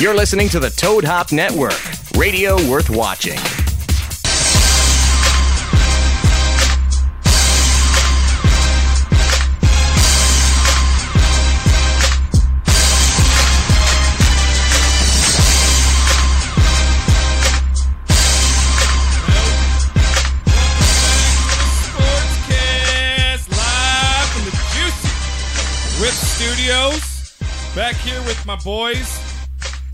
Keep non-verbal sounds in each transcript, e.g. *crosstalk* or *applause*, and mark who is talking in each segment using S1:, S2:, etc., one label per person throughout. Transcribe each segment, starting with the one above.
S1: You're listening to the Toad Hop Network, radio worth watching.
S2: Sportscast live from the Juicy Whip Studios. Back here with my boys,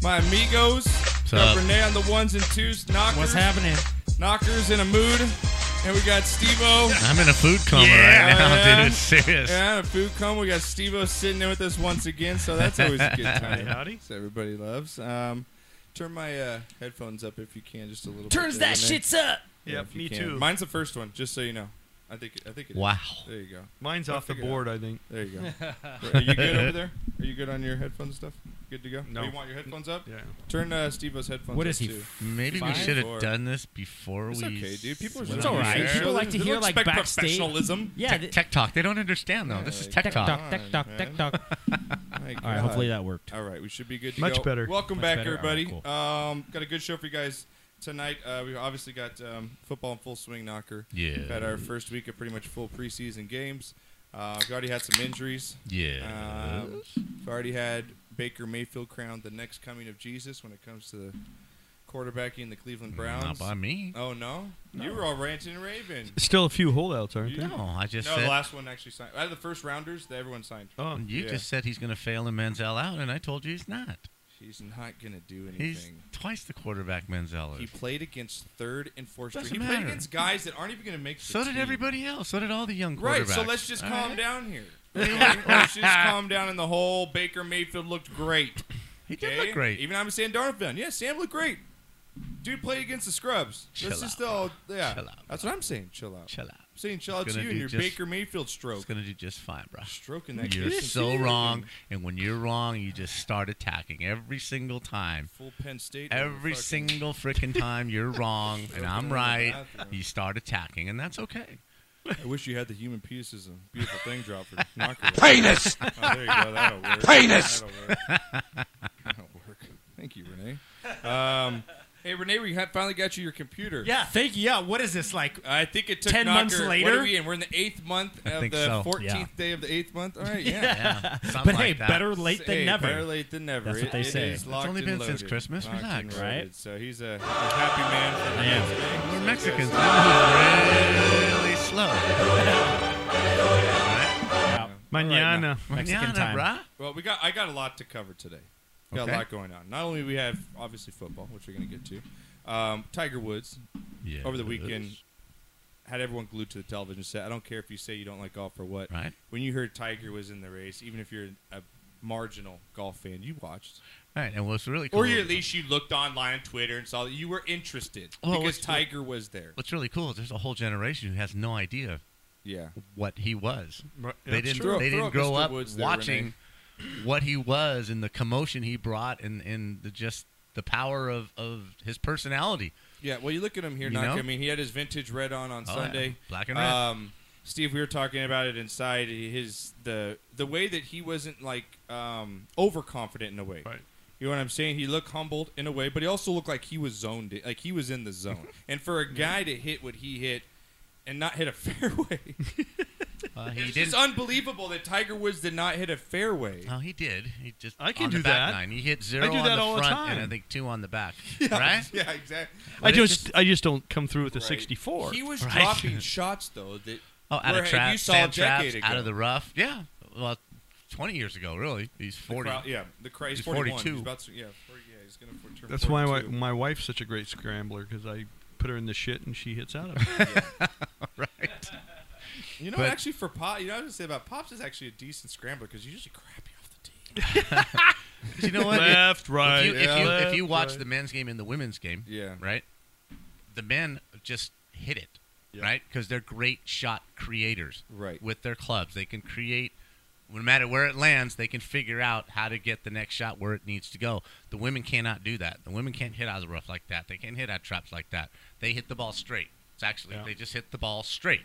S2: my amigos. Got
S3: up?
S2: Renee on the ones and twos, knockers,
S4: What's happening?
S2: knockers in a mood, and we got Stevo.
S3: I'm in a food coma right now,
S2: Yeah.
S3: dude. It's serious.
S2: Yeah, and a food coma. We got Stevo sitting in with us once again, so that's always
S5: *laughs*
S2: a good time.
S4: howdy.
S2: So everybody loves. Um, turn my uh, headphones up if you can, just a little.
S4: Turns
S2: bit there,
S4: that
S2: Renee.
S4: shit's up.
S2: Yeah,
S5: Yep,
S2: if you
S5: me
S2: can.
S5: too.
S2: Mine's the first one, just so you know. I think. I think it is.
S3: Wow.
S2: There you go.
S5: Mine's off the
S2: figure it
S5: board, I think.
S2: There you go. Are you good over there? Are you good on your headphones stuff? Good to go?
S5: No.
S2: Oh, you want your headphones up?
S5: Yeah.
S2: Turn uh, Steve-O's headphones
S4: What
S2: up,
S4: is he?
S2: too.
S3: Maybe we
S2: Five,
S3: should
S2: four.
S3: have done this before
S2: It's
S3: we.
S2: okay, dudude. People are
S3: went
S2: just
S3: on
S4: all right.
S3: the air.
S4: People
S2: They
S4: like to
S2: don't
S4: hear, like,
S2: expect
S4: backstage.
S2: professionalism.
S4: Yeah.
S3: Tech,
S4: th-
S3: tech talk. They don't understand though. this is
S2: Yeah,
S3: tech,
S2: like,
S3: talk.
S2: tech
S4: Duck, duck, duck, duck, duck.
S2: My
S4: All right.
S2: God.
S4: Hopefully that worked.
S2: All right, we should be good to
S5: Much
S2: go.
S5: better.
S2: Welcome
S4: Much
S2: back,
S4: better. All right,
S2: everybody.
S4: cool.
S2: um, got a good show for you guys tonight. Uh, we've obviously got um, football in full swing, knocker.
S3: Yeah.
S2: We've had our first week of pretty much full preseason games. Uh, we already had some injuries.
S3: Yeah.
S2: Um, we've already had Baker Mayfield crowned the next coming of Jesus when it comes to quarterbacking the Cleveland
S3: Mm, Not
S2: Browns.
S3: by me.
S2: Oh no? you were all ranting and raving.
S5: Still a few holdouts, aren't there?
S3: No, I just
S2: No, the
S3: said.
S2: last one actually signed. Out of the first rounders, that everyone signed.
S5: Oh,
S3: you
S2: yeah.
S3: just said he's going to fail in Menzel out, and I told you he's not.
S2: He's not gonna do anything.
S3: He's twice the quarterback Menzel
S2: He
S3: is.
S2: played against third and fourth string.
S3: Doesn't
S2: He played
S3: matter.
S2: against guys that aren't even going to make. The
S3: So did
S2: team.
S3: everybody else. So did all the young quarterbacks.
S2: Right. So let's just
S3: All
S2: calm
S3: right?
S2: down here.
S3: *laughs*
S2: let's just calm down. And the whole Baker Mayfield looked great.
S3: He
S2: Okay?
S3: did look great.
S2: Even I'm a Sam Darnold fan. Yeah, Sam looked great. Dude played against the scrubs.
S3: Chill
S2: let's just
S3: out,
S2: all yeah.
S3: Chill out,
S2: That's what I'm saying. Chill out.
S3: Chill out.
S2: I'm saying chill out
S3: It's
S2: to
S3: gonna
S2: you and
S3: do
S2: your
S3: just-
S2: Baker Mayfield
S3: It's
S2: stroke.
S3: going to do just fine, bro.
S2: Stroking that.
S3: You're
S2: kid.
S3: so wrong, and when you're wrong, you just start attacking every single time.
S2: Full Penn State.
S3: Every
S2: motherfucker.
S3: single freaking time you're wrong and I'm right, you start attacking, and that's okay.
S2: *laughs* I wish you had the human penis as a beautiful thing drop for knocker. Penis. Oh, there you go. That'll work. Penis. That'll work. That'll work. Thank you, Renee. Um, hey, Renee, we ha- finally got you your computer.
S4: Yeah. Thank you. Yeah. What is this like?
S2: I think it took
S4: 10
S2: Knocker-
S4: months
S2: What are
S4: later?
S2: we in? We're in the eighth month
S3: I
S2: of
S3: think
S2: the
S3: so,
S2: fourteenth
S4: yeah.
S2: day of the eighth month. All right, yeah.
S4: but hey, better late than
S2: Hey,
S4: never.
S2: Better late than never.
S4: That's
S2: It-
S4: what they
S2: it
S4: say.
S2: is
S4: It's
S2: locked
S3: only
S2: and
S3: been since
S2: loaded.
S3: Christmas.
S2: Locked and
S3: Relax.
S2: loaded.
S4: Right.
S2: So he's a, a happy man.
S4: am.
S2: am.
S3: We're Mexicans. We're really slow.
S5: Mañana.
S4: Mexican
S3: Mañana,
S4: time.
S3: bruh.
S2: Well, we got I got a lot to cover today. We got
S3: Okay.
S2: a lot going on. Not only we have obviously football, which we're going to get to. Um, Tiger Woods
S3: Yeah,
S2: over the
S3: it
S2: weekend
S3: is.
S2: had everyone glued to the television set. I don't care if you say you don't like golf or what.
S3: Right.
S2: When you heard Tiger was in the race, even if you're a marginal golf fan, you watched,
S3: All right, and what's really cool
S2: or you, at least you looked online on Twitter and saw that you were interested
S3: Well,
S2: because
S3: what's the-
S2: Tiger was there.
S3: what's really cool is there's a whole generation who has no idea
S2: Yeah.
S3: what he was.
S5: Right,
S3: They
S5: that's
S3: didn't.
S2: true.
S3: They
S2: Throw
S3: didn't
S2: up
S3: grow
S2: Mr.
S3: up
S2: Woods there,
S3: watching what he was and the commotion he brought and and the, just the power of of his personality.
S2: Yeah, well, you look at him here,
S3: You
S2: Knock.
S3: know?
S2: I mean, he had his vintage red on on
S3: Oh, yeah.
S2: Sunday,
S3: Black and red.
S2: Um, Steve, we were talking about it inside. His the the way that he wasn't like um, overconfident in a way.
S5: Right.
S2: You know what I'm saying? He looked humbled in a way, but he also looked like he was zoned, in, like he was in the
S3: *laughs*
S2: zone. and for a guy to hit what he hit and not hit a *laughs* fairway,
S3: Uh, he
S2: *laughs* it's
S3: didn't.
S2: just unbelievable that Tiger Woods did not hit a fairway.
S3: Oh, he did. He just
S5: I can
S3: on the
S5: do
S3: back
S5: that.
S3: nine. He hit zero
S5: I do
S3: on
S5: that
S3: the
S5: all the
S3: front
S5: time.
S3: and I think two on the back. Right?
S2: *laughs* Yeah, exactly.
S5: I
S3: But it's
S5: just, I just don't come through with the
S2: Right.
S5: 64.
S2: He was
S3: Right.
S2: dropping shots though that
S3: Oh, out
S2: where
S3: of traps,
S2: you saw
S3: sand
S2: a
S3: traps,
S2: decade ago.
S3: out of the rough. Yeah. Well, 20 years ago, really. He's 40.
S2: The crowd- yeah, the cra- he's
S3: He's
S2: 41.
S3: 42.
S2: He's about to, yeah, 40, yeah, he's gonna for- turn
S5: That's why my,
S2: 42.
S5: my wife's such a great scrambler because I put her in the shit and she
S2: *laughs*
S5: hits out of it.
S3: *laughs* Right.
S2: You know,
S3: but-
S2: actually, for Pop, you know, what I was gonna say about Pops is actually a decent scrambler because you usually crap you off the tee.
S3: you know what?
S5: Left,
S3: if,
S5: right,
S3: you, if, you, if you
S5: left,
S3: watch
S5: right.
S3: the men's game and the women's game,
S2: Yeah.
S3: right? The men just hit it,
S2: Yeah.
S3: right? Because they're great shot creators,
S2: Right.
S3: With their clubs, they can create. No matter where it lands, they can figure out how to get the next shot where it needs to go. The women cannot do that. The women can't hit out of the rough like that. They can't hit out traps like that. They hit the ball straight. It's actually
S5: Yeah.
S3: they just hit the ball straight.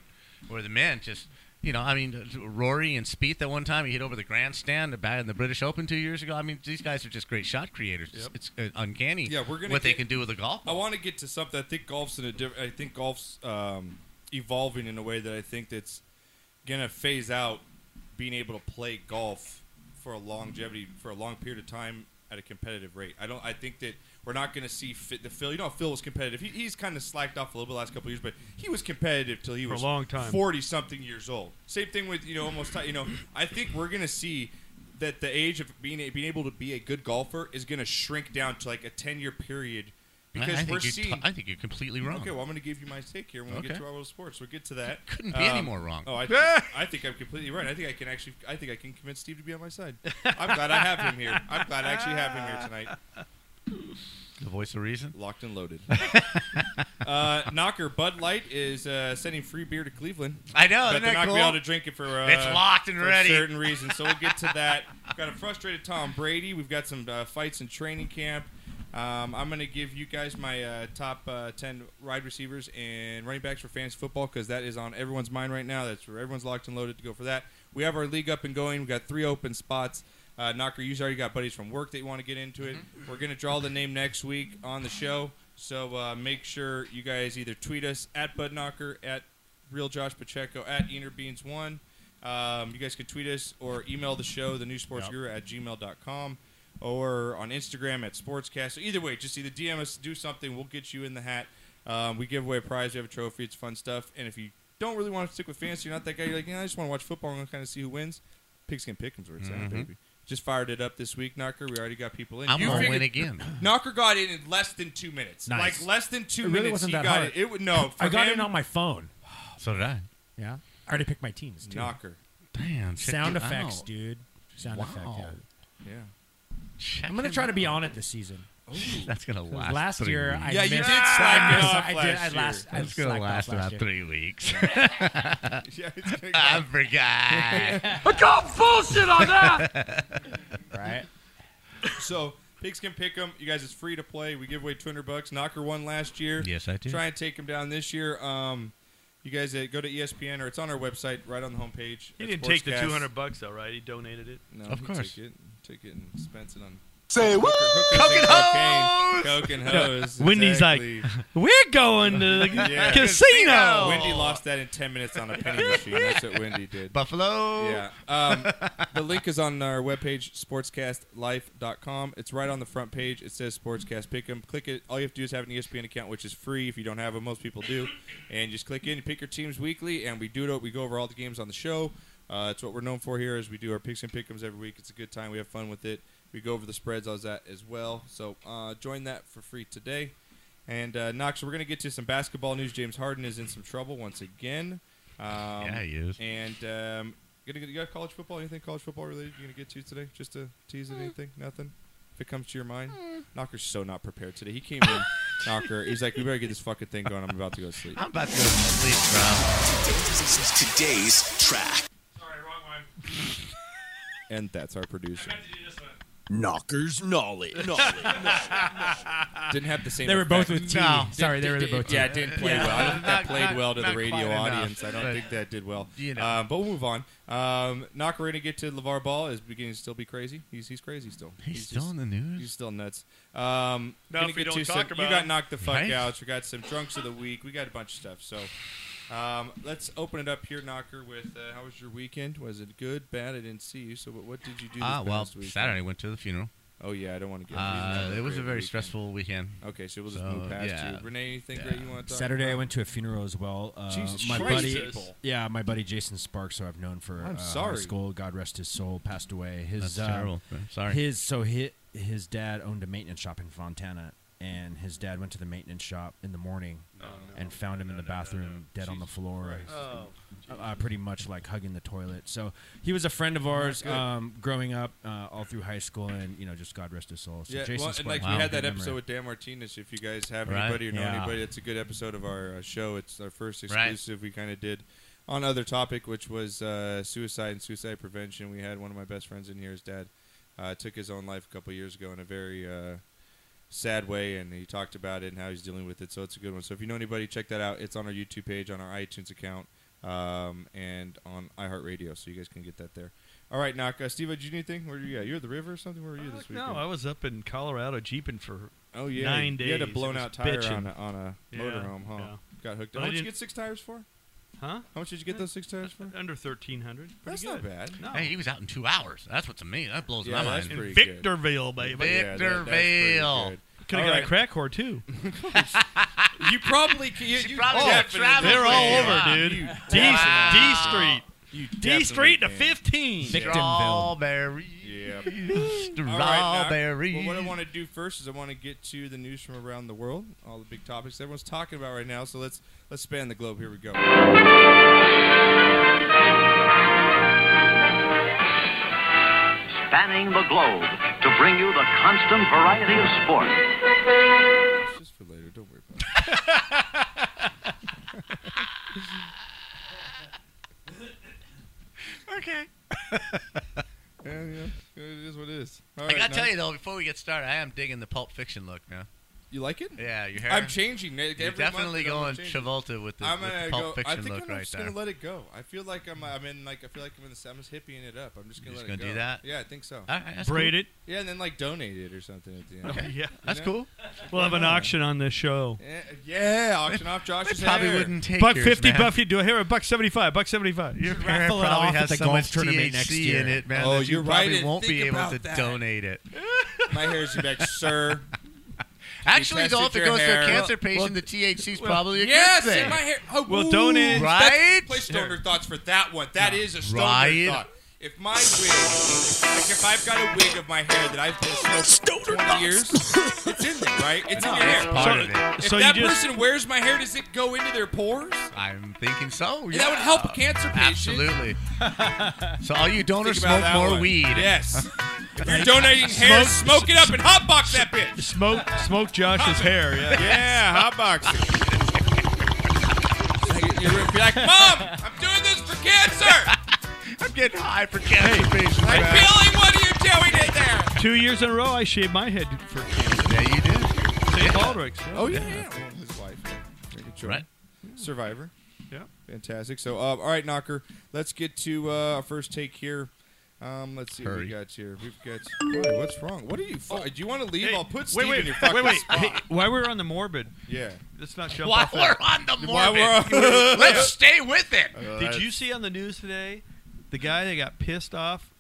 S3: Where the men just You know, I mean, Rory and Spieth at one time he hit over the grandstand back in the British Open two years ago. I mean, these guys are just great shot creators.
S2: Yep.
S3: It's uh, uncanny.
S2: Yeah, we're gonna
S3: what they
S2: get- Oh,
S3: can do with a golf.
S2: I
S3: ball.
S2: want to get to something. I think golf's in a different. I think golf's um, evolving in a way that I think that's gonna phase out being able to play golf for a longevity for a long period of time at a competitive rate. I don't. I think that we're not gonna see fit the Phil. You know, Phil was competitive. He, he's kind of slacked off a little bit the last couple of years, but he was competitive till he
S5: For a
S2: was
S5: long time.
S2: forty something years old. Same thing with you know almost. ti- You know, I think we're gonna see. That the age of being a, being able to be a good golfer is going to shrink down to like a ten year period
S3: I-
S2: because
S3: I think
S2: we're
S3: you're
S2: seeing.
S3: t- I think you're completely wrong.
S2: okay, well, I'm going to give you my take here when we get
S3: Okay.
S2: to our world of sports. We'll get to that.
S3: Couldn't be any more wrong. *laughs*
S2: Oh, I, I think I'm completely right. I think I can actually. I think I can convince Steve to be on my side. I'm glad I have him here. I'm glad I actually have him here tonight.
S3: the voice of reason.
S2: Locked and loaded. *laughs* uh, Knocker Bud Light is uh, sending free beer to Cleveland.
S3: I
S2: But
S3: know. Isn't
S2: they're
S3: that
S2: not
S3: cool?
S2: gonna be able to drink it for uh,
S3: It's locked and
S2: for
S3: ready. *laughs*
S2: certain reasons. So we'll get to that. We've got a frustrated Tom Brady. We've got some uh, fights in training camp. Um, I'm gonna give you guys my uh, top uh, ten wide receivers and running backs for fantasy football because that is on everyone's mind right now. That's where everyone's locked and loaded to go for that. We have our league up and going. We've got three open spots. Uh, Knocker, you already got buddies from work that you want to get into it.
S3: Mm-hmm.
S2: We're gonna draw the name next week on the show. So uh, make sure you guys either tweet us at Bud Knocker at Real Josh Pacheco at EanerBeans1. Um, you guys can tweet us or email the show, the new sports guru at gmail.com or on Instagram at sportscast. So either way, just either DM us, do something. We'll get you in the hat. Um, we give away a prize. We have a trophy. It's fun stuff. And if you don't really want to stick with fantasy, you're not that guy. You're like, yeah, I just want to watch football and kind of see who wins. Pigskin Pickens where it's at, baby. Just fired it up this week, Knocker. We already got people in.
S3: Mm-hmm. I'm
S2: You
S3: gonna
S2: figured-
S3: win again.
S2: *laughs* Knocker got in in less than two minutes.
S4: Nice.
S2: Like less than two
S4: It really
S2: minutes.
S4: wasn't
S2: he
S4: that
S2: got
S4: hard.
S2: it. It would no. For
S4: I got
S2: him,
S4: in on my phone.
S3: So did I.
S4: Yeah. I already picked my teams too.
S2: Knocker.
S3: Damn. check
S4: Sound
S3: it
S4: effects,
S3: out.
S4: dude. Sound
S3: Wow.
S4: effect. Yeah.
S2: Yeah.
S3: Check
S4: I'm gonna
S3: it
S4: try to be
S3: out.
S4: on it this season.
S3: That's gonna last.
S4: Last
S3: three
S4: year,
S3: weeks.
S4: I
S2: Yeah, you
S4: missed-
S2: did slack
S4: I
S2: it
S4: missed-
S2: off
S4: I did.
S2: last
S4: I
S2: year.
S4: last. I
S3: That's gonna
S4: slacked off
S3: last
S4: last
S3: about
S4: year.
S3: three weeks.
S2: *laughs* Yeah, it's
S5: *laughs*
S2: gonna go.
S3: I forgot.
S4: Right.
S2: so picks can pick them. You guys, it's free to play. We give away 200 bucks. Knocker won last year.
S3: Yes, I did.
S2: Try and take him down this year. Um, you guys uh, go to ESPN or it's on our website, right on the homepage.
S5: He
S2: at
S5: didn't take the
S2: Sportscast.
S5: 200 bucks though, right? He donated it.
S2: No,
S3: Of
S2: he
S3: course.
S2: took it, took it and spent it on. Say what? Coke and hose. Coke
S5: *laughs*
S2: and hose.
S5: Wendy's like,
S2: exactly.
S5: *laughs* We're going to the
S2: *laughs* Yeah.
S5: casino.
S2: Wendy lost that in 10 minutes on a penny machine. That's what Wendy did.
S3: Buffalo.
S2: Yeah. Um, the link is on our webpage, sportscastlife.com. It's right on the front page. It says Sportscast Pick'em. Click it. All you have to do is have an E ESPN account, which is free if you don't have one. Most people do. And just click in, pick your teams weekly, and we do it. We go over all the games on the show. Uh, it's what we're known for here is we do our picks and pick'ems every week. It's a good time. We have fun with it. We go over the spreads, all that as well. So uh, join that for free today. And uh, Knox, we're going to get to some basketball news. James Harden is in some trouble once again. Um, yeah,
S3: he is.
S2: And um, gonna get, you got college football? Anything college football related you're gonna get to today? Just to tease at anything? Nothing. If it comes to your mind, Knocker's so not prepared today. He came in, Knocker. He's like, we better get this fucking thing going. I'm about to go to sleep.
S3: I'm about to go to sleep, bro.
S1: Today's track.
S6: Sorry, wrong one.
S2: And that's our producer.
S6: Had to do this one.
S1: Knocker's knowledge.
S2: Didn't have the same.
S4: They were both
S2: effect.
S4: with T.
S3: No.
S4: Sorry, they were the both.
S2: Yeah, it didn't play well. I don't think that
S3: Not-
S2: played
S3: not-
S2: well to the
S3: not quite
S2: radio
S3: enough,
S2: audience. I don't
S3: but-
S2: think that did well.
S3: You know.
S2: Um, but we'll move on. Um, Knocker, we're gonna get to Levar Ball. Is beginning to still be crazy. He's he's crazy still.
S3: He's, still
S2: just-
S3: in the news.
S2: You're still nuts. Um,
S5: No,
S2: gonna
S5: if we
S2: get
S5: don't
S2: to
S5: talk
S2: some- you
S5: about
S2: got
S5: it.
S2: knocked the fuck
S3: Right?
S2: out. We got some drunks of the week. We got a bunch of stuff. So um, let's open it up here, Knocker. With uh, how was your weekend? Was it good, bad? I didn't see you. So what, what did you do? This
S3: Ah, well,
S2: past week?
S3: Saturday went to the funeral.
S2: Oh yeah, I don't want to get.
S3: Uh,
S2: into
S3: it was a
S2: great
S3: very
S2: weekend.
S3: stressful weekend.
S2: Okay, so we'll just
S3: So,
S2: move past
S3: yeah.
S2: you. Renee, anything
S3: Yeah.
S2: great you want to talk?
S4: Saturday, I
S2: about?
S4: went to a funeral as well. Uh,
S2: Jesus
S4: my
S2: Christ.
S4: buddy,
S2: Jesus.
S4: yeah, my buddy Jason Sparks, who I've known for
S2: I'm
S4: uh,
S2: sorry.
S4: high school. God rest his soul, passed away. His
S3: That's
S4: uh,
S3: terrible. Sorry.
S4: His so his, his dad owned a maintenance shop in Fontana, and his dad went to the maintenance shop in the morning
S2: Oh,
S4: and found him in the bathroom, dead on the floor,
S5: Oh.
S4: uh, pretty much like hugging the toilet. So he was a friend of ours um, growing up, uh, all through high school, and you know, just God rest his soul. So
S2: Yeah,
S4: Jason
S2: well, and
S4: Sparks,
S2: like
S4: wow,
S2: we had
S4: good
S2: that
S4: memory.
S2: episode with Dan Martinez. If you guys have
S3: Right.
S2: anybody or know
S4: Yeah.
S2: anybody, it's a good episode of our uh, show. It's our first
S3: Right.
S2: exclusive we kind of did on other topic, which was uh, suicide and suicide prevention. We had one of my best friends in here. His dad uh, took his own life a couple years ago in a very uh, sad way, and he talked about it and how he's dealing with it. So it's a good one. So if you know anybody, check that out. It's on our YouTube page, on our iTunes account. um, and on iHeartRadio, so you guys can get that there. All right, Knock. Uh, Steve, did you do anything? Where are you at? You're at the river or something? Where were you this
S5: Fuck
S2: weekend?
S5: no, I was up in Colorado jeeping for.
S2: oh, yeah.
S5: nine
S2: You had a
S5: days. It
S2: blown
S5: was
S2: out tire on a,
S5: bitchin'.
S2: on a
S5: Yeah,
S2: motorhome, huh?
S5: yeah.
S2: Got hooked
S5: But
S2: up.
S5: I
S2: How much you
S5: didn't-
S2: get six tires for?
S5: Huh?
S2: How much did you get those six tires
S5: *laughs*
S2: for?
S5: Under thirteen hundred.
S2: That's not bad.
S5: No.
S3: Hey, he was out in two hours. That's what's amazing. That blows
S2: Yeah,
S3: my
S2: that's
S3: mind.
S2: pretty
S5: in
S2: good.
S5: Victorville, baby.
S3: Vic-
S2: Oh, Yeah, that- that's pretty
S3: Victorville.
S2: good.
S5: Could have
S2: All
S5: got
S2: right.
S5: a crack whore too.
S2: You probably can. You, you
S3: probably got
S2: definitely-
S3: travel
S5: They're all
S3: Yeah.
S5: over,
S3: Wow.
S5: dude.
S2: You
S5: D,
S3: Wow.
S5: D Street,
S2: You
S5: D Street to
S2: definitely can.
S5: fifteen.
S4: Victimville.
S3: Strawberry. *laughs*
S2: Yeah. All right, now,
S3: Strawberry.
S2: well, what I want to do first is I want to get to the news from around the world, all the big topics everyone's talking about right now. So let's let's span the globe. Here we go.
S6: spanning the globe to bring you the constant variety of sport.
S2: It's just for later. Don't worry about
S3: *laughs* okay.
S2: it. *laughs* Yeah, yeah. It is what it is. All
S3: I
S2: right,
S3: gotta
S2: now-
S3: tell you though, before we get started, I am digging the Pulp Fiction look now.
S2: you like it?
S3: Yeah, your hair.
S2: I'm changing. Nick.
S3: You're
S2: Every month
S3: definitely
S2: that I'm
S3: going
S2: changing.
S3: Travolta with the,
S2: I'm
S3: with the
S2: gonna
S3: Pulp
S2: go. I
S3: Fiction
S2: think
S3: look
S2: I'm
S3: right
S2: just
S3: there.
S2: gonna let it go. I feel like I'm. I'm in like. I feel like I'm in the. I'm just hippieing it up. I'm just gonna let
S3: You're just
S2: it
S3: gonna do
S2: go.
S3: that? Uh.
S2: Yeah, I think so.
S3: All right, that's
S2: *laughs*
S5: Braid
S3: cool.
S5: it.
S2: Yeah, and then like donate it or something at the end.
S5: Yeah,
S3: That's
S2: Yeah.
S3: cool.
S5: we'll have an auction on this show.
S2: Eh, Yeah, auction
S3: *laughs*
S2: off Josh's
S3: Probably
S2: hair.
S3: wouldn't take
S5: Buck
S3: yours,
S5: fifty,
S3: man.
S5: buck fifty. Do I hear a buck seventy-five? Buck seventy-five.
S3: Your
S4: should
S3: parent
S4: raffle it
S3: probably
S4: off at
S3: has
S4: the
S3: so
S4: golf
S3: much
S4: tournament
S3: THC
S4: next
S3: in
S4: year.
S3: it, man.
S2: Oh,
S3: that you
S2: you're right.
S3: probably
S2: I
S3: won't be
S2: think
S3: able
S2: about
S3: to
S2: that.
S3: donate it.
S2: My hair's back, sir.
S3: Actually, though,
S2: tested your
S3: if it goes to
S2: hair.
S3: a cancer
S2: Well-
S3: patient, the THC's probably a
S2: Yes,
S3: good
S2: in
S3: thing,
S2: my hair. Oh,
S5: Well,
S2: ooh,
S5: donate.
S3: right?
S2: Play stoner thoughts for that one. That is a stoner
S3: Right.
S2: thought. If my wig, like if I've got a wig of my hair that I've been smoked for 20 years, it's in there, right? It's in your hair.
S3: Part of it.
S2: if
S5: So you
S2: that
S5: just
S2: person wears my hair, does it go into their pores?
S3: I'm thinking so.
S2: And
S3: Yeah.
S2: that would help a cancer patient.
S3: Absolutely. so all you donors
S2: Think about
S3: smoke
S2: that
S3: more
S2: one.
S3: weed. *laughs*
S2: Yes. if you're donating hair,
S5: Smoke-
S2: smoke it up and hotbox that bitch.
S5: smoke, smoke Josh's hair. Yeah.
S2: *laughs* Yeah, hotbox
S3: *laughs*
S2: it. You're like, Mom, I'm doing this for cancer.
S3: I'm getting high for cancer patients.
S2: I'm
S3: man.
S2: feeling what are you doing in there?
S5: Two years in a row, I shaved my head for
S3: Yeah, you do.
S5: St. Baldrick's. Yeah.
S2: Oh yeah, yeah. Well, his wife. Very good choice.
S3: Right.
S2: Survivor.
S5: Yeah.
S2: Fantastic. So, uh, all right, Knocker. Let's get to uh, our first take here. Um, let's see what
S3: Hurry.
S2: we got here. We've got. Whoa, what's wrong? What are you? Fu- Do you want to leave? I'll put Steve
S5: wait, wait,
S2: in your fucking
S5: wait, wait.
S2: spot.
S5: Hey, while we're on the morbid,
S2: Yeah.
S5: let's not jump
S3: While
S5: off
S3: we're
S5: that.
S3: on the
S2: While
S3: morbid,
S2: we're on-
S3: let's stay with it.
S5: Did you see on the news today the guy that got pissed off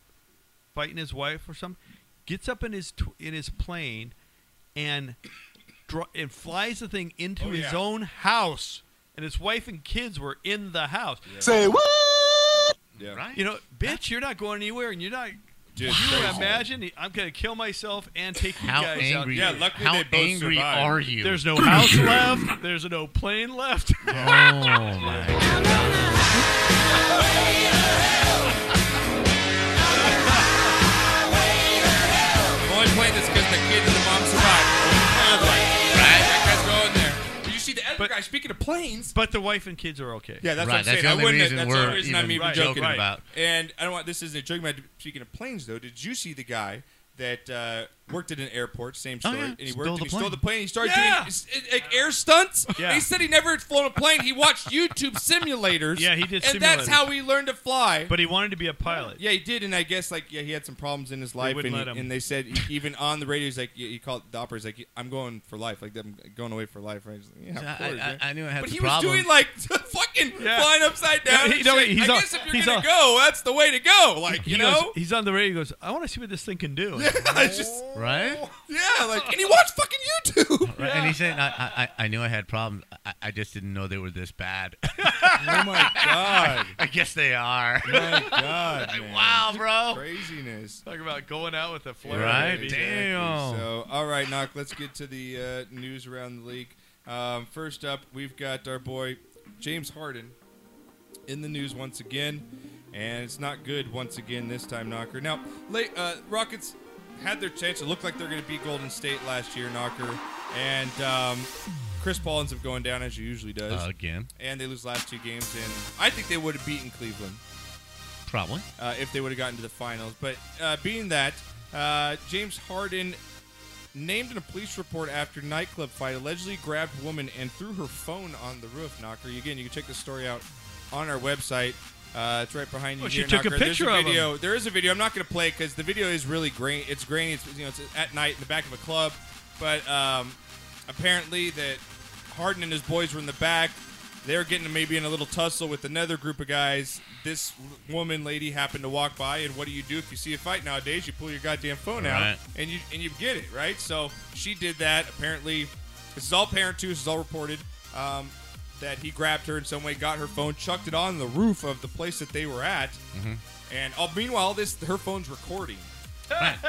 S5: fighting his wife or something gets up in his tw- in his plane and dro- and flies the thing into
S2: Oh,
S5: his
S2: yeah.
S5: own house and his wife and kids were in the house.
S2: yeah.
S3: Right?
S5: You know, bitch, you're not going anywhere and you're not
S2: Just
S5: you
S2: crazy.
S5: imagine I'm going to kill myself and take you
S3: how
S5: guys out.
S3: angry?
S2: Yeah, luckily
S3: how
S2: they both
S3: angry
S2: survived.
S3: are you?
S5: There's
S3: *laughs*
S5: no house left. There's no plane left.
S3: oh my!
S2: I'm only playing this because the kid and the mom survived. Another one. Right? That guy's going there. Did you see the other
S5: But-
S2: guy? Speaking of planes.
S5: *laughs* but the wife and kids are okay.
S2: Yeah, that's
S3: Right,
S2: what I'm
S3: that's
S2: saying.
S3: the
S2: I
S3: only
S2: wouldn't.
S3: reason
S2: that's the only
S3: we're
S2: reason I'm
S3: even
S2: even
S5: Right,
S2: joking
S5: right.
S2: about. And I don't want this isn't a joke. About speaking of planes, though, did you see the guy that uh, worked at an airport? Same
S3: Oh,
S2: story.
S3: yeah.
S2: And he
S3: Stole
S2: worked.
S3: the
S2: and he stole
S3: plane.
S2: the plane. He started
S5: Yeah.
S2: doing s- uh, like air stunts.
S5: Yeah.
S2: He said he never had flown a plane. He watched YouTube simulators.
S5: Yeah, he did
S2: And that's
S5: simulators.
S2: how he learned to fly.
S5: But he wanted to be a pilot.
S2: yeah, he did, and I guess like yeah, he had some problems in his life, and,
S5: wouldn't
S2: he-
S5: let him.
S2: and they said he- even on the radio, he's like, he he called the operator, he's like, I'm going for life, like I'm going away for life, right? He's like, yeah, of
S3: I,
S2: course, yeah
S3: I, I knew I had
S2: but
S3: the
S2: he
S3: problem.
S2: was doing like *laughs* fucking
S5: Yeah.
S2: flying upside down.
S5: Yeah, he-
S2: and
S5: no,
S2: shit.
S5: he's
S2: I
S5: all-
S2: guess if you're
S5: he's
S2: gonna
S5: all-
S2: go, that's the way to go. Like you
S5: He
S2: know,
S5: goes- he's on the radio. He goes, I want to see what this thing can do.
S2: *laughs* I just
S3: right?
S2: yeah, like and he watched fucking YouTube.
S5: *laughs*
S3: Right, And he said, I, I, I knew I had problems. I, I just didn't know they were this bad. *laughs*
S2: oh my *laughs* god,
S3: I guess they are.
S2: my god, man.
S3: wow, bro.
S2: craziness.
S5: Talk about going out with a flare.
S3: Right?
S5: baby.
S3: Damn.
S2: So all right, knock. Let's get to the uh, news around the league. Um, first up, we've got our boy James Harden in the news once again, and it's not good once again this time, Knocker. Now, la uh, Rockets had their chance. It looked like they're going to beat Golden State last year, Knocker, and um, Chris Paul ends up going down as he usually does,
S3: Uh, again,
S2: and they lose the last two games. And I think they would have beaten Cleveland
S3: probably.
S2: uh, if they would have gotten to the finals. But uh, being that, uh, James Harden named in a police report after nightclub fight allegedly grabbed woman and threw her phone on the roof knocker. Again, you can check this story out on our website. Uh, it's right behind you.
S5: Well,
S2: here,
S5: Oh, she took a
S2: Knocker.
S5: picture
S2: There's a
S5: of 'em.
S2: video. There is a video. I'm not going to play because the video is really grainy. It's grainy. It's you know it's at night in the back of a club, but um, apparently that Harden and his boys were in the back. They were getting maybe in a little tussle with another group of guys. This l- woman, lady, happened to walk by, and what do you do if you see a fight nowadays? You pull your goddamn phone out
S3: Right.
S2: and you and you get it right. So she did that. Apparently, this is all parent too. This is all reported. Um, that he grabbed her in some way, got her phone, chucked it on the roof of the place that they were at, and oh, meanwhile, this her phone's recording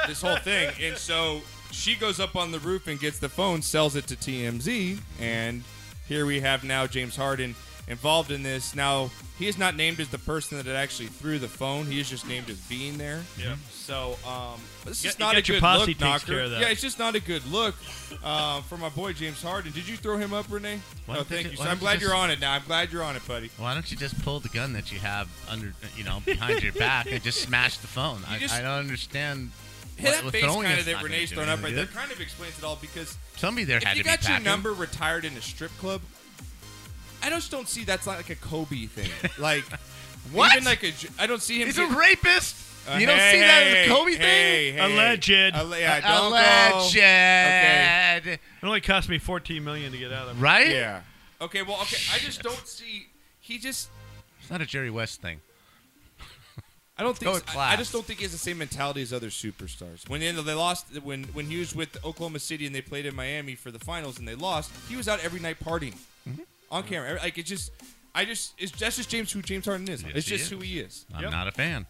S2: this whole
S3: *laughs*
S2: thing, and so she goes up on the roof and gets the phone, sells it to TMZ, and here we have now James Harden involved in this. Now he is not named as the person that actually threw the phone; he is just named as being there. Yeah. So um, this
S5: You
S2: is
S5: got- you
S2: not a
S5: got your
S2: good
S5: posse
S2: look,
S5: takes
S2: Knocker.
S5: care of that.
S2: Yeah, it's just not a good look uh, for my boy James Harden. Did you throw him up, Renee?
S3: Why
S2: no,
S3: don't they
S2: thank
S3: ju-
S2: you.
S3: why
S2: So I'm
S3: don't you
S2: glad
S3: just-
S2: you're on it now. I'm glad you're on it, buddy.
S3: Why don't you just pull the gun that you have under, you know, behind your back and just smash the phone? I,
S2: just-
S3: I don't understand.
S2: Yeah, that
S3: what-
S2: face
S3: throwing
S2: kind
S3: is
S2: of
S3: not
S2: that
S3: gonna
S2: Renee's
S3: do
S2: throwing up right
S3: anything,
S2: there
S3: dude.
S2: kind of explains it all because
S3: Somebody there
S2: if
S3: had
S2: you
S3: to be
S2: got your
S3: packing.
S2: number retired in a strip club, I just don't see that's not like a Kobe
S3: *laughs*
S2: thing. Like
S3: What?
S2: Even like a, j- I don't see him.
S3: He's a
S2: get-
S3: rapist.
S2: Uh,
S3: you don't
S2: hey,
S3: see that
S2: hey,
S3: as a Kobe
S2: hey,
S3: thing.
S2: Hey, hey,
S5: Alleged.
S2: Alle- yeah, don't
S3: Alleged.
S2: go. Okay.
S5: It only cost me fourteen million to get out of. it.
S3: Right?
S2: Yeah. Okay. Well. Okay. I just don't see. He just.
S3: It's not a Jerry West thing.
S2: I don't think.
S3: go
S2: so.
S3: with
S2: I, I
S3: class.
S2: just don't think he has the same mentality as other superstars. When they, they lost, when when he was with Oklahoma City and they played in Miami for the finals and they lost, he was out every night partying
S3: Mm-hmm.
S2: on camera. Every- Like it just, I just, it's that's just James who James Harden is. it's
S3: he
S2: just
S3: is.
S2: who he is.
S3: I'm not a fan.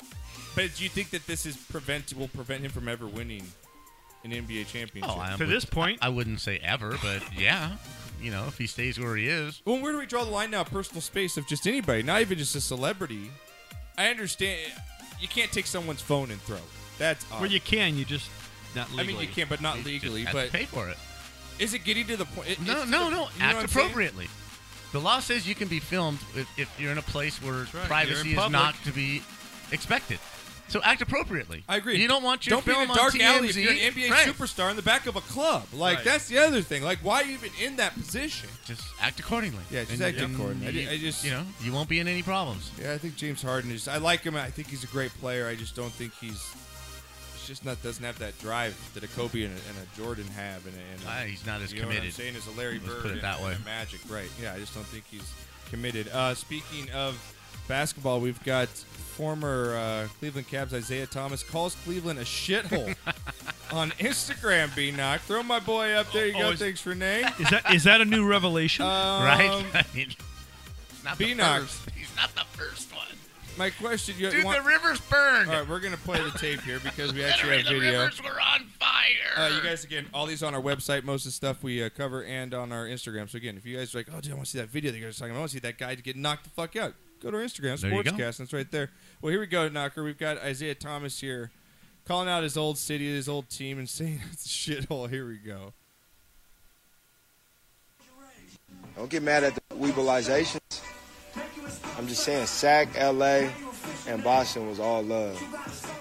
S2: But do you think that this is prevent will prevent him from ever winning an NBA championship?
S3: Oh, I
S5: To
S3: would-
S5: this point,
S3: I wouldn't say ever, but yeah, you know, if he stays where he is,
S2: Well, where do we draw the line now? Personal space of just anybody, not even just a celebrity. I understand you can't take someone's phone and throw. it. That's odd.
S5: well, you can. You just not
S2: I
S5: legally.
S2: mean, you can't, but not
S3: he
S2: legally.
S3: just has
S2: But
S3: to pay for it.
S2: is it getting to the point? it-
S3: No,
S2: it's-
S3: no, no.
S2: you know what
S3: Act
S2: I'm saying?
S3: appropriately. The law says you can be filmed if, if you're in a place where
S5: right.
S3: privacy
S5: You're in
S3: is not to be expected. So act appropriately.
S2: I agree.
S3: You don't want your
S2: don't be
S3: film
S2: in a dark
S3: on TMZ.
S2: alley if you're an NBA
S3: Right.
S2: superstar in the back of a club. Like
S5: Right.
S2: that's the other thing. Like why even in that position?
S3: Just act accordingly.
S2: Yeah, just
S3: And-
S2: act
S3: and
S2: accordingly. I
S3: you-
S2: ju- I just-
S3: you know, you won't be in any problems.
S2: Yeah, I think James Harden is. I like him. I think he's a great player. I just don't think he's. It's just not doesn't have that drive that a Kobe and a, and a Jordan have, and, a, and a-
S3: Ah, he's not as
S2: you know what
S3: committed.
S2: I'm saying is a Larry
S3: Let's
S2: Bird.
S3: put it
S2: and-
S3: that way.
S2: and a Magic, right? Yeah, I just don't think he's committed. Uh, speaking of basketball, we've got former uh, Cleveland Cavs Isaiah Thomas calls Cleveland a shithole
S3: *laughs*
S2: on Instagram. B knock, throw my boy up there. You
S5: Oh,
S2: go.
S5: is-
S2: Thanks, Renee.
S5: Is that is that a new revelation?
S2: *laughs* Um,
S3: *laughs* right? *laughs* I mean, he's not the
S2: Beanox.
S3: first. He's not the first one.
S2: My question, you
S3: Dude,
S2: want,
S3: the river's burned.
S2: all right, we're gonna play the tape here because
S3: *laughs*
S2: we actually have
S3: Literally, the
S2: video.
S3: rivers were on fire.
S2: Uh, you guys, again, all these on our website, most of the stuff we uh, cover, and on our Instagram. So, again, if you guys are like, oh, dude, I want to see that video that you guys are talking about, I want to see that guy get knocked the fuck out, go to our Instagram,
S3: There you go.
S2: Sportscast. That's right there. Well, here we go, Knocker. We've got Isaiah Thomas here calling out his old city, his old team, and *laughs* saying it's a shithole. Here we go.
S7: Don't get mad at the weebalizations. I'm just saying, SAC, LA, and Boston was all love.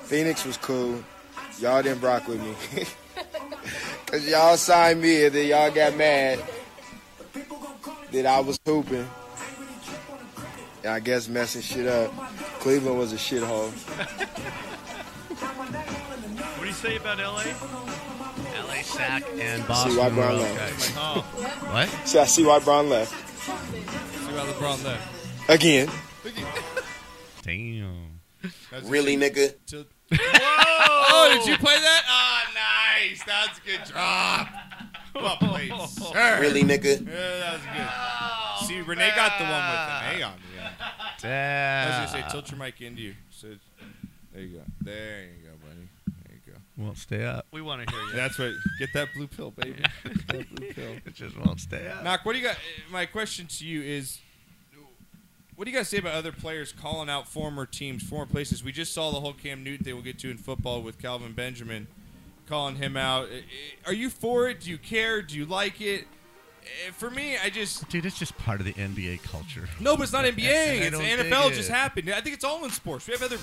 S7: Phoenix was cool. Y'all didn't rock with me. *laughs* Because y'all signed me and then y'all got mad that I was hooping. And I guess messing shit up. Cleveland was a shithole.
S5: what do you say about L.A.?
S3: LA Sac and Boston.
S7: See why
S3: were
S7: Brown
S3: okay.
S7: left.
S3: What?
S7: See, I see why Brown left.
S2: See how LeBron left.
S7: Again.
S3: Damn.
S7: Really, nigga?
S2: To- Oh, did you play that? Oh, nice. That's a good drop. Well
S3: *laughs*
S2: played, sir.
S7: Really, nigga?
S2: Yeah, that was good. See, Renee got the one with an A on the end. I was
S3: Damn.
S2: gonna say tilt your mic into you. So there you go. There you go, buddy. There you go.
S3: Won't stay up.
S5: We want to hear you.
S2: That's what. Get that blue pill, baby. Get that blue pill.
S3: It just won't stay up.
S2: Knock. What do you got? uh, My question to you is, what do you guys say about other players calling out former teams, former places? We just saw the whole Cam Newton thing. We'll get to in football with Calvin Benjamin calling him out. Uh, uh, Are you for it? Do you care? Do you like it? Uh, For me, I just
S3: Dude, it's just part of the NBA culture.
S2: No, but it's not NBA.
S3: I
S2: It's
S3: don't
S2: NFL.
S3: dig
S2: Just
S3: it.
S2: happened. I think it's all in sports. We have other,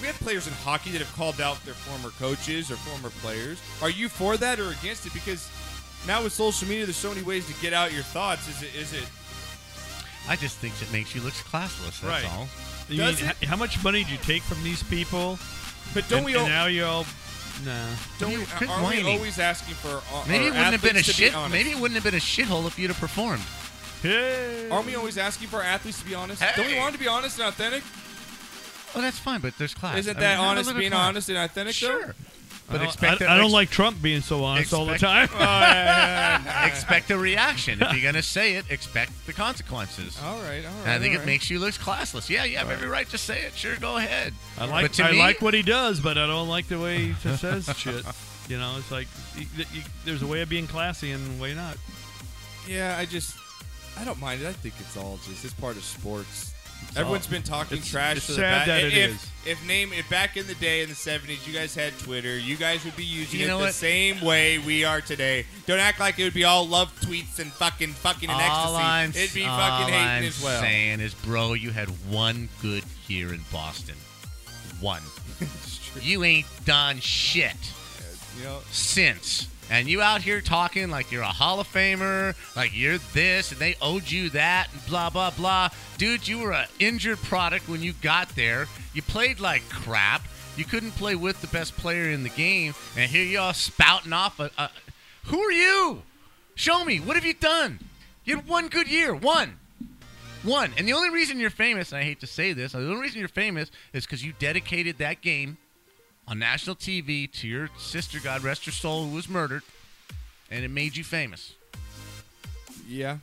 S2: we have players in hockey that have called out their former coaches or former players. Are you for that or against it? Because now with social media, there's so many ways to get out your thoughts. Is it? Is it?
S3: I just think it makes you look classless. That's
S5: Right.
S3: all.
S5: You
S2: Does
S5: mean, h- how much money did you take from these people?
S2: But don't
S5: and,
S2: we
S5: and
S2: all
S5: now you're all. No.
S2: don't
S3: You
S2: we,
S3: quit
S2: are we
S3: whining.
S2: always asking for our,
S3: Maybe
S2: our
S3: it wouldn't have been a
S2: athletes to be
S3: shit.
S2: honest?
S3: Maybe it wouldn't have been a shithole if you'd have performed.
S5: Hey.
S2: Aren't we always asking for our athletes to be honest? Don't we
S3: Hey!
S2: want them to be honest and authentic?
S3: Oh, that's fine, but there's class. I
S2: Isn't
S3: mean,
S2: that
S3: have a
S2: honest
S3: little
S2: being
S3: class.
S2: honest and authentic
S3: Sure.
S5: I
S3: But
S5: don't-
S3: expect
S5: I,
S3: a-
S5: I don't
S3: ex-
S5: like Trump being so honest all the time.
S3: expect-
S2: Oh, *laughs*
S3: expect a reaction. If you're gonna say it, expect the consequences.
S2: though? All right, all right.
S3: And I think
S2: all
S3: it
S2: right.
S3: makes you look classless. Yeah, you have every right to say it. Sure, go ahead.
S5: I
S3: But
S5: like
S3: to
S5: I
S3: me-
S5: like what he does, but I don't like the way he
S3: *laughs*
S5: just says shit. You know, it's like y y- y- there's a way of being classy and a way not.
S2: Yeah, I just I don't mind it. I think it's all just it's part of sports. Everyone's been talking
S5: it's-
S2: trash.
S5: it's
S2: to
S5: sad
S2: the back.
S5: that it
S2: if,
S5: is.
S2: If name if back in the day in the seventies, you guys had Twitter. You guys would be using
S3: You
S2: it
S3: know
S2: the
S3: what?
S2: same way we are today. Don't act like it would be all love tweets and fucking fucking and
S3: all
S2: ecstasy.
S3: I'm,
S2: It'd be
S3: all
S2: fucking hating
S3: I'm
S2: as well.
S3: saying is, bro, you had one good year in Boston.
S2: *laughs*
S3: One. you ain't done shit
S2: You know,
S3: since. And you out here talking like you're a Hall of Famer, like you're this, and they owed you that, and blah, blah, blah. Dude, you were an injured product when you got there. You played like crap. You couldn't play with the best player in the game. And here you all spouting off. A, a, who are you? Show me. What have you done? You had one good year. One. One. And the only reason you're famous, and I hate to say this, the only reason you're famous is because you dedicated that game on national TV to your sister, God rest her soul, who was murdered, and it made you famous.
S2: yeah.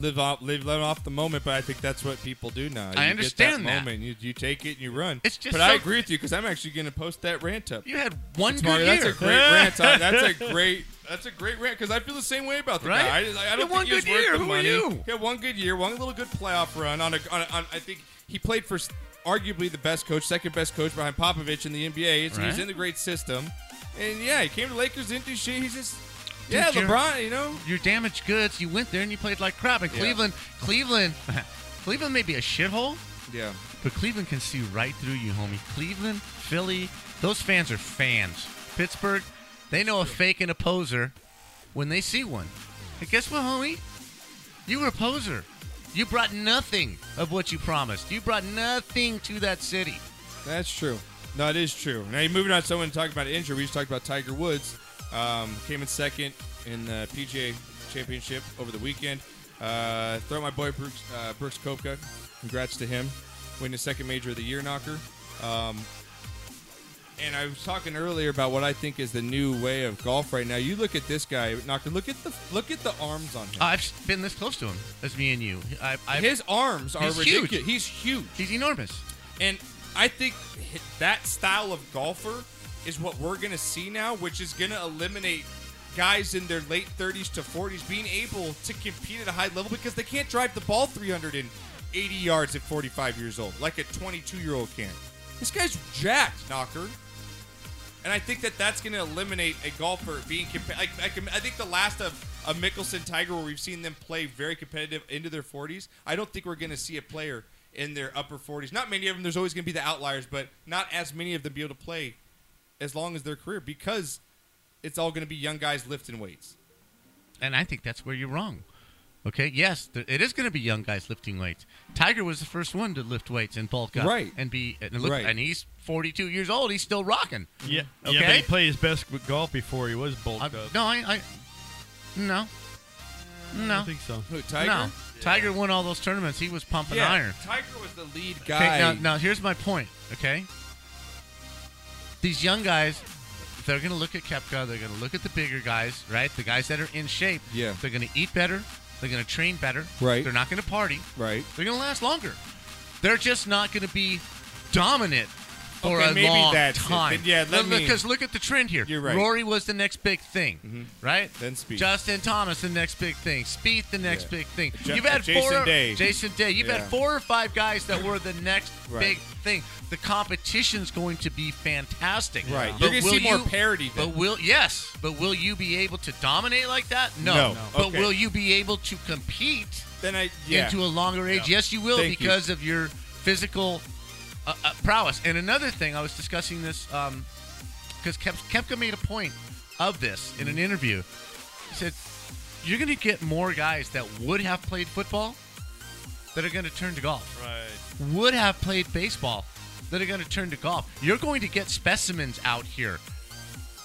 S2: Live off, live, let off the moment, but I think that's what people do now. You get
S3: understand that.
S2: moment. You, you take it and you run.
S3: It's just
S2: but I
S3: so-
S2: agree with you because I'm actually going to post that rant up.
S3: You had one good
S2: Mario,
S3: year.
S2: that's a great
S3: *laughs*
S2: rant. I- that's a great. That's a great rant because I feel the same way about the
S3: Right?
S2: guy. I, just- I don't
S3: He had
S2: think
S3: one
S2: he was
S3: good
S2: worth
S3: year.
S2: the
S3: Who are
S2: money.
S3: you?
S2: He had one good year, one little good playoff run on a. On a on, I think he played for s- arguably the best coach, second best coach behind Popovich in the NBA. So He's
S3: Right.
S2: in the great system, and yeah, he came to Lakers, didn't do shit. He's just yeah,
S3: you're-
S2: LeBron. You know,
S3: Your damaged goods. You went there and you played like crap. And
S2: Yeah.
S3: Cleveland, Cleveland, *laughs* Cleveland may be a shithole,
S2: yeah.
S3: but Cleveland can see right through you, homie. Cleveland, Philly, those fans are fans. Pittsburgh, they know a fake and a poser when they see one. And guess what, homie? You were a poser. You brought nothing of what you promised. You brought nothing to that city.
S2: That's true. No, it is true. Now, moving on, someone talking about injury. We just talked about Tiger Woods. Um, came in second in the PGA Championship over the weekend. Uh, throw my boy Brooks, uh, Brooks Koepka. Congrats to him. Winning his second major of the year knocker. Um, and I was talking earlier about what I think is the new way of golf right now. You look at this guy, knocker. Look at the look at the arms on him.
S3: I've been this close to him as me and you. I, I,
S2: His arms are
S3: He's huge.
S2: ridiculous. He's huge.
S3: he's enormous.
S2: And I think that style of golfer is what we're going to see now, which is going to eliminate guys in their late 30s to 40s being able to compete at a high level because they can't drive the ball 380 yards at 45 years old, like a 22 year old can. This guy's jacked, knocker. And I think that that's going to eliminate a golfer being compa- like I, can, I think the last of a Mickelson Tiger where we've seen them play very competitive into their 40s. I don't think we're going to see a player in their upper 40s. Not many of them. There's always going to be the outliers, but not as many of them be able to play as long as their career because it's all going to be young guys lifting weights.
S3: And I think that's where you're wrong. Okay, yes, th- it is going to be young guys lifting weights. Tiger was the first one to lift weights and bulk up,
S2: Right.
S3: And be and, look,
S2: Right.
S3: and he's 42 years old. He's still rocking.
S5: Yeah,
S3: Okay.
S5: yeah, but he played his best with golf before he was bulked
S3: I-
S5: up.
S3: no, I, I, no,
S5: I
S3: no,
S5: don't think so.
S2: Who, Tiger?
S3: no. Tiger won all those tournaments. He was pumping
S2: Yeah,
S3: iron.
S2: Tiger was the lead
S3: Okay,
S2: guy.
S3: now, now here's my point. Okay, these young guys, they're gonna look at Kepka. They're gonna look at the bigger guys, right? The guys that are in shape.
S2: Yeah.
S3: They're gonna eat better. They're gonna train better.
S2: Right.
S3: They're not gonna party.
S2: Right.
S3: They're gonna last longer. They're just not gonna be dominant for
S2: Okay,
S3: a
S2: maybe
S3: long
S2: that's it.
S3: time.
S2: Then, yeah, let me-
S3: Because look at the trend here.
S2: You're right. Mm-hmm.
S3: Rory was the next big thing, right?
S2: Then Spieth.
S3: Justin Thomas, the next big thing. Speed, the next big thing.
S2: Ja-
S3: You've had
S2: Jason
S3: four.
S2: Day.
S3: Jason Day. You've
S2: Yeah.
S3: had four or five guys that were the next
S2: Right.
S3: big thing. The competition's going to be fantastic.
S2: Right.
S3: But
S2: You're gonna
S3: will
S2: see more
S3: you-
S2: parity then.
S3: But will yes? But will you be able to dominate like that? No.
S2: No. No.
S3: But
S2: Okay.
S3: will you be able to compete?
S2: then I yeah.
S3: into a longer age. Yes, you will
S2: Thank you.
S3: because of your physical uh, uh, prowess. And another thing, I was discussing this because Kep- Kepka made a point of this in an interview. He said, "You're going to get more guys that would have played football that are going to turn to golf,
S5: Right.
S3: would have played baseball that are going to turn to golf. You're going to get specimens out here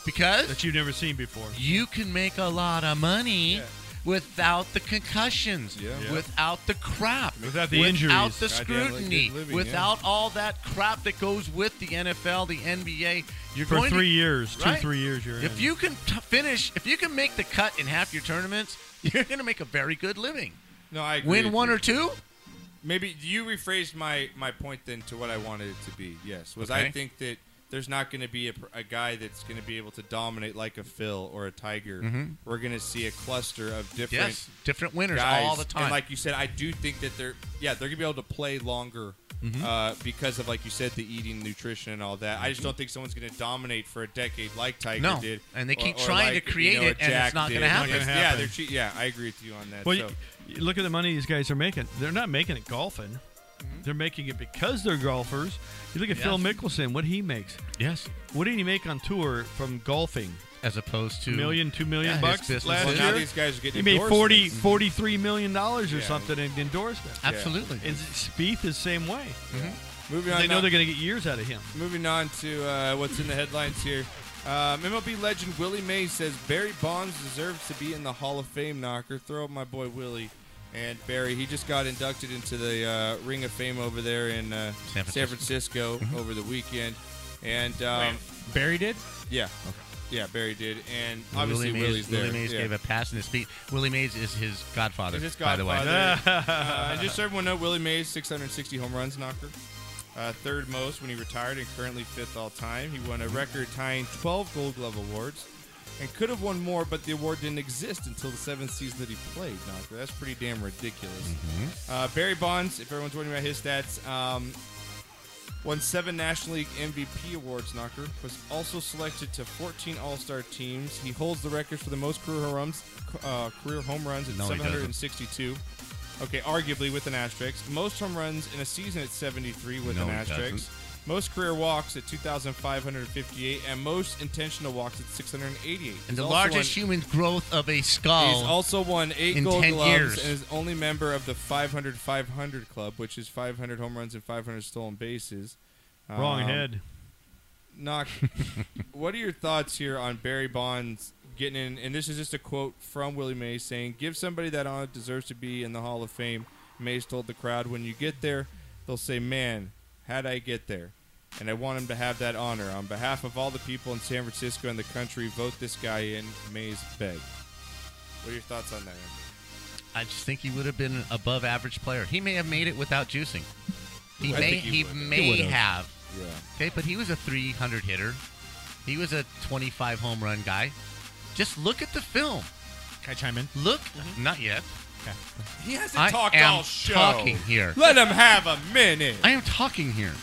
S3: because
S5: That you've never seen before.
S3: you can make a lot of money
S2: Yeah.
S3: without the concussions,
S2: Yeah. Yeah.
S3: without the crap,
S5: Without the
S3: without the
S5: injuries.
S2: Goddamn, like good
S3: scrutiny,
S2: living, yeah.
S3: without all that crap that goes with the NFL, the NBA. You're
S5: For
S3: going
S5: three
S3: to,
S5: years, two,
S3: right?
S5: three years, you're
S3: If
S5: in.
S3: you can t- finish, if you can make the cut in half your tournaments, you're going to make a very good living.
S2: No, I agree
S3: Win
S2: with
S3: one
S2: you.
S3: or two,
S2: Maybe you rephrased my my point then to what I wanted it to be. Yes, was I
S3: Okay.
S2: think that there's not going to be a, pr- a guy that's going to be able to dominate like a Phil or a Tiger. We're going to see a cluster of different
S3: Mm-hmm. yes, different winners
S2: guys,
S3: all the time.
S2: And like you said, I do think that they're yeah they're gonna be able to play longer
S3: Mm-hmm.
S2: uh, because of like you said the eating, nutrition, and all that. I just don't think someone's gonna dominate for a decade like Tiger
S3: Mm-hmm. No,
S2: did.
S3: and they
S2: or-
S3: keep
S2: or
S3: trying to
S2: like, you
S3: create
S2: know, a
S3: it, and it's
S2: Jack
S3: not gonna
S2: did.
S3: happen.
S2: It's-
S5: Not gonna
S2: Yeah,
S5: happen.
S2: they're che- yeah, I agree with you on that.
S5: Well,
S2: so.
S5: you, you look at the money these guys are making. They're not making it golfing. They're making it because they're golfers. You look at Phil
S3: Mm-hmm. Yes.
S5: Mickelson, what he makes.
S3: yes,
S5: What did he make on tour from golfing?
S3: as opposed to
S5: A million, two million
S3: Yeah, his
S5: bucks
S3: business
S5: last
S2: well,
S3: is-
S2: now
S5: year?
S2: these guys are
S5: He
S2: getting
S5: made 40,
S2: endorsements.
S5: 43 million dollars or something in endorsement.
S3: Absolutely.
S5: And Spieth is same way.
S2: Moving on,
S5: They know
S2: now-
S5: they're going to get years out of him.
S2: moving on to uh, what's in the headlines here. Um, MLB legend Willie Mays says Barry Bonds deserves to be in the Hall of Fame knocker. Throw up my boy Willie. And Barry, he just got inducted into the uh, Ring of Fame over there in uh, San
S3: San
S2: Francisco,
S3: Francisco. *laughs* Mm-hmm.
S2: over the weekend. And um,
S4: Barry did.
S2: yeah, yeah, Barry did. And obviously
S3: Willie Mays,
S2: Willie's there.
S3: Willie Mays
S2: yeah.
S3: gave a pass in his feet. Willie Mays is his godfather,
S2: Is this
S3: by the way. *laughs*
S2: Godfather? uh, and just so everyone know, Willie Mays, 660 home runs knocker. Uh, third most when he retired and currently fifth all time. He won a record tying 12 Gold Glove awards and could have won more, but the award didn't exist until the seventh season that he played. Knocker. That's pretty damn ridiculous.
S3: Mm-hmm.
S2: Uh, Barry Bonds, if everyone's wondering about his stats, um, won seven National League MVP awards. Knocker was also selected to 14 All Star teams. He holds the record for the most career home runs, uh, career home runs at
S3: No, he doesn't.
S2: 762. Okay, arguably with an asterisk. Most home runs in a season at 73 with
S3: No,
S2: an
S3: he
S2: asterisk.
S3: doesn't.
S2: Most career walks at 2,558 and most intentional walks at 688. He's
S3: And the
S2: also
S3: largest
S2: won-
S3: human growth of a
S2: He's
S3: skull.
S2: also won eight
S3: Oh. in
S2: gold
S3: 10
S2: gloves
S3: years.
S2: and is only member of the 500 500 club, which is 500 home runs and 500 stolen bases.
S3: Uh-huh.
S5: Wrong
S2: Um,
S5: head.
S3: *laughs*
S2: Knock. what are your thoughts here on Barry Bonds getting in? And this is just a quote from Willie Mays saying, "Give somebody that honor deserves to be in the Hall of Fame." Mays told the crowd, "When you get there, they'll say, man, how'd I get there?'" And I want him to have that honor. On behalf of all the people in San Francisco and the country, vote this guy in. Mays beg. What are your thoughts on that? Andrew?
S3: I just think he would have been an above average player. He may have made it without juicing. He
S2: I
S3: may
S2: think he
S3: he,
S2: would have.
S3: may
S2: He would have.
S3: have.
S2: Yeah.
S3: Okay, but he was a 300 hitter. He was a 25 home run guy. Just look at the film.
S4: Can I chime in?
S3: Look,
S2: Mm-hmm.
S3: not yet.
S2: He hasn't
S3: I
S2: talked
S3: am
S2: all show.
S3: talking here.
S2: Let him have a minute.
S3: I am talking here.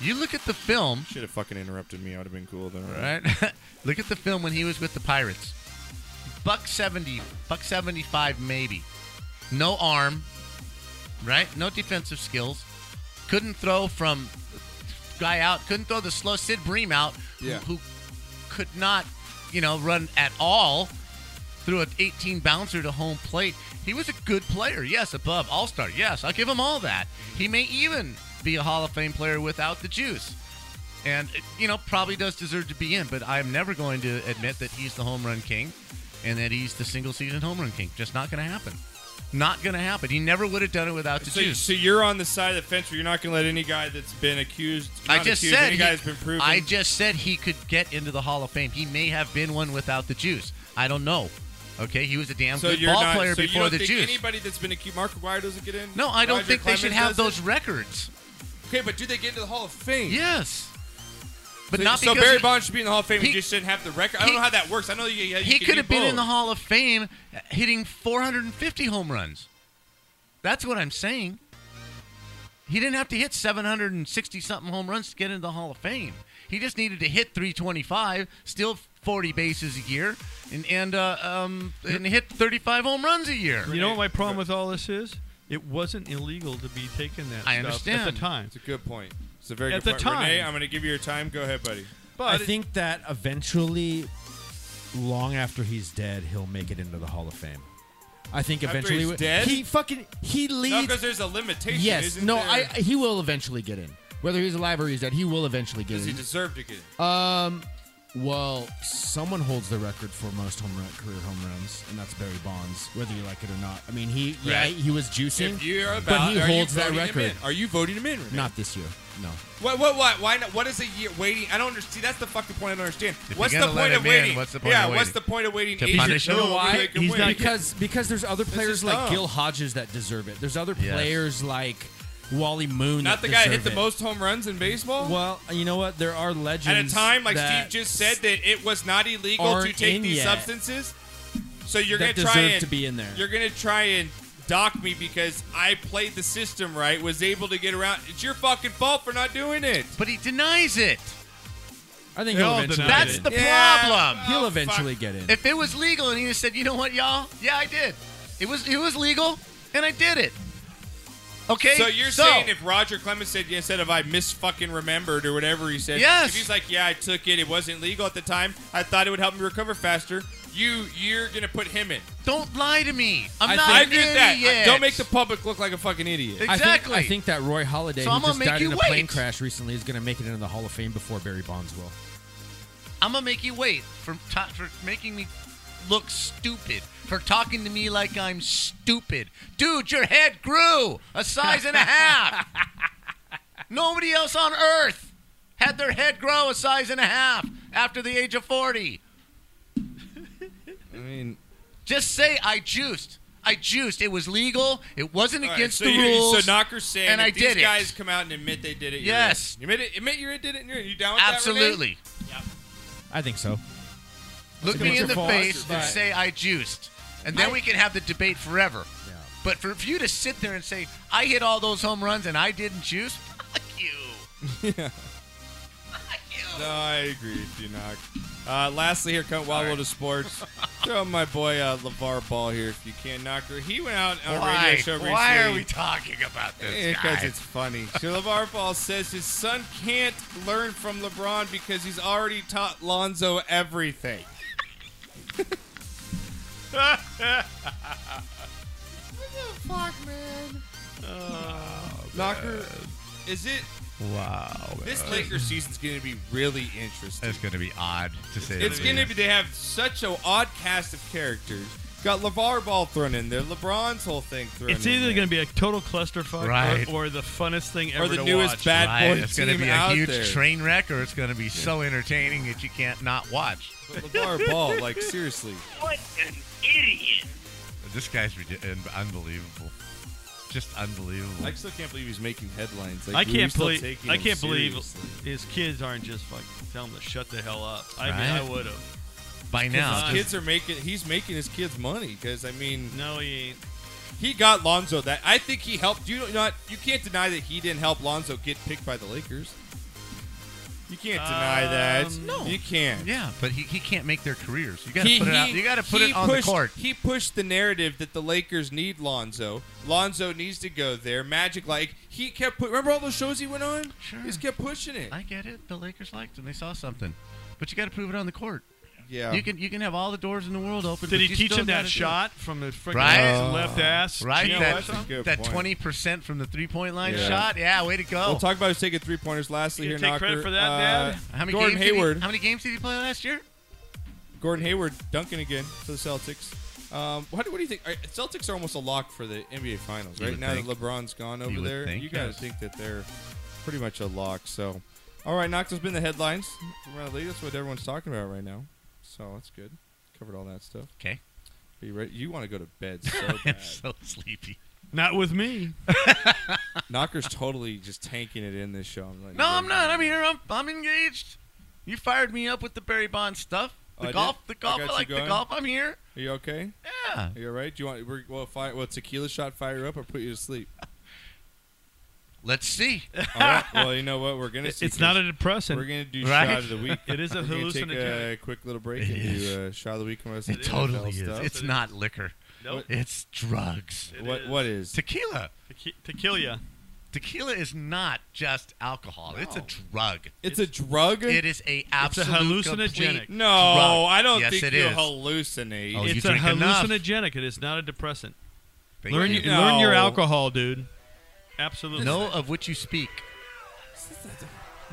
S3: You look at the film,
S2: Should have fucking interrupted me. I would have been cool though.
S3: right? *laughs* look at the film when he was with the Pirates. Buck 70, buck 75 maybe. No arm, right? No defensive skills. Couldn't throw from guy out. Couldn't throw the slow Sid Bream out, who-
S2: Yeah.
S3: who, could not, you know, run at all through an 18 bouncer to home plate. He was a good player. Yes, above All Star. Yes, I'll give him all that. He may even be a Hall of Fame player without the juice. And, you know, probably does deserve to be in, but I'm never going to admit that he's the home run king and that he's the single season home run king. Just not going to happen. Not going to happen. He never would have done it without the
S2: So,
S3: juice.
S2: so you're on the side of the fence where you're not going to let any guy that's been accused.
S3: I
S2: not
S3: just
S2: accused,
S3: said
S2: any
S3: he,
S2: guy that's been proven.
S3: I just said he could get into the Hall of Fame. He may have been one without the juice. I don't know. Okay, he was a damn
S2: so
S3: good
S2: you're
S3: ball
S2: not,
S3: player
S2: so you
S3: before
S2: don't
S3: the
S2: think
S3: juice.
S2: Anybody that's been accused, Mark Aguirre doesn't get in.
S3: no, I don't
S2: Roger
S3: think they should
S2: Clemens
S3: have
S2: doesn't?
S3: those records.
S2: Okay, but do they get into the Hall of Fame?
S3: Yes, but
S2: So,
S3: not
S2: so
S3: because
S2: Barry
S3: he-
S2: Bonds should be in the Hall of Fame. He,
S3: he-
S2: just shouldn't have the record. I don't
S3: he-
S2: know how that works. I know you. you
S3: he
S2: can
S3: could
S2: do
S3: have been in
S2: both.
S3: the Hall of Fame, uh, hitting 450 home runs. That's what I'm saying. He didn't have to hit 760 something home runs to get into the Hall of Fame. He just needed to hit 325, still 40 bases a year, and and uh, um and hit 35 home runs a year.
S5: You know what my problem with all this is? It wasn't illegal to be taking that
S3: I
S5: stuff at
S3: understand.
S5: the time.
S2: It's a good point. It's a very
S5: At
S2: good
S5: the
S2: point. Renee,
S5: time.
S2: I'm going to give you your time. Go ahead, buddy.
S5: But
S4: I think that eventually, long after he's dead, he'll make it into the Hall of Fame. I think
S2: After
S4: eventually
S2: he's
S4: we-
S2: dead?
S4: he fucking he
S2: No,
S4: leads.
S2: because there's a limitation.
S8: Yes.
S2: isn't
S8: No,
S2: there?
S8: I he will eventually get in. Whether he's alive or he's dead, he will eventually get
S2: Does
S3: Mm-hmm.
S2: he
S8: in.
S2: deserve to get it?
S8: well, someone holds the record for most home run career home runs, and that's Barry Bonds, whether you like it or not. I mean, he yeah,
S2: Right.
S8: he was juicing,
S2: if you're about,
S8: but he
S2: are
S8: holds
S2: you
S8: that
S2: voting Him
S8: record.
S2: in? Are you voting him in? Renee?
S8: Not this year. No.
S2: What? What? What? Why not? What is a year waiting? I don't understand. That's the fucking point. I don't understand.
S3: you're
S2: what's the
S3: gonna let
S2: point
S3: him
S2: of
S3: in,
S2: waiting?
S3: what's the point
S2: yeah.
S3: of
S2: What's
S3: waiting?
S2: the point of waiting?
S3: To
S2: eight
S3: punish
S2: years
S3: him?
S2: to
S3: No,
S2: make him
S5: He's
S2: wait?
S5: not
S8: because because there's other players
S2: is
S8: like
S2: dumb.
S8: Gil Hodges that deserve it. There's other
S3: Yes.
S8: players like Wally Moon.
S2: Not the
S8: that
S2: guy that
S8: deserve
S2: hit the
S8: it.
S2: most home runs in baseball.
S4: well, you know what? There are legends
S2: At a time like
S4: that-
S2: Steve just said that it was not illegal to
S4: aren't
S2: take
S4: in
S2: these
S4: yet
S2: substances. So you're
S4: that
S2: gonna try
S4: deserve
S2: and
S4: to be in there.
S2: You're gonna try and dock me because I played the system right, was able to get around. It's your fucking fault for not doing it.
S3: But he denies it.
S4: I think
S5: They
S4: he'll
S5: all
S4: eventually.
S5: denied
S4: get
S3: That's
S4: in.
S3: the
S2: Yeah.
S3: problem.
S4: He'll
S2: Oh,
S4: eventually get in.
S3: If it was legal and he just said, you know what, y'all? Yeah, I did. It was it was legal and I did it. Okay.
S2: So you're saying if Roger Clemens said yeah, instead of I mis fucking remembered or whatever he said,
S3: Yes.
S2: if he's like, yeah, I took it, it wasn't legal at the time, I thought it would help me recover faster. You you're gonna put him in.
S3: don't lie to me. I'm
S2: I
S3: not
S2: think- I
S3: an
S2: agree with that.
S3: idiot.
S2: Don't make the public look like a fucking idiot.
S8: I think-
S3: exactly.
S8: I think, that Roy Holiday,
S3: So I'm
S8: who
S3: gonna
S8: just
S3: make
S8: died
S3: you
S8: in a
S3: wait.
S8: plane crash recently, is going to make it into the Hall of Fame before Barry Bonds will.
S3: I'm gonna make you wait for ta- for making me look stupid. For talking to me like I'm stupid, dude. Your head grew a size and a
S2: *laughs*
S3: half. Nobody else on earth had their head grow a size and a half after the age of forty.
S2: I mean,
S3: Just say I juiced. I juiced. It was legal. It wasn't
S2: All right,
S3: against
S2: so
S3: the
S2: you-
S3: rules.
S2: So Knocker's saying,
S3: and
S2: if
S3: I
S2: these
S3: did it.
S2: guys come out and admit they did it. you're
S3: Yes.
S2: in. admit it. Admit you did it. And you're, in. you down with
S3: Absolutely.
S8: I think so.
S3: Look
S8: It's
S3: me in
S8: your
S3: the
S8: fault,
S3: face and
S8: but-
S3: say I juiced, and then we can have the debate forever.
S8: Yeah.
S3: But for, for you to sit there and say I hit all those home runs and I didn't juice, fuck you. Fuck
S2: That,
S3: you.
S2: Renee? No, I agree with you, Knock. Uh, lastly, here come Wild World of
S3: *laughs*
S2: Sports. Throw my boy uh, LeVar Ball here if you can, Knocker. He went out on a radio
S3: Why?
S2: show recently.
S3: Why are we talking about this
S2: Because
S3: guy?
S2: Eh, it's funny. So LeVar Ball says his son can't learn from LeBron because he's already taught Lonzo everything. what the fuck, Oh, man? Knocker, is it?
S5: Wow.
S2: This Lakers season's going to be really interesting.
S3: It's going to be odd to say.
S2: It's going to be. They have such an odd cast of characters. Got LeVar Ball thrown in there. LeBron's whole thing thrown
S5: It's
S2: in
S5: either
S2: there.
S5: going to be a total clusterfuck
S3: Right.
S5: or, or the funnest thing ever
S2: or the
S5: to
S2: newest
S5: watch.
S2: bad
S3: Right,
S2: boy
S3: it's
S2: team
S3: going to be a
S2: out
S3: huge
S2: there.
S3: train wreck, or it's going to be so entertaining that you can't not watch.
S2: But LeVar Ball, like seriously,
S9: What an idiot.
S3: This guy's ridic- un- unbelievable. Just unbelievable.
S2: I still can't believe he's making headlines. Like,
S5: I
S2: we were
S5: can't
S2: still
S5: believe.
S2: taking
S5: I
S2: him
S5: can't believe
S2: seriously.
S5: his kids aren't just like tell him to shut the hell up. I
S3: Right.
S5: mean, I would have.
S3: By now,
S5: Because
S3: just-
S2: kids are making. He's making his kids money because I mean,
S5: No, he ain't.
S2: he got Lonzo. That I think he helped. You not. You can't deny that he didn't help Lonzo get picked by the Lakers. You can't deny that.
S5: Um,
S2: No, you can't.
S3: yeah, but he, he can't make their careers. You got
S2: He-
S3: to put it out.
S2: he-
S3: You got to put
S2: he
S3: it on
S2: pushed-
S3: the court.
S2: He pushed the narrative that the Lakers need Lonzo. Lonzo needs to go there. Magic, like he kept. Put, remember all those shows he went on?
S3: Sure.
S2: He just kept pushing it.
S3: I get it. The Lakers liked him. They saw something, but you got to prove it on the court.
S2: yeah.
S3: You can you can have all the doors in the world open.
S5: Did
S3: but
S5: he
S3: you
S5: teach
S3: still
S5: him that
S3: gotta do it.
S5: shot from the freaking
S3: Right.
S5: left ass?
S3: Right,
S5: cheek or
S2: that's a
S5: something?
S2: good
S3: that
S2: point.
S3: twenty percent from the three point line
S2: Yeah.
S3: shot. Yeah, way to go.
S2: We'll talk about his taking three pointers lastly
S5: Oh. You
S2: here.
S5: take
S2: Knocker.
S5: credit for that,
S2: Uh,
S5: Dad?
S3: how many
S2: Gordon
S3: games did he-
S2: Hayward.
S3: how many games did he play last year?
S2: Gordon Hayward dunking again for the Celtics. Um, what, do- what do you think? All right, Celtics are almost a lock for the NBA Finals
S3: You
S2: right
S3: would
S2: now
S3: think.
S2: that LeBron's gone over
S3: would
S2: there.
S3: think,
S2: you got to
S3: yes.
S2: think that they're pretty much a lock. So, all right, Knox has been the headlines. Around the league. That's what everyone's talking about right now. So that's good. Covered all that stuff.
S3: Okay, *laughs*
S2: Are you ready? You want to go to bed so
S3: I'm
S2: bad.
S3: so sleepy.
S5: Not with me.
S2: Knocker's totally just tanking it in this show. I'm like,
S3: No, I'm not. I'm here. I'm I'm engaged. You fired me up with the Barry Bonds stuff.
S2: Oh, I
S3: The
S2: did?
S3: golf, the
S2: I
S3: golf.
S2: got
S3: I,
S2: you
S3: like the
S2: going.
S3: golf. I'm here.
S2: Are you okay?
S3: Yeah.
S2: Are you all right? Do you want? We're, well, fire. Well, tequila shot fire you up or put you to sleep.
S3: Let's
S2: *laughs*
S3: see.
S2: All right. Well, you know what? We're gonna. See
S5: It's not a
S2: We're
S5: depressant.
S2: gonna do
S3: Right?
S2: shot of the week.
S5: It is
S2: We're
S5: a
S2: gonna take a
S5: hallucinogenic.
S2: quick little break
S3: It
S2: and
S3: is.
S2: do uh, shot of the week. and most of
S3: It
S2: the NFL
S3: totally is.
S2: Stuff.
S3: It's not liquor.
S5: Nope.
S3: It's drugs.
S5: It
S2: what
S5: is.
S2: what is?
S3: Tequila.
S5: To, ki- to kill you.
S3: Tequila is not just alcohol; it's a drug.
S2: It's, a drug.
S3: It is a absolute
S5: hallucinogenic.
S3: complete
S2: no,
S3: drug.
S2: I don't
S3: yes,
S2: think
S3: it
S2: you
S3: is.
S2: hallucinate.
S3: Oh, you
S5: it's a
S3: drink enough.
S5: hallucinogenic. It is not a depressant.
S3: Thank
S5: Learn,
S3: you.
S5: your learn your
S2: No.
S5: alcohol, dude. Absolutely.
S3: know of which you speak.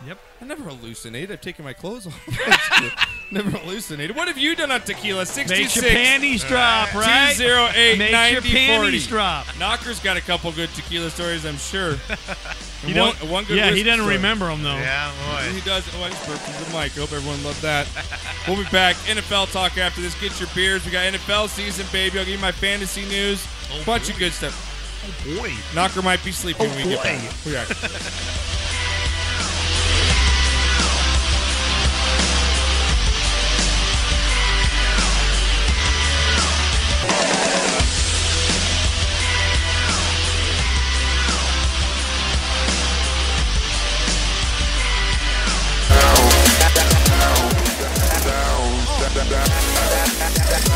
S5: Yep.
S2: I never hallucinate. I've taken my clothes off. *laughs* That's good. never hallucinated. What have you done on tequila?
S5: Makes
S2: 66.
S5: your panties drop, right?
S2: 208
S5: Makes your
S2: 90 40.
S5: panties drop.
S2: Knocker's got a couple good tequila stories, I'm sure. one,
S5: You don't-
S2: one good
S5: yeah, he
S2: whiskey
S5: doesn't
S2: story.
S5: remember them though.
S3: Yeah,
S2: He
S3: boy.
S2: does. Oh, I just burped into the mic. Hope everyone
S10: *laughs*
S2: loved that. we'll be back. NFL talk after this. Get your beers. We got NFL season, baby. I'll give you my fantasy news.
S3: Oh,
S2: Bunch
S3: boy.
S2: of good stuff.
S3: Oh boy.
S2: Knocker might be sleeping when we get
S3: boy.
S10: Oh,
S2: back. We are.
S6: Down.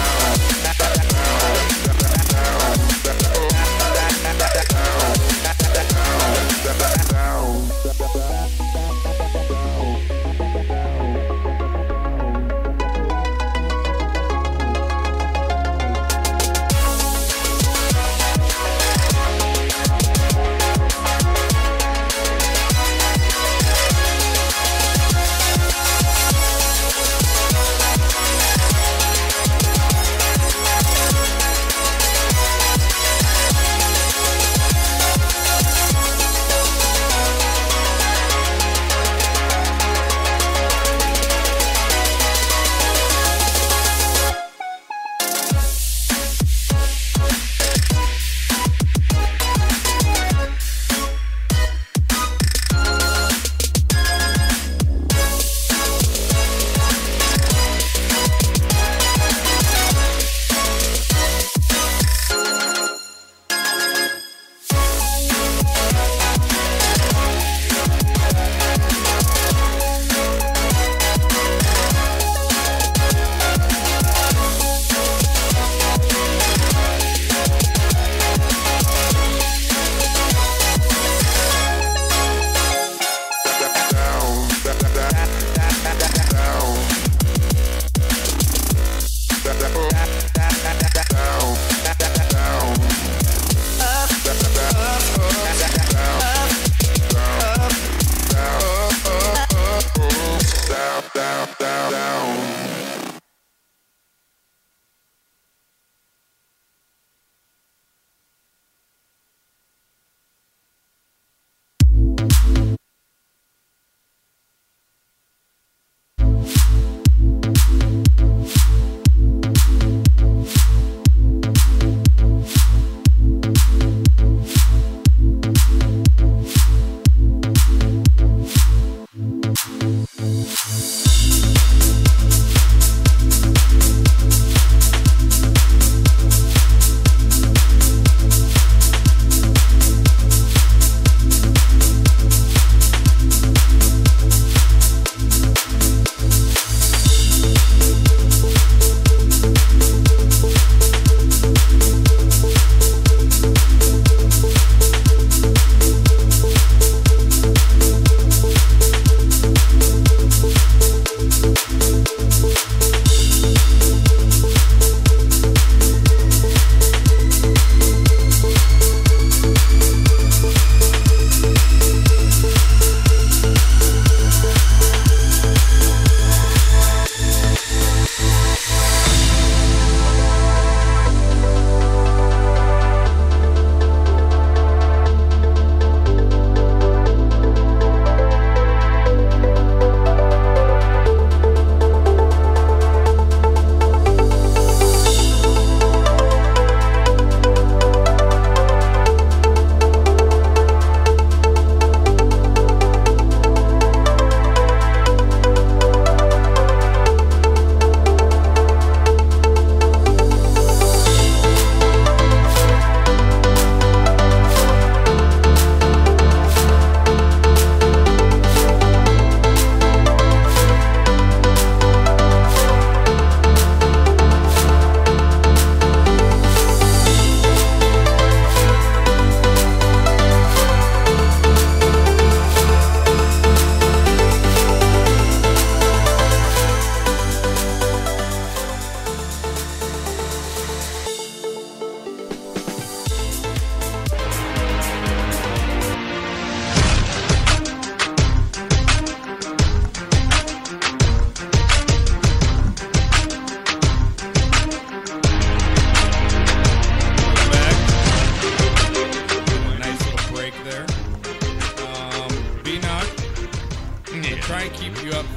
S2: Um,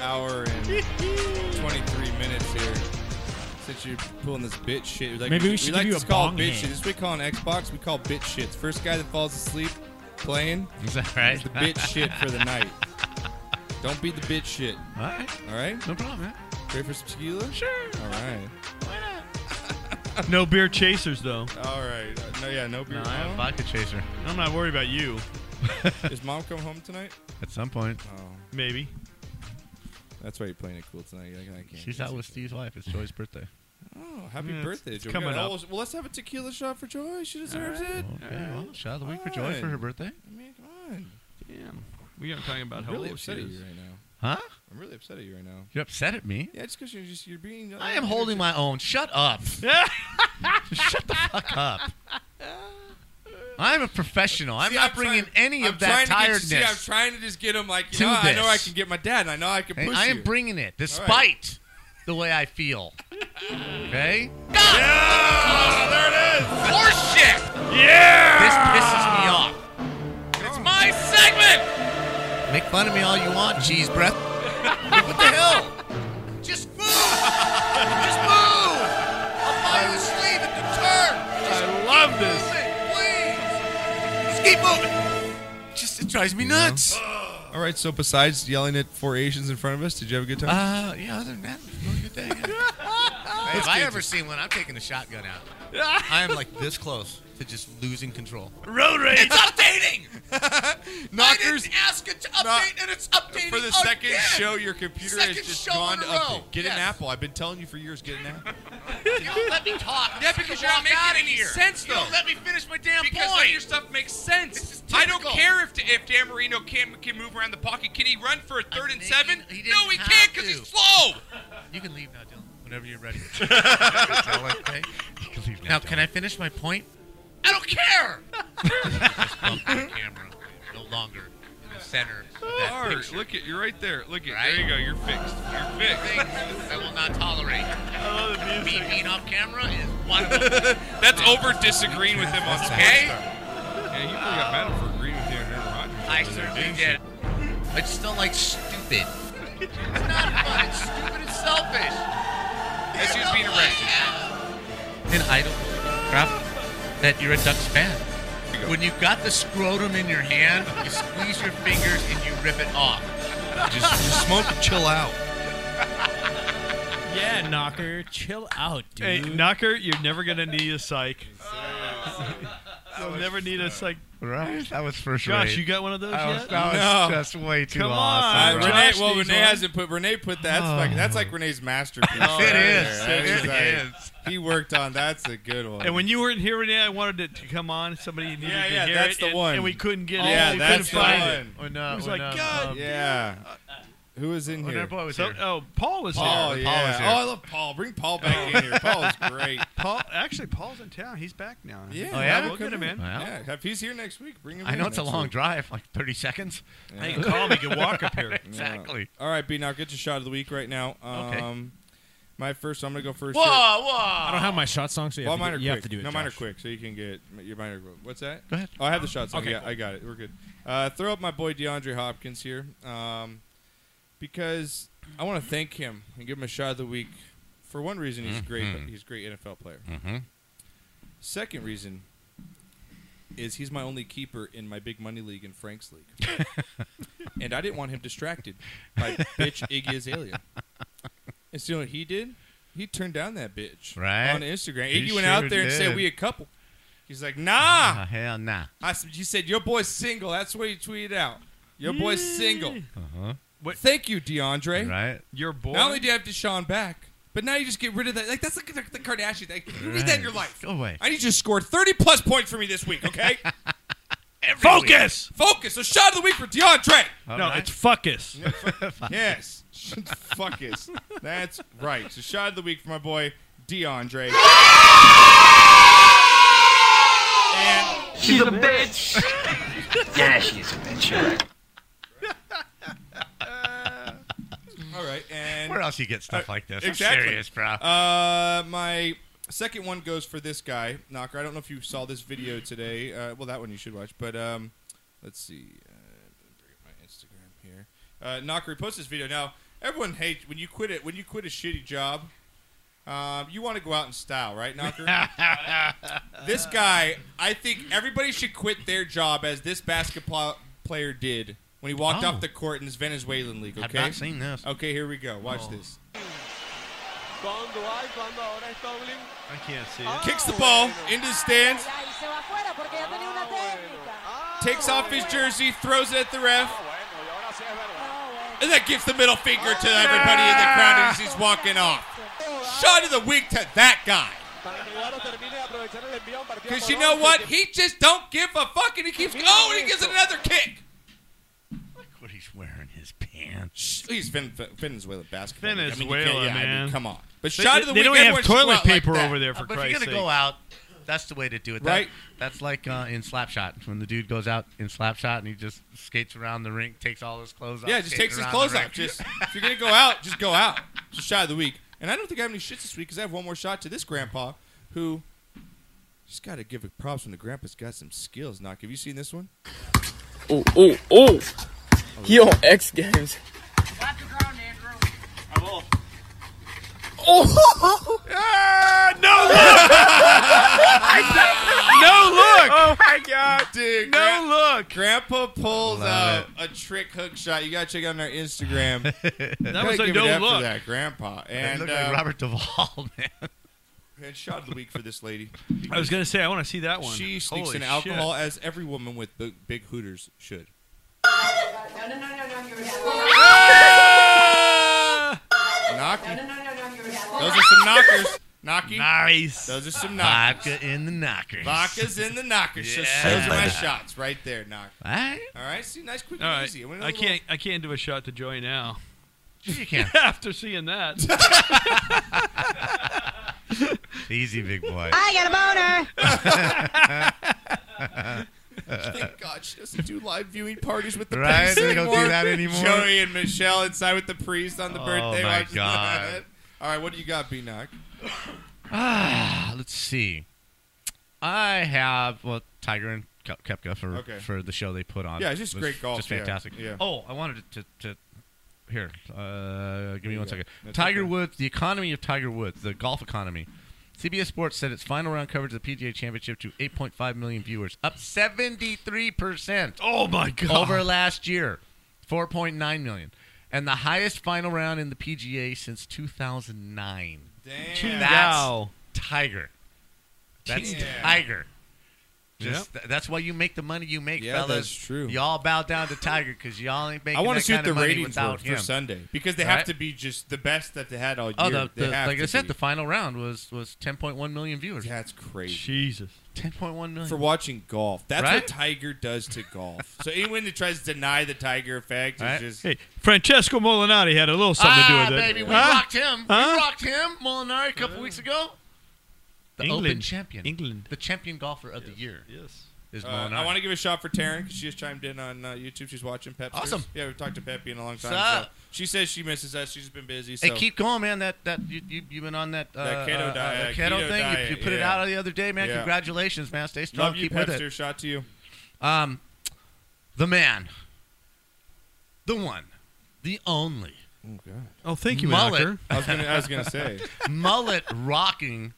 S2: hour and 23 minutes here. Since you're pulling this bitch shit, like,
S10: Maybe we should
S2: like
S10: give you
S2: to
S10: a
S2: call it
S10: bong
S2: bitch
S10: hand.
S2: shit. This we call an Xbox. We call bitch shits. First guy that falls asleep playing
S3: Is that right?
S2: is the bitch shit for the night. Don't be the bitch shit.
S3: All right.
S2: All right.
S3: No problem, man.
S2: Ready for some tequila? Sure. All right.
S5: No beer chasers, though.
S2: All right. Uh, no, yeah, no beer.
S3: I have a vodka chaser
S5: I'm not worried about you.
S2: Does mom come home tonight?
S3: at some point.
S2: Oh,
S5: Maybe.
S2: that's why you're playing it cool tonight. You're like, I can't.
S3: She's out with Mm, Steve's wife. It's Joy's birthday.
S2: Oh, happy
S5: Yeah, it's-
S2: birthday,
S5: it's
S2: Joy.
S5: coming
S2: Yeah,
S5: up.
S2: oh, Well, let's have a tequila shot for Joy. She deserves it.
S3: Okay, well, shout out the week for Joy for her birthday.
S2: I mean, come on.
S5: Damn. We aren't talking about
S2: I'm
S5: how
S2: really
S5: old she
S2: upset at you
S5: is.
S2: right now.
S3: Huh?
S2: I'm really upset at you right now.
S3: You're upset at me?
S2: Yeah, just because you're just you're being.
S3: I am holding my own. Shut
S2: *laughs*
S3: up. Shut the fuck up. I'm a professional. I'm
S2: See,
S3: not
S2: I'm
S3: bringing
S2: trying-
S3: any of
S2: I'm trying
S3: that
S2: to get you-
S3: tiredness.
S2: See, I'm trying to just get him like you
S3: to
S2: know, I know I
S3: this.
S2: can get my dad. And I know I can
S3: Hey,
S2: push
S3: I am
S2: you.
S3: bringing it despite the way I feel. Okay? there it is! Horseshit! Yeah! This pisses me off. It's my segment! Make fun of me all you want, cheese breath. what the hell? Just move! Just move! I'll buy you a sleeve at the turn! Just
S5: I love this.
S3: move it, please! Just keep moving! Just, it drives me nuts!
S2: All right. So besides yelling at four Asians in front of us, did you have a good time?
S3: Uh, yeah, other than that, it was a good
S10: *laughs*
S3: day. yeah. Hey, if I ever seen one, I'm taking the
S10: *laughs*
S3: shotgun out. I am like this close to just losing control.
S5: Road rage.
S3: It's updating!
S10: *laughs*
S2: Knockers-
S3: I didn't ask it to update,
S2: Knock-
S3: and it's updating
S2: for the second
S3: again.
S2: show, your computer
S3: oh, Second
S2: has just
S3: show
S2: gone
S3: in a
S2: to update.
S3: row.
S2: Get
S3: Yes.
S2: an Apple. I've been telling you for years. Get an Apple.
S3: You don't let me talk. I'm
S10: Yeah,
S3: just
S10: because
S3: gonna
S10: you're not
S3: walk
S10: making
S3: out of
S10: any
S3: here.
S10: sense,
S3: You don't
S10: though.
S3: let me finish my damn
S10: Because none
S3: point.
S10: of your stuff makes
S3: This is
S10: sense. I don't
S3: typical.
S10: care if if Dan Marino can can move around the pocket. Can he run for a third and
S3: making-
S10: seven?
S3: he didn't
S10: no, he
S3: have
S10: can't because
S3: to.
S10: he's slow.
S3: You can leave now, Dylan. Whenever you're *laughs* ready. okay? You can leave now. Now, can I finish my point? I don't care. *laughs* Just bump the camera. No longer in the center of that
S2: Art,
S3: picture.
S2: look at you're right there. Look at
S3: Right?
S2: there you go. You're fixed. You're fixed.
S3: Things I will not tolerate.
S5: I love the
S3: Me
S5: music.
S3: being off camera is one of them.
S2: *laughs*
S10: That's over disagreeing with him on okay.
S2: Yeah, you really got mad at him for agreeing with you and Aaron Rodgers.
S3: I certainly did. I just don't like stupid. It's not fun. It's stupid and selfish.
S10: That's
S3: You
S10: just
S3: don't
S10: being
S3: like
S10: arrested.
S3: that. And I don't crap that you're a Ducks fan. When you've got the scrotum in your hand, you squeeze your fingers and you rip it off.
S2: Just, just smoke and chill out.
S10: Yeah, knocker, chill out,
S5: Hey, Knocker, you're never going to need a psych. *laughs* You'll never need a psych.
S3: Right? That was first
S5: Josh, you got one of those yet?
S2: No.
S3: just way too
S5: Come
S2: Uh,
S5: on,
S3: bro.
S2: Renee,
S5: Josh
S2: well,
S5: needs
S2: Renee
S5: one.
S2: hasn't put. Renee put that. That's, like, that's like Renee's masterpiece. right
S3: It is.
S2: there. That's
S3: It
S2: like-
S3: is.
S2: He worked on. That's a good one.
S5: And when you weren't here today, I wanted it to come on. Somebody needed
S2: Yeah,
S5: to
S2: yeah,
S5: hear
S2: that's
S5: it,
S2: the
S5: and,
S2: one.
S5: and we couldn't get
S2: Yeah,
S5: it. We
S2: that's
S5: couldn't find
S2: the
S5: it.
S2: one.
S3: When, uh,
S5: He was
S3: when,
S5: like,
S3: uh,
S5: God
S3: uh,
S2: yeah. Who is in
S3: when
S2: here?
S3: that boy was
S5: So,
S3: here.
S5: oh, Paul was
S2: Paul.
S5: here.
S2: yeah.
S3: is here.
S2: Oh, I love Paul. Bring Paul back in here. Paul is great.
S5: Paul, actually, Paul's in town. He's back now.
S2: Yeah.
S3: Oh, yeah?
S5: We'll get him in.
S3: Wow.
S2: Yeah. If he's here next week, bring him.
S3: I
S2: in
S3: know it's a
S2: next
S3: long
S2: week.
S3: drive, like 30 seconds.
S5: Hey, call me. You can walk
S2: *laughs*
S5: up here.
S3: Exactly.
S2: All right, B. Now get your shot of the week right now. Um,
S3: Okay.
S2: My first. I'm gonna go first.
S3: Whoa,
S2: here.
S3: whoa.
S4: I don't have my shot song, so you,
S2: Well,
S4: have,
S2: mine
S4: to
S2: are
S4: do, you have
S2: quick.
S4: to do it.
S2: No, mine are
S4: Josh.
S2: quick, so you can get your mine are. What's that?
S3: Go ahead.
S2: Oh, I have the shots. on.
S4: Okay,
S2: yeah, I got it. We're good. Uh, throw up my boy DeAndre Hopkins here, um, because I want to thank him and give him a shot of the week. For one reason, he's
S4: Mm-hmm.
S2: great. He's a great NFL player. Second reason is he's my only keeper in my big money league in Frank's league,
S4: *laughs*
S2: and I didn't want him distracted by bitch Iggy
S4: *laughs*
S2: Azalea. And so what he did? He turned down that bitch
S3: Right.
S2: on Instagram.
S3: He
S2: Iggy went
S3: sure
S2: out there and
S3: did.
S2: said we a couple. He's like, nah.
S3: Uh, hell nah.
S2: I said, you said your boy's single. That's what he tweeted out. Your boy's single.
S3: Uh-huh.
S2: But thank you, DeAndre.
S3: Right?
S5: Your boy.
S2: Not only do you have Deshaun back, but now you just get rid of that. Like that's like the, the Kardashian thing. You need that in your life.
S3: Go away.
S2: I need you to score 30 plus points for me this week,
S3: *laughs*
S2: okay?
S5: Focus.
S2: Focus. A shot of the week for DeAndre.
S3: Uh-huh.
S5: No, it's fuckus.
S2: Yes. Focus. That's right. So shot of the week for my boy
S3: *laughs*
S2: DeAndre. and
S9: She's a bitch. yeah, she's a bitch. You're right.
S2: all right, and
S3: Where else you get stuff like this?
S2: exactly.
S3: I'm serious, bro.
S2: Uh, my second one goes for this guy, Knocker. I don't know if you saw this video today. Uh, well, that one you should watch. But um, let's see. Uh, bring up my Instagram here. Uh, Knocker he posted this video. Now, everyone hates when you quit it. When you quit a shitty job, um, you want to go out in style, right,
S3: *laughs*
S2: Knocker? this guy, I think everybody should quit their job as this basketball player did when he walked
S3: Oh.
S2: off the court in his Venezuelan league.
S3: I've
S2: Okay,
S3: not seen this.
S2: Okay, here we go. Watch
S3: Oh.
S2: this.
S5: I can't see it.
S2: Kicks the ball into the stands. Takes off his jersey, throws it at the ref. And that gives the middle finger to everybody in the crowd as he's walking off. Shot of the week to that guy. Because you know what? He just don't give a fuck and he keeps going. He gives it another kick.
S3: What he's wearing his pants.
S2: He's Ven- Venezuela basketball.
S5: Venezuela,
S2: I mean, you can't- yeah, I mean,
S5: man.
S2: come on. But
S5: They-
S2: shot of the
S5: they
S2: week.
S5: don't have
S2: everyone should
S5: toilet
S2: go out like
S5: paper
S2: that.
S5: over there for
S3: Uh, but if you're
S5: Christ's
S3: gonna go
S5: sake.
S3: out, that's the way to do it. That,
S2: Right.
S3: That's like uh, in Slapshot when the dude goes out in Slapshot and he just skates around the rink, takes all his clothes off.
S2: Yeah, just
S3: skates
S2: takes his
S3: around
S2: clothes
S3: the rink.
S11: *laughs*
S2: off. Just if you're gonna go out, just go out. It's a shot of the week. And I don't think I have any shits this week because I have one more shot to this grandpa, who just got to give it props when the grandpa's got some skills. Knock. Have you seen this
S11: *laughs*
S2: one?
S12: Oh, oh, oh. He on X Games.
S11: Oh! no *laughs* look!
S2: no
S11: look! Oh my god,
S2: dude!
S11: No
S2: look! Grandpa pulls out a trick hook shot. You gotta check out on our
S5: *laughs*
S2: Instagram.
S3: *laughs*
S2: Gotta
S5: was a
S2: give it
S5: no
S2: up for
S5: look.
S2: that grandpa.
S3: They
S2: And
S3: look like
S2: uh,
S3: Robert Duvall, *laughs* man.
S2: And shot of the week for this lady.
S5: I was gonna say I want to see that one.
S2: She sneaks
S5: Holy
S2: in alcohol
S5: shit.
S2: as every woman with big, big hooters should. Knocking. Those are some knockers. Knocking.
S3: Nice.
S2: Those are some knockers.
S3: Vodka in the knockers.
S2: Vodka's in the knockers. So
S3: Yeah.
S2: those are my shots right there, knock. *laughs*
S3: All right.
S2: All right. See, nice, quick,
S5: All
S2: and
S5: right,
S2: easy. We know
S5: I
S2: the little-
S5: can't. I can't do a shot to
S2: *laughs*
S5: Joy now.
S3: You can.
S5: After seeing that,
S3: Easy, big boy.
S11: I
S2: Thank God she doesn't do live viewing parties with the
S3: Right?
S2: priest
S3: They don't do
S2: anymore.
S3: that anymore.
S2: Joey and Michelle inside with the priest on the
S3: Oh,
S2: birthday.
S3: my
S2: watch.
S3: God.
S2: All right, what do you got, B knock?
S3: Ah, let's see. I have well Tiger and Ke- Kepka for
S2: Okay.
S3: for the show they put on.
S2: Yeah, it's just
S3: It was
S2: great golf,
S3: Just
S2: yeah,
S3: fantastic.
S2: yeah.
S3: Oh, I wanted to to, to here. Uh, give me
S2: you
S3: one
S2: got?
S3: second.
S2: That's
S3: Tiger
S2: okay.
S3: Woods, the economy of Tiger Woods, the golf economy. CBS Sports said its final round coverage of the PGA Championship to 8.5 million viewers, up 73%.
S5: Oh, my God.
S3: Over last year, 4.9 million, and the highest final round in the PGA since 2009.
S2: Damn.
S3: That's
S5: Wow.
S3: Tiger. That's
S2: Damn.
S3: Tiger. Just th- that's why you make the money you make,
S2: Yeah,
S3: fellas.
S2: that's true.
S3: Y'all bow down to Tiger because y'all ain't making.
S2: I want
S3: want
S2: to see what the
S3: money
S2: ratings were
S3: without
S2: for
S3: him.
S2: Sunday because they
S3: Right?
S2: have to be just the best that they had all year.
S3: Oh, the,
S2: They
S3: the,
S2: have
S3: like I
S2: to
S3: said,
S2: be.
S3: the final round was was 10.1 million viewers.
S2: That's crazy.
S5: Jesus.
S3: 10.1 million
S2: For watching golf. That's
S3: Right?
S2: what Tiger does to golf. so anyone that tries to deny the Tiger effect is
S3: Right?
S2: just.
S5: hey, Francesco Molinari had a little something
S3: ah,
S5: to do with it.
S3: baby, we
S5: Huh?
S3: rocked him.
S5: Huh?
S3: We rocked him, Molinari, a couple weeks ago. The Open
S5: England.
S3: champion,
S5: England.
S3: the champion golfer of the year
S5: Yes.
S3: is
S2: Uh,
S3: Molinari.
S2: I want to give a shot for Taryn because she just chimed in on uh, YouTube. She's watching Pepsi.
S3: Awesome.
S2: Yeah, we've talked to Peppy in a long time.
S3: up?
S2: so she says she misses us. She's been busy. So.
S3: Hey, keep going, man. That that you you you've been on that, uh,
S2: That keto
S3: uh, uh,
S2: diet,
S3: the keto
S2: keto
S3: thing. You-
S2: diet,
S3: you, put it
S2: yeah.
S3: out the other day, man.
S2: Yeah.
S3: Congratulations, man. Stay strong.
S2: Love you,
S3: keep with
S2: Pepster.
S3: it.
S2: Shot to you.
S3: Um, the man, the one, the only
S2: Oh God.
S5: Oh, thank you,
S3: Mullet.
S5: Walker.
S2: I was gonna. I was gonna say. *laughs*
S3: mullet rocking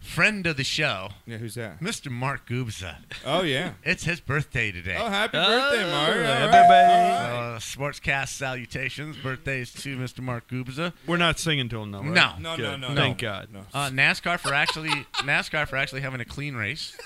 S3: friend of the show,
S2: Yeah, who's that?
S3: Mr. Mark Gubza.
S2: Oh yeah.
S3: It's his birthday today.
S2: Oh, happy birthday, Mark. All right.
S3: Uh, sportscast salutations, birthdays to Mr. Mark Gubza.
S5: We're not singing to him, though. Right?
S3: No.
S2: No, no,
S5: Good.
S2: no, no.
S5: Thank God.
S2: No.
S3: Uh, NASCAR for actually *laughs* NASCAR for actually having a clean race.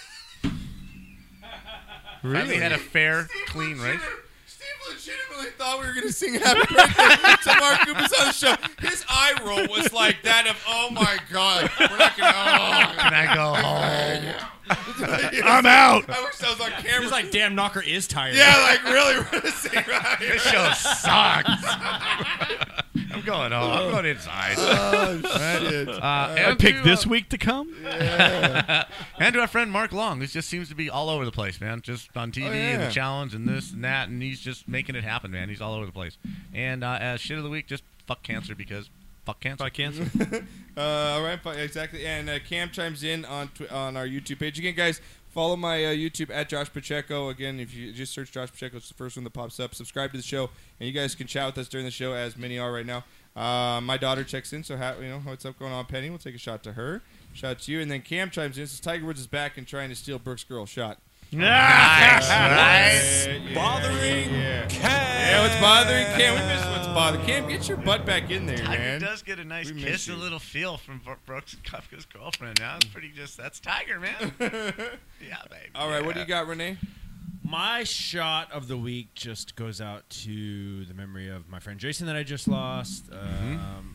S3: Finally had a fair, clean race.
S2: Steve legitimately thought we were going to sing Happy Birthday to Mark Cooper's on the show. His eye roll was like that of, oh my God, we're not going to.
S3: Can I go home? *laughs*
S2: I'm out. I wish I was on camera.
S4: He's like, damn, Knocker is tired.
S2: yeah, like really, we're going to sing right here.
S3: This show sucks. *laughs* I'm going home. I'm going inside.
S2: Oh,
S3: Uh,
S5: I
S3: and
S5: picked
S3: to,
S5: this
S3: uh,
S5: week to come.
S3: *laughs* And to our friend Mark Long, who just seems to be all over the place, man. Just on TV and
S2: Oh, yeah.
S3: the challenge and this and that, and he's just making it happen, man. He's all over the place. And uh, as shit of the week, just fuck cancer because Fuck cancer.
S5: Fuck cancer.
S2: uh, all right, fi- exactly. And uh, Cam chimes in on tw- on our YouTube page again, guys. Follow my uh, YouTube at Josh Pacheco. Again, if you just search Josh Pacheco, it's the first one that pops up. Subscribe to the show, and you guys can chat with us during the show, as many are right now. Uh, my daughter checks in, so ha- you know what's up going on, Penny. We'll take a shot to her. Shout to you, and then Cam chimes in. Says Tiger Woods is back and trying to steal Brooks' girl shot.
S11: Nice,
S2: Uh,
S11: nice.
S2: yeah, yeah, yeah. Yeah, what's bothering Cam? We missed what's bothering Cam. Get your butt back in there,
S3: Tiger
S2: man.
S3: does get a nice
S2: We miss
S3: kiss,
S2: you.
S3: and a little feel from Bro- Brooks Kafka's girlfriend. Now it's pretty just that's Tiger,
S2: *laughs*
S3: man. yeah, baby.
S2: All right, what do you got, Renee?
S4: My shot of the week just goes out to the memory of my friend Jason that I just lost.
S2: Mm-hmm.
S4: Um,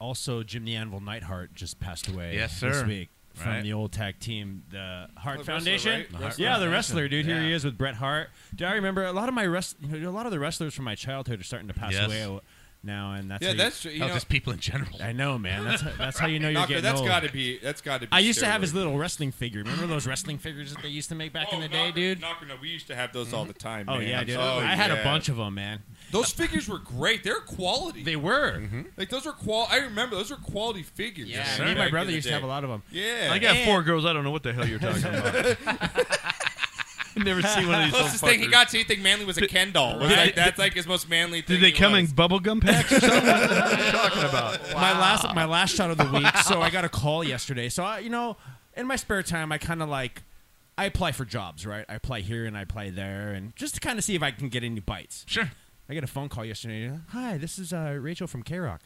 S4: also, Jim the Anvil Nightheart just passed away
S3: Yes,
S4: this
S3: sir.
S4: week from
S3: Right.
S4: the old tag team, the Hart
S3: Oh, The wrestler,
S4: Foundation.
S3: right? The Hart
S4: yeah, the
S3: Foundation.
S4: wrestler, dude. Here he
S3: Yeah.
S4: is with Bret Hart. Do I remember a lot of my rest? You know, a lot of the wrestlers from my childhood are starting to pass
S3: Yes.
S4: away now, and that's
S2: Yeah,
S4: how you-
S2: that's true, you Oh, know- just
S3: people in general.
S4: I know, man. That's how, that's how
S2: *laughs*
S4: you know you're
S2: Knocker,
S4: getting
S2: that's
S4: old.
S2: gotta be- that's gotta be
S4: I used to have
S2: steroids.
S4: his little wrestling figure. Remember those wrestling figures that they used to make back in the day, dude?
S2: Oh, Knocker, no, we used to have those all the time.
S4: Oh
S2: man.
S4: yeah, dude.
S2: Oh,
S4: I had
S2: yeah.
S4: a bunch of them, man.
S2: Those figures were great. They're quality.
S4: They were.
S2: Like those were qual. I remember those were quality figures.
S4: Yeah,
S2: man,
S4: me and
S2: back
S4: my
S2: in
S4: brother
S2: the
S4: used to
S2: day.
S4: have a lot of them.
S2: Yeah,
S5: I got four girls. I don't know what the hell
S3: *laughs*
S5: you're talking about. Never seen one of these
S2: Closest
S5: little
S2: thing he
S5: fuckers.
S2: got to anything manly was a Ken doll. Was
S5: Did-
S2: like, that's like his most manly thing.
S5: Did they
S2: he
S5: come
S2: was.
S5: in bubblegum packs
S3: *laughs*
S5: or something? what are you talking about?
S4: My last my last shot of the
S2: *laughs*
S4: week. So I got a call yesterday. So I, you know, in my spare time, I kind of like I apply for jobs, right? I apply here and I apply there, and just to kind of see if I can get any bites.
S3: Sure.
S4: I get a phone call yesterday. Hi, this is uh, Rachel from K Rock.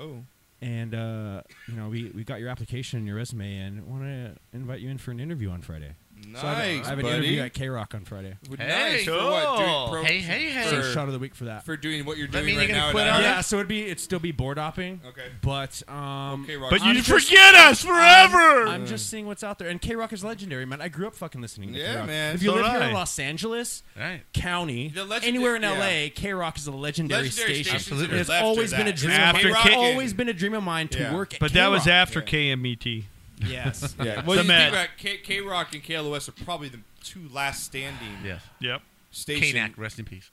S2: Oh.
S4: And uh, you know, we, we got your application and your resume, and want to invite you in for an interview on Friday. So I have, a-
S2: Nice,
S4: I have an
S2: buddy.
S4: interview at K Rock on Friday.
S2: Nice. For what? Doing pro-
S3: Hey, hey, hey.
S4: So shot of the week for that.
S2: For doing what you're
S4: That
S2: doing
S4: mean
S2: right
S4: you're gonna
S2: now.
S4: quit
S2: at
S4: on
S2: Apple.
S4: Yeah, so it'd be it'd still be board hopping.
S2: Okay.
S4: But um
S2: Okay, Rock.
S4: but
S2: But
S4: I'm
S2: you
S4: just-
S2: forget us
S4: I'm-
S2: forever!
S4: I'm, just seeing what's out there. And K Rock is legendary, man. I grew up fucking listening to
S2: Yeah,
S4: K Rock.
S2: man.
S4: If you
S2: So
S4: live
S2: did
S4: here
S2: I.
S4: in Los Angeles
S3: right.
S4: County,
S2: The legendary-
S4: anywhere in
S2: yeah.
S4: LA, K Rock is a legendary,
S2: Legendary
S4: station.
S2: stations Absolutely. are
S4: It's
S2: left or
S4: always been a
S2: that.
S4: dream.
S5: Yeah,
S4: It's
S5: after K-
S4: always been a dream of mine to
S5: Yeah.
S4: work at
S5: But that was
S4: K-Rock.
S5: after E KMET.
S4: Yes.
S2: *laughs* Yeah. Well, you think about K Rock and KLOS are probably the two last standing.
S3: Yes.
S5: Yep.
S2: Station.
S3: Kanak, rest in peace.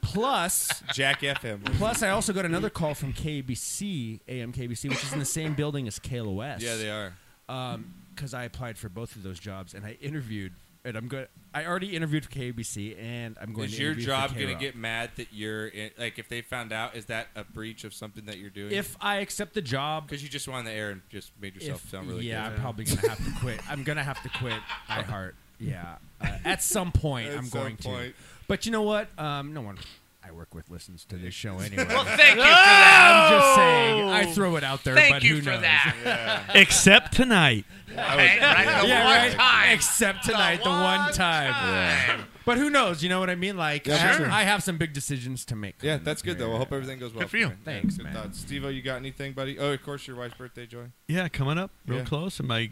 S4: Plus
S2: Jack
S4: *laughs*
S2: FM.
S4: Plus, I also got another call from KBC, AM KBC, which is in the same building as KLOS.
S2: Yeah, they are.
S4: Because I applied for both of those jobs and I interviewed, and I'm going. I already interviewed for KBC, and I'm going
S2: Is
S4: to.
S2: your
S4: interview for
S2: job going to
S4: K-Rock.
S2: get mad that you're in, like if they found out is that a breach of something that you're doing?
S4: If I accept the job,
S2: because you just went on the air and just made yourself
S4: If-
S2: sound really
S4: yeah,
S2: good.
S4: I'm probably gonna have to quit. I'm gonna have to quit iHeart. Yeah, uh, at some point
S2: At
S4: I'm
S2: some
S4: going
S2: point.
S4: to. But you know what? Um, no one I work with listens to this show anyway.
S3: Well, thank you for that.
S4: I'm just saying. I throw it out there,
S3: Thank
S4: but
S3: you
S4: who
S3: for
S4: knows?
S3: that.
S5: *laughs* Except tonight.
S3: Right, the
S4: Yeah,
S3: one
S4: right.
S3: time.
S4: Except tonight, the, one, time. But who knows? You know what I mean? Like,
S2: Yeah,
S4: I, have,
S2: sure.
S4: I have some big decisions to make.
S2: Yeah, that's good though. I hope everything goes well.
S4: Good for you. Thanks, man.
S2: Steve, you got anything, buddy? Oh, of course, your wife's birthday, Joy.
S5: Yeah, coming up real
S2: Yeah.
S5: close. And my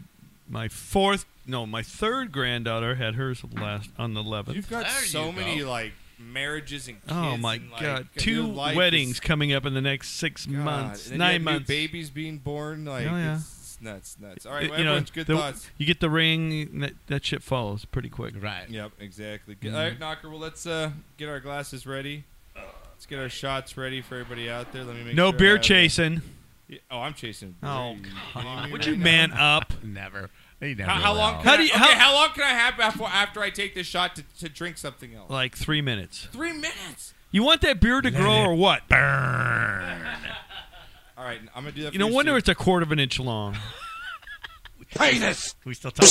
S5: my fourth, no, my third granddaughter had hers last on the 11th.
S2: You've got so many like marriages and kids.
S5: Oh my
S2: and, like,
S5: god!
S2: your
S5: Two
S2: life
S5: weddings
S2: is-
S5: coming up in the next six
S2: God,
S5: months,
S2: and then you have
S5: nine
S2: new
S5: months.
S2: babies being born. Like,
S5: Oh, yeah.
S2: it's nuts, nuts. All right,
S5: It-
S2: well,
S5: you know,
S2: everyone's good
S5: the-
S2: thoughts.
S5: You get the ring, and that, that shit follows pretty quick.
S3: Right.
S2: Yep, exactly.
S5: Mhm.
S2: All right, Knocker. Well, let's uh, get our glasses ready. Let's get our shots ready for everybody out there. Let me make
S5: No
S2: sure I
S5: beer
S2: have-
S5: chasing.
S2: Yeah, Oh, I'm chasing. beer. Are
S5: Oh,
S2: you
S5: come
S2: kidding me
S5: on. Would
S2: right
S5: you
S2: now?
S5: man up?
S3: Never. They never.
S2: How, how long? Can
S5: How
S2: I,
S5: do you-
S2: okay,
S5: how-
S2: how, long can I have before after I take this shot to, to drink something else?
S5: Like three minutes.
S2: Three minutes.
S5: You want that beer to grow or what?
S2: All right, I'm gonna do that.
S5: You know,
S2: for
S5: wonder
S2: Steve.
S5: it's a quarter of an
S2: *laughs*
S5: inch long.
S3: Penis. We still talking.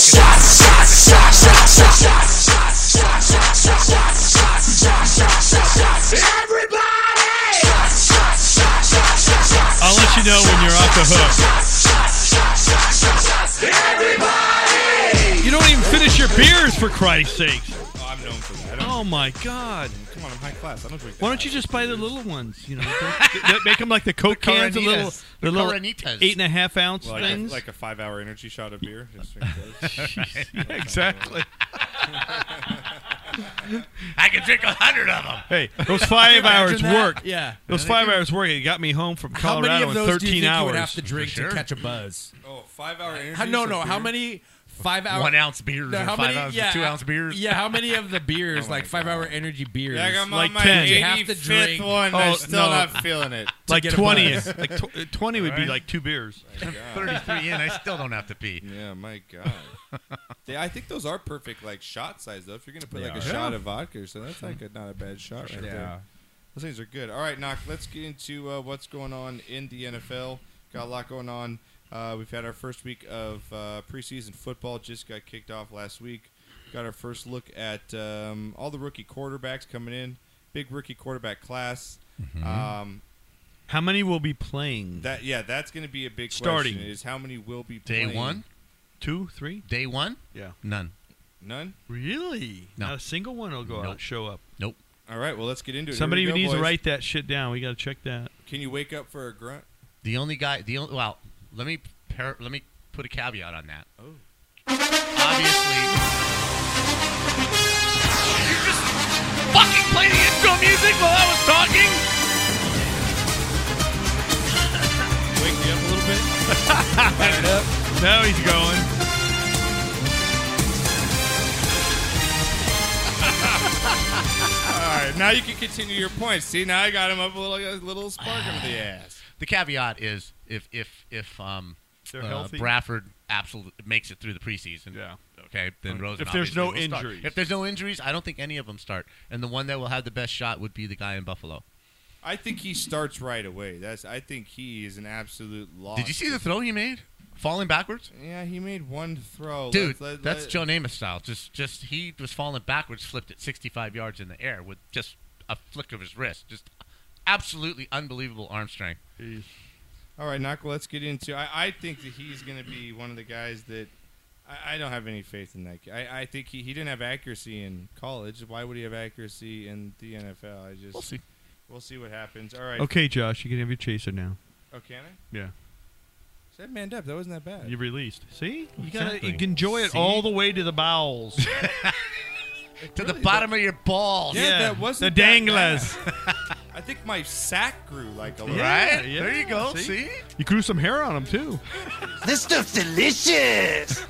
S5: I'll let you know when you're off the hook. You don't even finish your beers, for Christ's sake.
S2: Oh, I'm known for that. I don't-
S5: Oh my God!
S2: Come on, I'm high class. I don't drink.
S5: Why don't you just buy the little ones? You know, Don't- *laughs* th- make them like the Coke cans, the little,
S2: Coronitas.
S5: the
S2: The
S5: little
S2: Coronitas.
S5: eight and a half ounce
S2: like a,
S5: things.
S2: like
S5: *laughs*
S2: a five-hour energy shot of beer. Just drink those.
S5: Jeez, yeah, exactly.
S3: I can drink a hundred of them.
S4: *laughs*
S5: Hey, those five hours
S4: that?
S5: work.
S4: Yeah.
S5: those five hours work. It got me home from
S4: How
S5: Colorado
S4: many of
S5: in
S4: those
S5: thirteen
S4: do you think
S5: hours.
S4: you would have to drink
S5: sure.
S4: to catch a buzz?
S2: Oh, five-hour energy.
S4: How- no,
S2: shot
S4: no.
S2: of
S4: How
S2: beer?
S4: many
S13: five hour
S3: One ounce beers or five ounce- two ounce beers. Oh
S13: Yeah, how many of the beers, like five hour energy beers,
S14: Like, I'm on
S13: like
S14: my
S13: ten, you have to
S14: 85th
S13: drink.
S14: one, I'm Oh, still no. not feeling it.
S13: to
S5: Like
S13: get a
S5: 20
S13: buzz.
S5: *laughs* like tw- uh, 20 would be like
S3: *laughs*
S5: two beers.
S2: My God.
S5: 33 in, I
S3: still don't have to pee.
S2: *laughs* Yeah, my God. They- I think those are perfect, like shot size though. If you're gonna put
S14: They
S2: like
S14: are.
S2: a
S14: Yeah.
S2: shot of vodka, so that's like a, not a bad shot right
S14: Yeah.
S2: there. Those things are good. All right, knock. Let's get into uh, what's going on in the NFL. Got a lot going on. Uh, we've had our first week of uh, preseason football. Just got kicked off last week. Got our first look at um, all the rookie quarterbacks coming in. Big rookie quarterback class.
S14: Mm-hmm.
S2: Um,
S5: How many will be playing?
S2: that yeah, that's going to be a big
S5: Starting.
S2: question. Is how many will be
S3: Day
S2: playing.
S3: one?
S5: Two, three?
S3: Day one?
S5: Yeah.
S3: None.
S2: None.
S5: Really?
S3: No.
S5: Not a single one will go out
S3: Nope.
S5: and show up.
S3: Nope.
S2: All right. Well, let's get into it. Here
S5: Somebody
S2: we go,
S5: needs to
S2: boys.
S5: write that shit down. We got to check that.
S2: Can you wake up for a grunt?
S3: The only guy, the only, well, let me par- let me put a caveat on that.
S2: Oh.
S3: Fucking play the intro music while I was talking.
S2: Wake you up a little bit.
S5: *laughs* Now he's going.
S2: All right, now you can continue your points. See, now I got him up a little, a little spark in
S5: Ah.
S2: the ass.
S3: The caveat is if if if um
S2: They're
S3: uh,
S2: healthy?
S3: Bradford absolutely makes it through the preseason. Yeah. Okay. Then
S5: If
S3: Rosen.
S5: there's no
S3: obviously will start.
S5: injuries.
S3: If there's no injuries, I don't think any of them start. And the one that will have the best shot would be the guy in Buffalo.
S2: I think he starts right away. That's. I think he is an absolute loss.
S3: Did you see the throw he made? Falling backwards?
S2: Yeah, he made one throw.
S3: Dude,
S2: Let's- let-
S3: that's
S2: let-
S3: Joe Namath style. Just, just he was falling backwards, flipped it 65 yards in the air with just a flick of his wrist. Just absolutely unbelievable arm strength.
S2: All right, Knock. Let's get into. I, I think that he's going to be one of the guys that. I, I don't have any faith in that. kid. I, I think he, he didn't have accuracy in college. Why would he have accuracy in the NFL? I just
S3: We'll see.
S2: We'll see what happens. All right.
S5: Okay, Josh, you can have your chaser now.
S2: Oh, can I?
S5: Yeah.
S2: That manned up. That wasn't that bad.
S5: You released. See? You got to
S2: Exactly.
S5: enjoy it
S2: See?
S5: all the way to
S2: *laughs*
S5: the bowels.
S3: to the bottom of your balls.
S2: Yeah, that wasn't
S5: The
S2: that
S5: danglers.
S2: bad. I think my sack grew like a little.
S5: Yeah, yeah, You grew some hair on
S2: *laughs*
S5: him, too.
S2: This stuff's
S5: *laughs*
S2: delicious.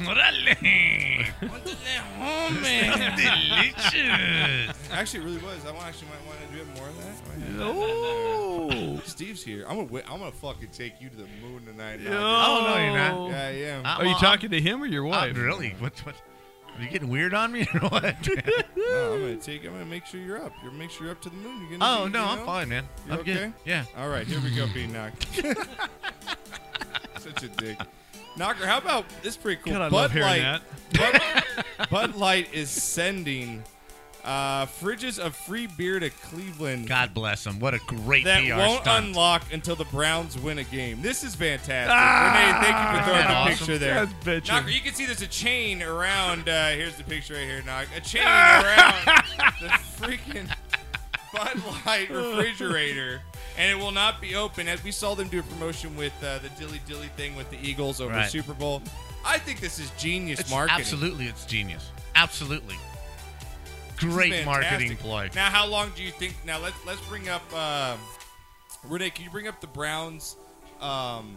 S3: Delicious.
S2: Actually, it really was. I want- actually might want to do it more of that. Oh,
S5: No.
S2: *laughs* Steve's here. I'm gonna wi- I'm gonna fucking take you to the moon tonight.
S5: Yo.
S2: Knocker.
S5: Oh, no, you're not.
S2: Yeah, I am.
S5: Are you talking to him or your wife?
S3: I'm really? What, what? Are you getting weird on me *laughs* or what?
S2: *laughs* No, I'm gonna take. I'm gonna make sure you're up. You're make sure you're up to the moon. You're gonna.
S3: Oh,
S2: be,
S3: no,
S2: you
S3: I'm
S2: know?
S3: fine, man.
S2: You're
S3: I'm
S2: okay.
S3: good. Yeah.
S2: All right, here we go, B knock.
S3: *laughs*
S2: *laughs* Such a dick. Knocker, how about this? is Pretty cool.
S5: God, I
S2: Bud
S5: love hearing
S2: Light.
S3: *laughs*
S2: Bud, Bud Light is sending uh, fridges of free beer to Cleveland.
S3: God bless him. What a great
S2: that
S3: PR
S2: won't
S3: stunt.
S2: unlock until the Browns win a game. This is fantastic.
S3: Ah!
S2: Renee, thank you for throwing
S3: Isn't
S2: the
S3: that
S2: picture
S3: awesome?
S2: there.
S3: That's bitchin'.
S2: Knocker, you can see there's a chain around. Uh, here's the picture right here, Knock. A chain
S3: Ah!
S2: around
S3: *laughs*
S2: the freaking Bud Light refrigerator. And it will not be open, as we saw them do a promotion with uh, the dilly dilly thing with the Eagles over
S3: Right.
S2: Super Bowl. I think this is genius
S3: It's
S2: marketing.
S3: Absolutely, it's genius. Absolutely. Great
S2: Fantastic.
S3: marketing ploy.
S2: Now, how long do you think? Now, let's let's bring up um, Renee. Can you bring up the Browns um,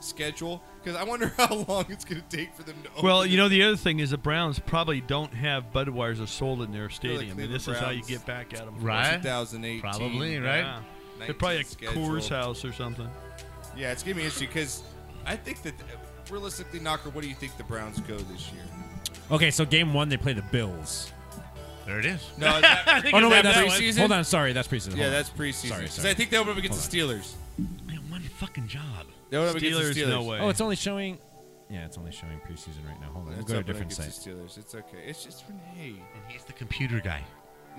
S2: schedule? Because I wonder *laughs* how long it's going to take for them to. Open
S5: Well, you know,
S2: the
S5: the other thing is the Browns probably don't have Budweiser sold in their stadium, and this is how you get back at them.
S3: Right.
S2: 2018.
S3: Probably, right?
S5: Yeah. They're probably at
S2: 19
S5: Coors
S2: schedule.
S5: House or something.
S2: Yeah, it's gonna be interesting because I think that uh, realistically, Knocker, what do you think the Browns go this year?
S4: Okay, so game one they play the Bills.
S3: There it is.
S2: No, that- I think
S4: oh no,
S2: it's
S4: wait,
S2: that
S4: that's
S2: one.
S4: preseason. Hold on, sorry, that's preseason.
S2: Yeah,
S4: Hold on.
S2: that's preseason.
S4: Sorry,
S2: 'Cause
S4: sorry.
S2: I think they open up against the Steelers.
S3: One fucking job.
S2: They open up against the Steelers.
S4: Oh, it's only showing. Yeah, it's only showing preseason right now. Hold on, we'll
S2: It's
S4: go to a
S2: up and
S4: different site.
S2: against the Steelers. It's okay. It's just Renee.
S3: And he's the computer *laughs* guy.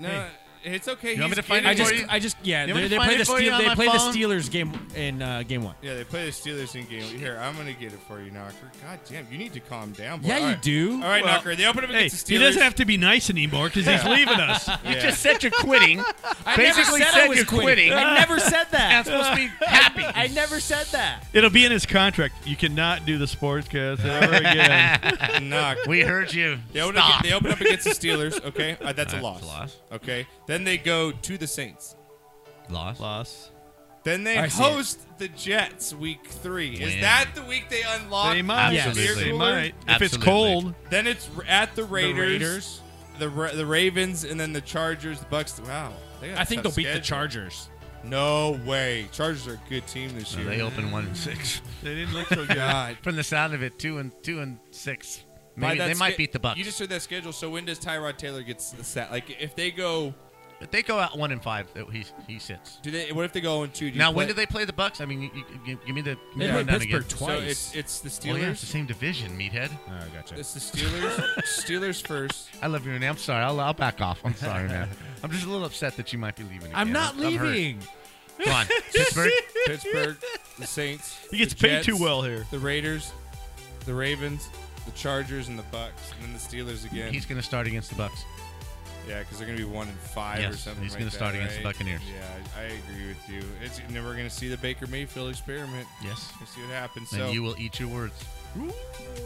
S2: No, it's okay.
S3: You
S2: He's
S3: want me to find
S2: getting
S3: it
S4: I just,
S3: for you?
S4: I just, yeah,
S3: You want me
S4: they,
S3: to
S4: they
S3: find
S4: play
S3: it
S4: the
S3: for you
S4: Steel,
S3: on
S4: they
S3: my
S4: play the
S3: phone?
S4: Steelers game in uh, game one.
S2: Yeah, they play the Steelers in game. Here, I'm gonna get it for you, Knocker. God damn, you need to calm down. Boy.
S5: Yeah,
S2: All
S5: you
S2: right.
S5: do.
S2: All right,
S5: Well,
S2: Knocker. They open up
S5: *laughs* hey,
S2: against the
S5: he
S2: Steelers.
S5: doesn't have to be nice anymore
S2: *laughs*
S5: 'cause he's leaving us. You just said you're quitting.
S4: I
S5: Basically
S4: never said,
S5: said
S4: I was
S5: you're
S4: quitting.
S5: quitting.
S4: I never said that.
S5: That's supposed to
S4: be happy. *laughs* I never said
S5: *laughs*
S4: that.
S5: It'll be in his contract. You cannot do the sportscast *laughs* ever again.
S2: Knock.
S3: *laughs* We heard you.
S2: They open, up,
S5: Stop.
S2: they open up against the Steelers. Okay, Uh, that's a
S3: That's a
S2: loss.
S3: loss.
S2: Okay, then they go to the Saints.
S3: Loss.
S5: Loss.
S2: Then they
S15: I see it.
S2: host the Jets week three. Is
S15: Yeah.
S2: that the week they unlock?
S15: They might.
S2: the
S15: Yes.
S2: beer
S15: They
S2: cooler?
S15: might. If it's Absolutely. cold.
S2: then it's r- at the Raiders. The
S15: Raiders.
S2: The, Ra- the Ravens and then the Chargers, the Bucks. Wow, they got a
S15: I think
S2: tough
S15: they'll beat the
S2: schedule.
S15: Chargers.
S2: No way, Chargers are a good team this year.
S3: They open one and six.
S5: They
S2: didn't look *laughs* so good. God.
S3: From the sound of it, two and two and six.
S2: By
S3: Maybe
S2: that
S3: they might
S2: sch-
S3: beat the Bucks.
S2: You just heard that schedule. So when does Tyrod Taylor get s- set? Like if they go,
S3: if they go out one and five, he he sits.
S2: Do they? What if they go in two? Do you
S3: Now, when
S2: play-
S3: do they play the Bucks? I mean, you, you, you- give me the give
S2: They
S3: me the
S2: play
S3: rundown
S2: Pittsburgh
S3: again.
S2: twice. So it's- it's the
S3: Well, yeah,
S2: Steelers?
S3: it's the same division, meathead. Oh, I gotcha.
S2: It's the Steelers.
S3: *laughs*
S2: Steelers first.
S3: I love you, Renee. I'm sorry. I'll, I'll back off. I'm sorry,
S2: *laughs*
S3: man. I'm just a little upset that you might be leaving. Again.
S2: I'm not
S3: I'm hurt.
S2: leaving. *laughs*
S3: Come on, Pittsburgh.
S2: Pittsburgh, the Saints.
S5: He gets
S2: the
S5: paid too
S2: Jets,
S5: well here.
S2: The Raiders, the Ravens, the Chargers, and the Bucks, and then the Steelers again.
S3: He's going to start against the Bucks.
S2: yeah, because they're going to be one and five or
S3: Yes,
S2: something.
S3: he's
S2: going
S3: gonna
S2: to
S3: start against the Buccaneers.
S2: Yeah, I, I agree with you. It's and then we're going to see the Baker Mayfield experiment.
S3: Yes,
S2: Let's see what happens.
S3: And
S2: so
S3: you will eat your words.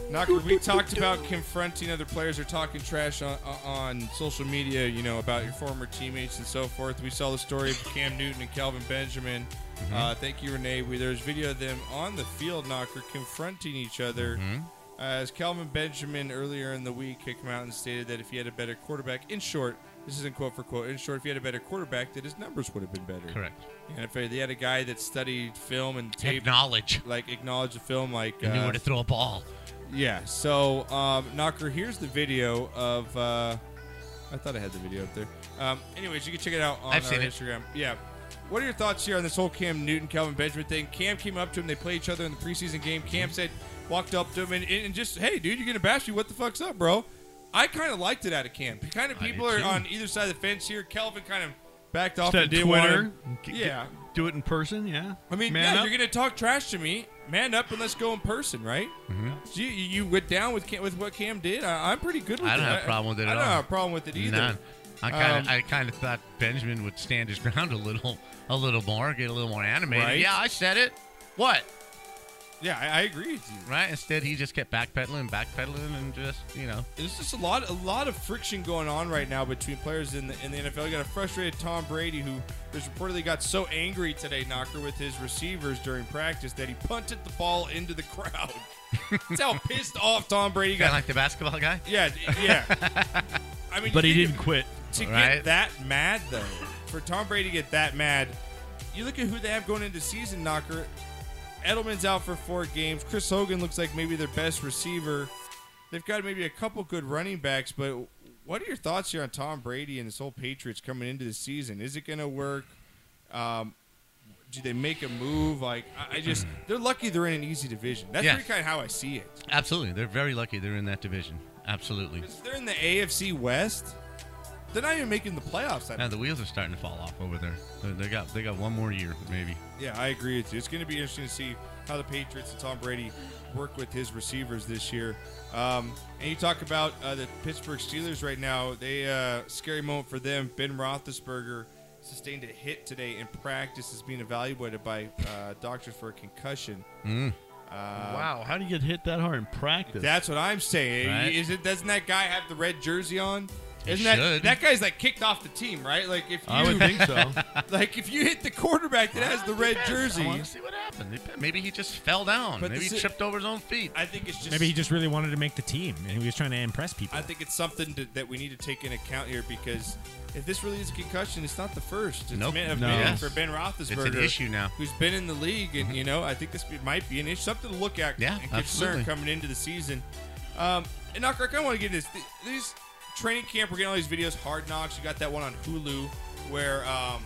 S2: Knocker, we talked about confronting other players or talking trash on, on social media, you know, about your former teammates and so forth. We saw the story of Cam Newton and Calvin Benjamin.
S3: Mm-hmm.
S15: Mhm.
S2: Uh, thank you, Renee. We, there's video of them on the field, Knocker, confronting each other.
S3: Mm-hmm.
S15: Mhm.
S2: As Calvin Benjamin earlier in the week had come out and stated that if he had a better quarterback, in short, this isn't quote for quote, in short, if he had a better quarterback, that his numbers would have been better.
S3: Correct.
S2: And if they had a guy that studied film and tape,
S3: Acknowledge.
S2: like acknowledge the film, like
S3: And knew
S2: uh,
S3: where to throw a ball.
S2: yeah. So, um, Knocker, here's the video of. Uh, I thought I had the video up there. Um, anyways, you can check it out on
S3: I've
S2: our
S3: seen it.
S2: Instagram. Yeah. What are your thoughts here on this whole Cam Newton, Calvin Benjamin thing? Cam came up to him. They play each other in the preseason game. Cam said, walked up to him and, and just, hey, dude, you're gonna bash me. What the fuck's up, bro? I kind of liked it out of Cam. Kind of
S15: I did
S2: people are
S15: too.
S2: on either side of the fence here. Kelvin kind of backed off
S5: Just
S2: and
S5: that
S2: didn't want
S5: Twitter.
S2: him-
S5: G- g-
S2: Yeah.
S5: Do it in person. Yeah.
S2: I mean,
S5: Man
S2: yeah,
S5: up.
S2: you're gonna talk trash to me. Man up and let's go in person, right?
S3: Mhm.
S2: So you, you went down with Cam, with what Cam did. I, I'm pretty good with
S3: I don't
S2: it.
S3: have a problem with it
S2: I
S3: at
S2: don't
S3: all.
S2: have a problem with it either.
S3: None. I kind
S2: Um,
S3: of, I kind of thought Benjamin would stand his *laughs* ground a little, a little more, get a little more animated.
S2: Right?
S3: Yeah, I said it. What?
S2: Yeah, I, I agree with you.
S3: Right. Instead, he just kept backpedaling, backpedaling, and just you know.
S2: There's just a lot, a lot of friction going on right now between players in the in the NFL. You got a frustrated Tom Brady who just reportedly got so angry today, Knocker, with his receivers during practice that he punted the ball into the *laughs* crowd. That's how pissed off Tom Brady
S3: Kind *laughs*
S2: got.
S3: of like the basketball guy.
S2: Yeah,
S3: *laughs*
S2: yeah. I mean,
S5: But
S2: you
S5: he
S2: think
S5: didn't quit.
S2: To
S5: Right.
S2: get that mad though, for Tom Brady to get that mad, you look at who they have going into season knocker. Edelman's out for four games. Chris Hogan looks like maybe their best receiver. They've got maybe a couple good running backs, but what are your thoughts here on Tom Brady and this whole Patriots coming into the season? Is it going to work? Um, do they make a move? Like I, I just, they're lucky they're in an easy division. That's
S3: Yes.
S2: pretty kind of how I see it.
S3: Absolutely, they're very lucky they're in that division. Absolutely.
S2: If they're in the AFC West, they're not even making the playoffs. I
S3: Now the wheels are starting to fall off over there. They, they got, they got one more year maybe.
S2: Yeah, I agree with you. It's going to be interesting to see how the Patriots and Tom Brady work with his receivers this year. Um, and you talk about uh, the Pittsburgh Steelers right now. They uh, scary moment for them. Ben Roethlisberger sustained a hit today in practice. Is being evaluated by uh, doctors for a concussion.
S3: Mm.
S2: Uh,
S5: wow. How do you get hit that hard in practice?
S2: That's what I'm saying.
S5: Right.
S2: Is it? Doesn't that guy have the red jersey on?
S5: He
S2: Isn't that
S5: should.
S2: that guy's like kicked off the team, right? Like if you,
S5: I would think so.
S2: *laughs* Like if you hit the quarterback that has the red jersey,
S3: I want to see what happens. Maybe he just fell down.
S2: But
S3: maybe
S2: this
S3: he
S2: is-
S3: tripped over his own feet.
S2: I think it's just
S4: Maybe he just really wanted to make the team, and he was trying to impress people.
S2: I think it's something to, that we need to take into account here because if this really is a concussion, it's not the first. It's
S3: Nope.
S2: meant of
S3: No.
S2: being
S3: Yes.
S2: for Ben
S3: It's
S2: Roethlisberger.
S3: an issue now. Mm-hmm.
S2: Who's been in the league, and you know, I think this might be an issue, something to look at
S3: Yeah,
S2: and
S3: absolutely.
S2: concern coming into the season. Um, and Knocker, I kind of want to get this. Th- These training camp, we're getting all these videos, Hard Knocks. You got that one on Hulu where. Um,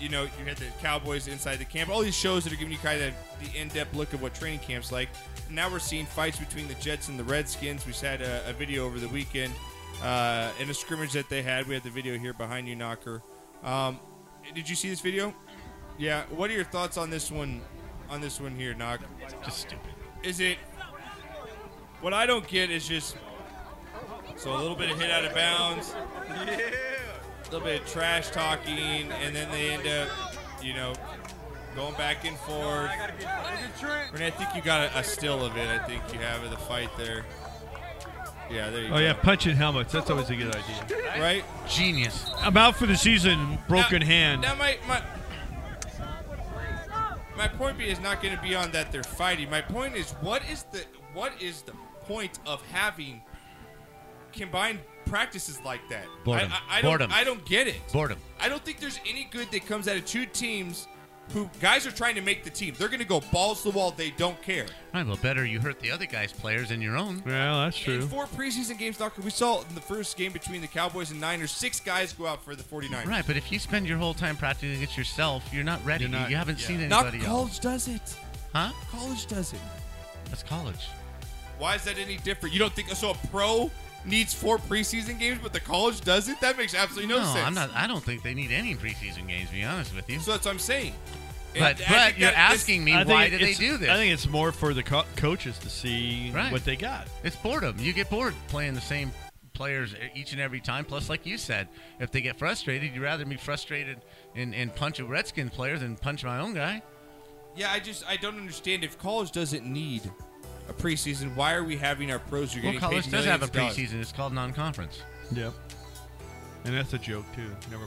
S2: you know, you had the Cowboys inside the camp, all these shows that are giving you kind of the in-depth look of what training camp's like. Now we're seeing fights between the Jets and the Redskins. We had a, a video over the weekend uh, in a scrimmage that they had. We had the video here behind you, Knocker. Um, did you see this video? Yeah. What are your thoughts on this one? On this one here, Knocker?
S3: Just stupid.
S2: Is it? What I don't get is just so a little bit of hit out of bounds. A little bit of trash talking, and then they end up, you know, going back and forth. Renee, I think you got a, a still of it. I think you have of the fight there. Yeah, there you go.
S5: Oh yeah, punching helmets. That's always a good idea.
S2: Right?
S3: Genius.
S5: I'm out for the season. Broken hand.
S2: Now my, my my point be is not going to be on that they're fighting. My point is what is the what is the point of having combined practices like that?
S3: Boredom.
S2: I, I, I
S3: Boredom.
S2: Don't, I don't get it.
S3: Boredom.
S2: I don't think there's any good that comes out of two teams who guys are trying to make the team. They're going to go balls to the wall. They don't care.
S3: Right, well, better you hurt the other guy's players than your own.
S5: Well, that's
S2: In four preseason games, Doctor, we saw in the first game between the Cowboys and Niners, six guys go out for the 49ers.
S3: Right, but if you spend your whole time practicing against yourself, you're not ready.
S2: You're not-
S3: you haven't
S2: yeah.
S3: seen
S2: Not
S3: anybody
S2: college
S3: else.
S2: does it.
S3: Huh?
S2: College does it.
S3: That's college.
S2: Why is that any different? You don't think so? A pro needs four preseason games, but the college doesn't. That makes absolutely no,
S3: no,
S2: sense.
S3: I'm not. I don't think they need any preseason games. To be honest with you.
S2: So that's what I'm saying.
S3: But
S2: And I
S3: but
S2: think
S3: you're
S2: that this-
S3: asking me
S5: I think
S3: why do they
S5: it's-
S3: do this?
S5: I think it's more for the co- coaches to see
S3: Right.
S5: what they got.
S3: It's boredom. You get bored playing the same players e, each and every time. Plus, like you said, if they get frustrated, you'd rather be frustrated and, and punch a Redskin player than punch my own guy.
S2: Yeah, I just I don't understand. If college doesn't need a preseason, why are we having our pros? who are
S3: Well,
S2: getting
S3: college
S2: paid
S3: does have a
S2: millions of dollars?
S3: preseason. It's called non-conference.
S5: Yep. And that's a joke too. Never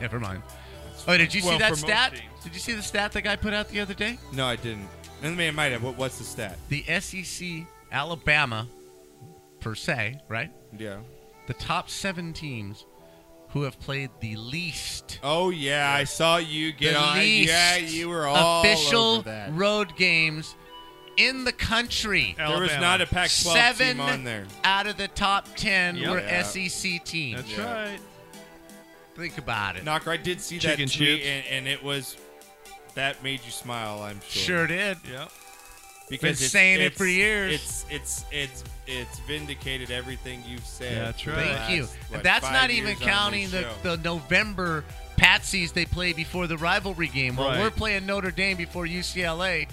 S3: *laughs* Never mind. Oh, did you
S5: Well,
S3: see that
S5: for most
S3: stat?
S5: teams.
S3: Did you see the stat that guy put out the other day?
S2: No, I didn't. And man, might have. What, what's the stat?
S3: The SEC, Alabama, per se, right?
S2: Yeah.
S3: The top seven teams who have played the least.
S2: Oh yeah, I saw you get
S3: the
S2: on.
S3: least
S2: Yeah, you were all
S3: official
S2: over that.
S3: road games in the country.
S2: There was Alabama. not a Pac-12 team
S3: Seven
S2: on there.
S3: Out of the top ten
S2: Yep.
S3: were
S2: Yeah.
S3: SEC teams.
S2: That's Yeah. right.
S3: Think about it.
S2: Knocker, I did see
S3: Chicken
S2: that tweet,
S3: chips.
S2: and, and it was that made you smile. I'm sure.
S3: Sure did.
S2: Yep.
S3: Been saying it for years.
S2: It's it's it's it's vindicated everything you've said.
S5: That's
S2: for the
S5: right.
S3: Thank
S2: last,
S3: you.
S2: what,
S3: And that's
S2: five
S3: not
S2: years
S3: even
S2: on this
S3: counting the,
S2: show.
S3: the November patsies they play before the rivalry game. Well,
S2: Right.
S3: we're playing Notre Dame before UCLA.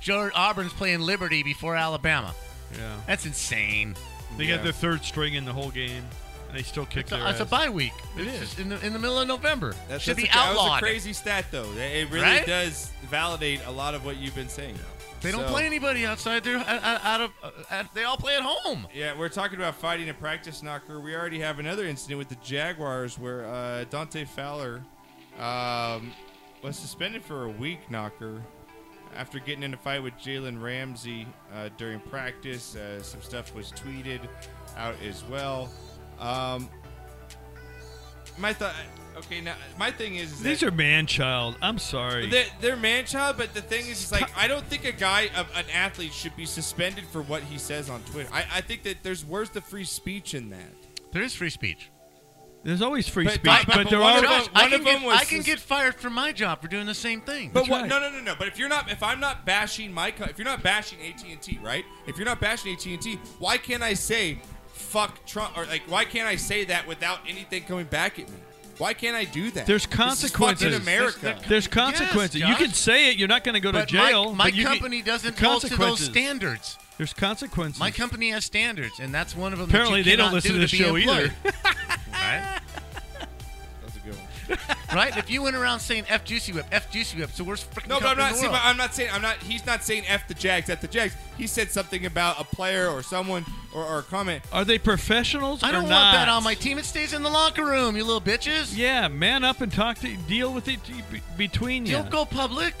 S3: George Auburn's playing Liberty before Alabama.
S5: Yeah.
S3: That's insane.
S5: They got their third string in the whole game, and they still kick
S3: It's
S5: their
S3: a, it's a
S5: ass.
S3: bye week.
S5: It
S3: It's
S5: is.
S3: just in the, in the middle of November.
S2: That's,
S3: Should
S2: that's
S3: be
S2: a, That was
S3: outlawed.
S2: a crazy stat, though. It really
S3: Right?
S2: does validate a lot of what you've been saying.
S3: They don't
S2: So-
S3: play anybody outside. They're out, out- out of. Uh, out- they all play at home.
S2: Yeah, we're talking about fighting a practice knocker. We already have another incident with the Jaguars where uh, Dante Fowler um, was suspended for a week knocker after getting in a fight with Jalen Ramsey uh, during practice. Uh, some stuff was tweeted out as well. Um, my thought. Okay, now my thing is, is that-
S5: These are man child. I'm sorry.
S2: they're, they're man child, but the thing is, is like I don't think a guy, a, an athlete, should be suspended for what he says on Twitter. I, I think that there's where's the free speech in that?
S3: There is free speech.
S5: There's always free
S2: But-
S5: speech,
S2: but-
S5: but,
S2: but
S5: there
S2: one
S5: are.
S2: of them-
S3: I
S2: Oh, one
S3: can,
S2: of
S3: get,
S2: them was
S3: I can
S2: sus-
S3: get fired from my job for doing the same thing.
S2: But what? No, no, no, no. But if you're not, if I'm not bashing my, co- if you're not bashing AT and T, right? If you're not bashing AT and T, why can't I say fuck Trump or like why can't I say that without anything coming back at me? Why can't I do that?
S5: There's
S2: This is fucking
S5: consequences.
S2: America.
S5: There's consequences.
S3: Yes,
S5: you
S3: Josh.
S5: can say it. You're not going to go to
S3: But my-
S5: jail.
S3: my
S5: but you
S3: company
S5: can,
S3: doesn't
S5: There's
S3: hold to those
S5: consequences.
S3: standards.
S5: There's consequences.
S3: My company has standards, and that's one of them.
S5: Apparently,
S3: that you
S5: they don't
S3: cannot
S5: listen
S3: do
S5: to the
S3: be
S5: show either.
S3: employed. *laughs* right?
S2: That's a good one.
S3: *laughs* right? If you went around saying "f juicy whip," "f juicy whip," it's the worst freaking.
S2: No, but I'm
S3: company in
S2: not
S3: the
S2: saying.
S3: world.
S2: I'm not saying. I'm not. He's not saying f the Jags at the Jags. He said something about a player or someone or, or a comment.
S5: Are they professionals?
S3: I
S5: or
S3: don't want
S5: not?
S3: that on my team. It stays in the locker room, you little bitches.
S5: Yeah, man up and talk to deal with it be- between you.
S3: Don't go public.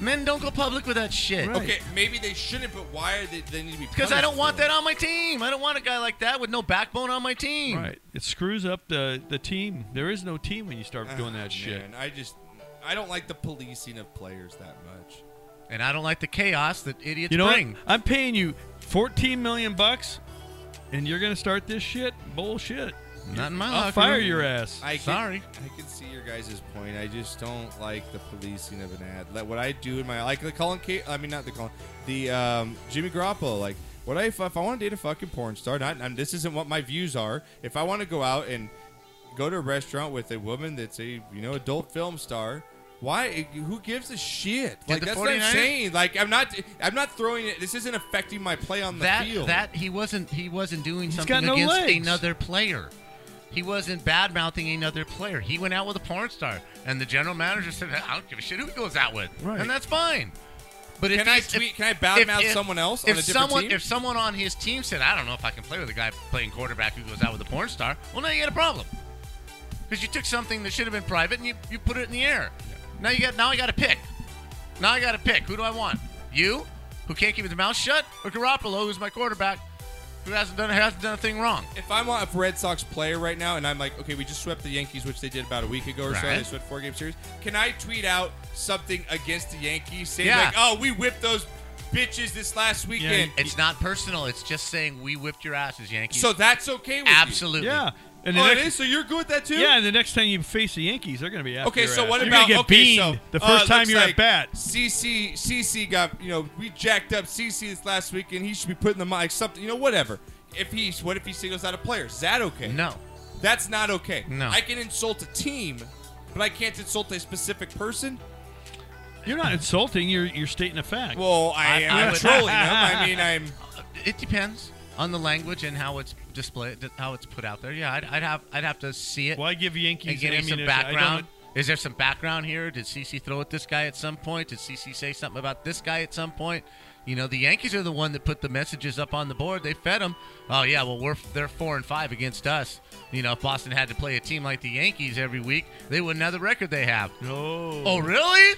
S3: Men don't go public with that shit.
S2: Okay, maybe they shouldn't, but why are they? They need to be
S3: Because I
S2: punished
S3: don't want
S2: for it.
S3: that on my team. I don't want a guy like that with no backbone on my team.
S5: Right. It screws up the the team. There is no team when you start doing
S2: Ah,
S5: that shit.
S2: man, I just, I don't like the policing of players that much.
S3: And I don't like the chaos that idiots
S5: you know
S3: bring.
S5: what? I'm paying you 14 million bucks, and you're gonna start this shit? Bullshit.
S3: Not in my
S5: I'll
S3: locker
S5: fire
S3: room.
S5: your ass.
S2: I can, I can see your guys' point. I just don't like the policing of an ad. Like what I do in my like the Colin, K, I mean not the Colin, the um, Jimmy Garoppolo. Like what I if, if I want to date a fucking porn star? Not and this isn't what my views are. If I want to go out and go to a restaurant with a woman that's a you know adult film star. Why? Who gives a shit? Like
S3: the
S2: that's what I'm
S3: 49ers?
S2: saying. Like I'm not. I'm not throwing it. This isn't affecting my play on the
S3: that
S2: field.
S3: that he wasn't he wasn't doing
S2: got
S3: something
S2: no
S3: against
S2: legs.
S3: another player. He wasn't bad mouthing another player. He went out with a porn star, and the general manager said, "I don't give a shit who he goes out with,"
S2: Right.
S3: and that's fine. But if
S2: Can I
S3: he's-
S2: tweet-
S3: If,
S2: can I badmouth someone else on
S3: If
S2: a different
S3: someone,
S2: team?
S3: if someone on his team said, "I don't know if I can play with a guy playing quarterback who goes out with a porn star," well, now you got a problem because you took something that should have been private and you, you put it in the air. Now you got. Now I got to pick. Now I got to pick. Who do I want? You, who can't keep his mouth shut, or Garoppolo, who's my quarterback, who hasn't done hasn't done a thing wrong.
S2: If I'm a Red Sox player right now, and I'm like, okay, we just swept the Yankees, which they did about a week ago or so.
S3: Right.
S2: They swept four game series. Can I tweet out something against the Yankees, saying
S3: Yeah.
S2: like, oh, we whipped those bitches this last weekend?
S3: It's not personal. It's just saying we whipped your asses, Yankees.
S2: So that's okay with you?
S3: Absolutely.
S5: Yeah.
S2: Oh, it is? So you're good with that too?
S5: Yeah, and the next time you face the Yankees, they're going to be after
S2: Okay,
S5: your
S2: so
S5: ass.
S2: what
S5: you're
S2: about
S5: gonna get
S2: okay,
S5: beaned
S2: so,
S5: the
S2: uh,
S5: first time
S2: looks
S5: you're
S2: like
S5: at bat?
S2: CC CC got you know we jacked up CC this last week and he should be put in the mic something you know whatever. If he's what if he singles out a player? Is that okay?
S3: No,
S2: that's not okay.
S3: No.
S2: I can insult a team, but I can't insult a specific person.
S5: You're not insulting. You're you're stating a fact.
S2: Well, I, am trolling them. I mean, I'm.
S3: It depends on the language and how it's displayed, how it's put out there. Yeah, I'd, I'd have I'd have to see it.
S5: Well, I give Yankees
S3: and give me some
S5: ammunition. I don't-
S3: background. Is there some background here? Did CC throw at this guy at some point? Did CC say something about this guy at some point? You know, the Yankees are the one that put the messages up on the board. They fed them. Oh yeah, well we're they're four and five against us. You know, if Boston had to play a team like the Yankees every week, they wouldn't have the record they have.
S5: No.
S3: Oh really?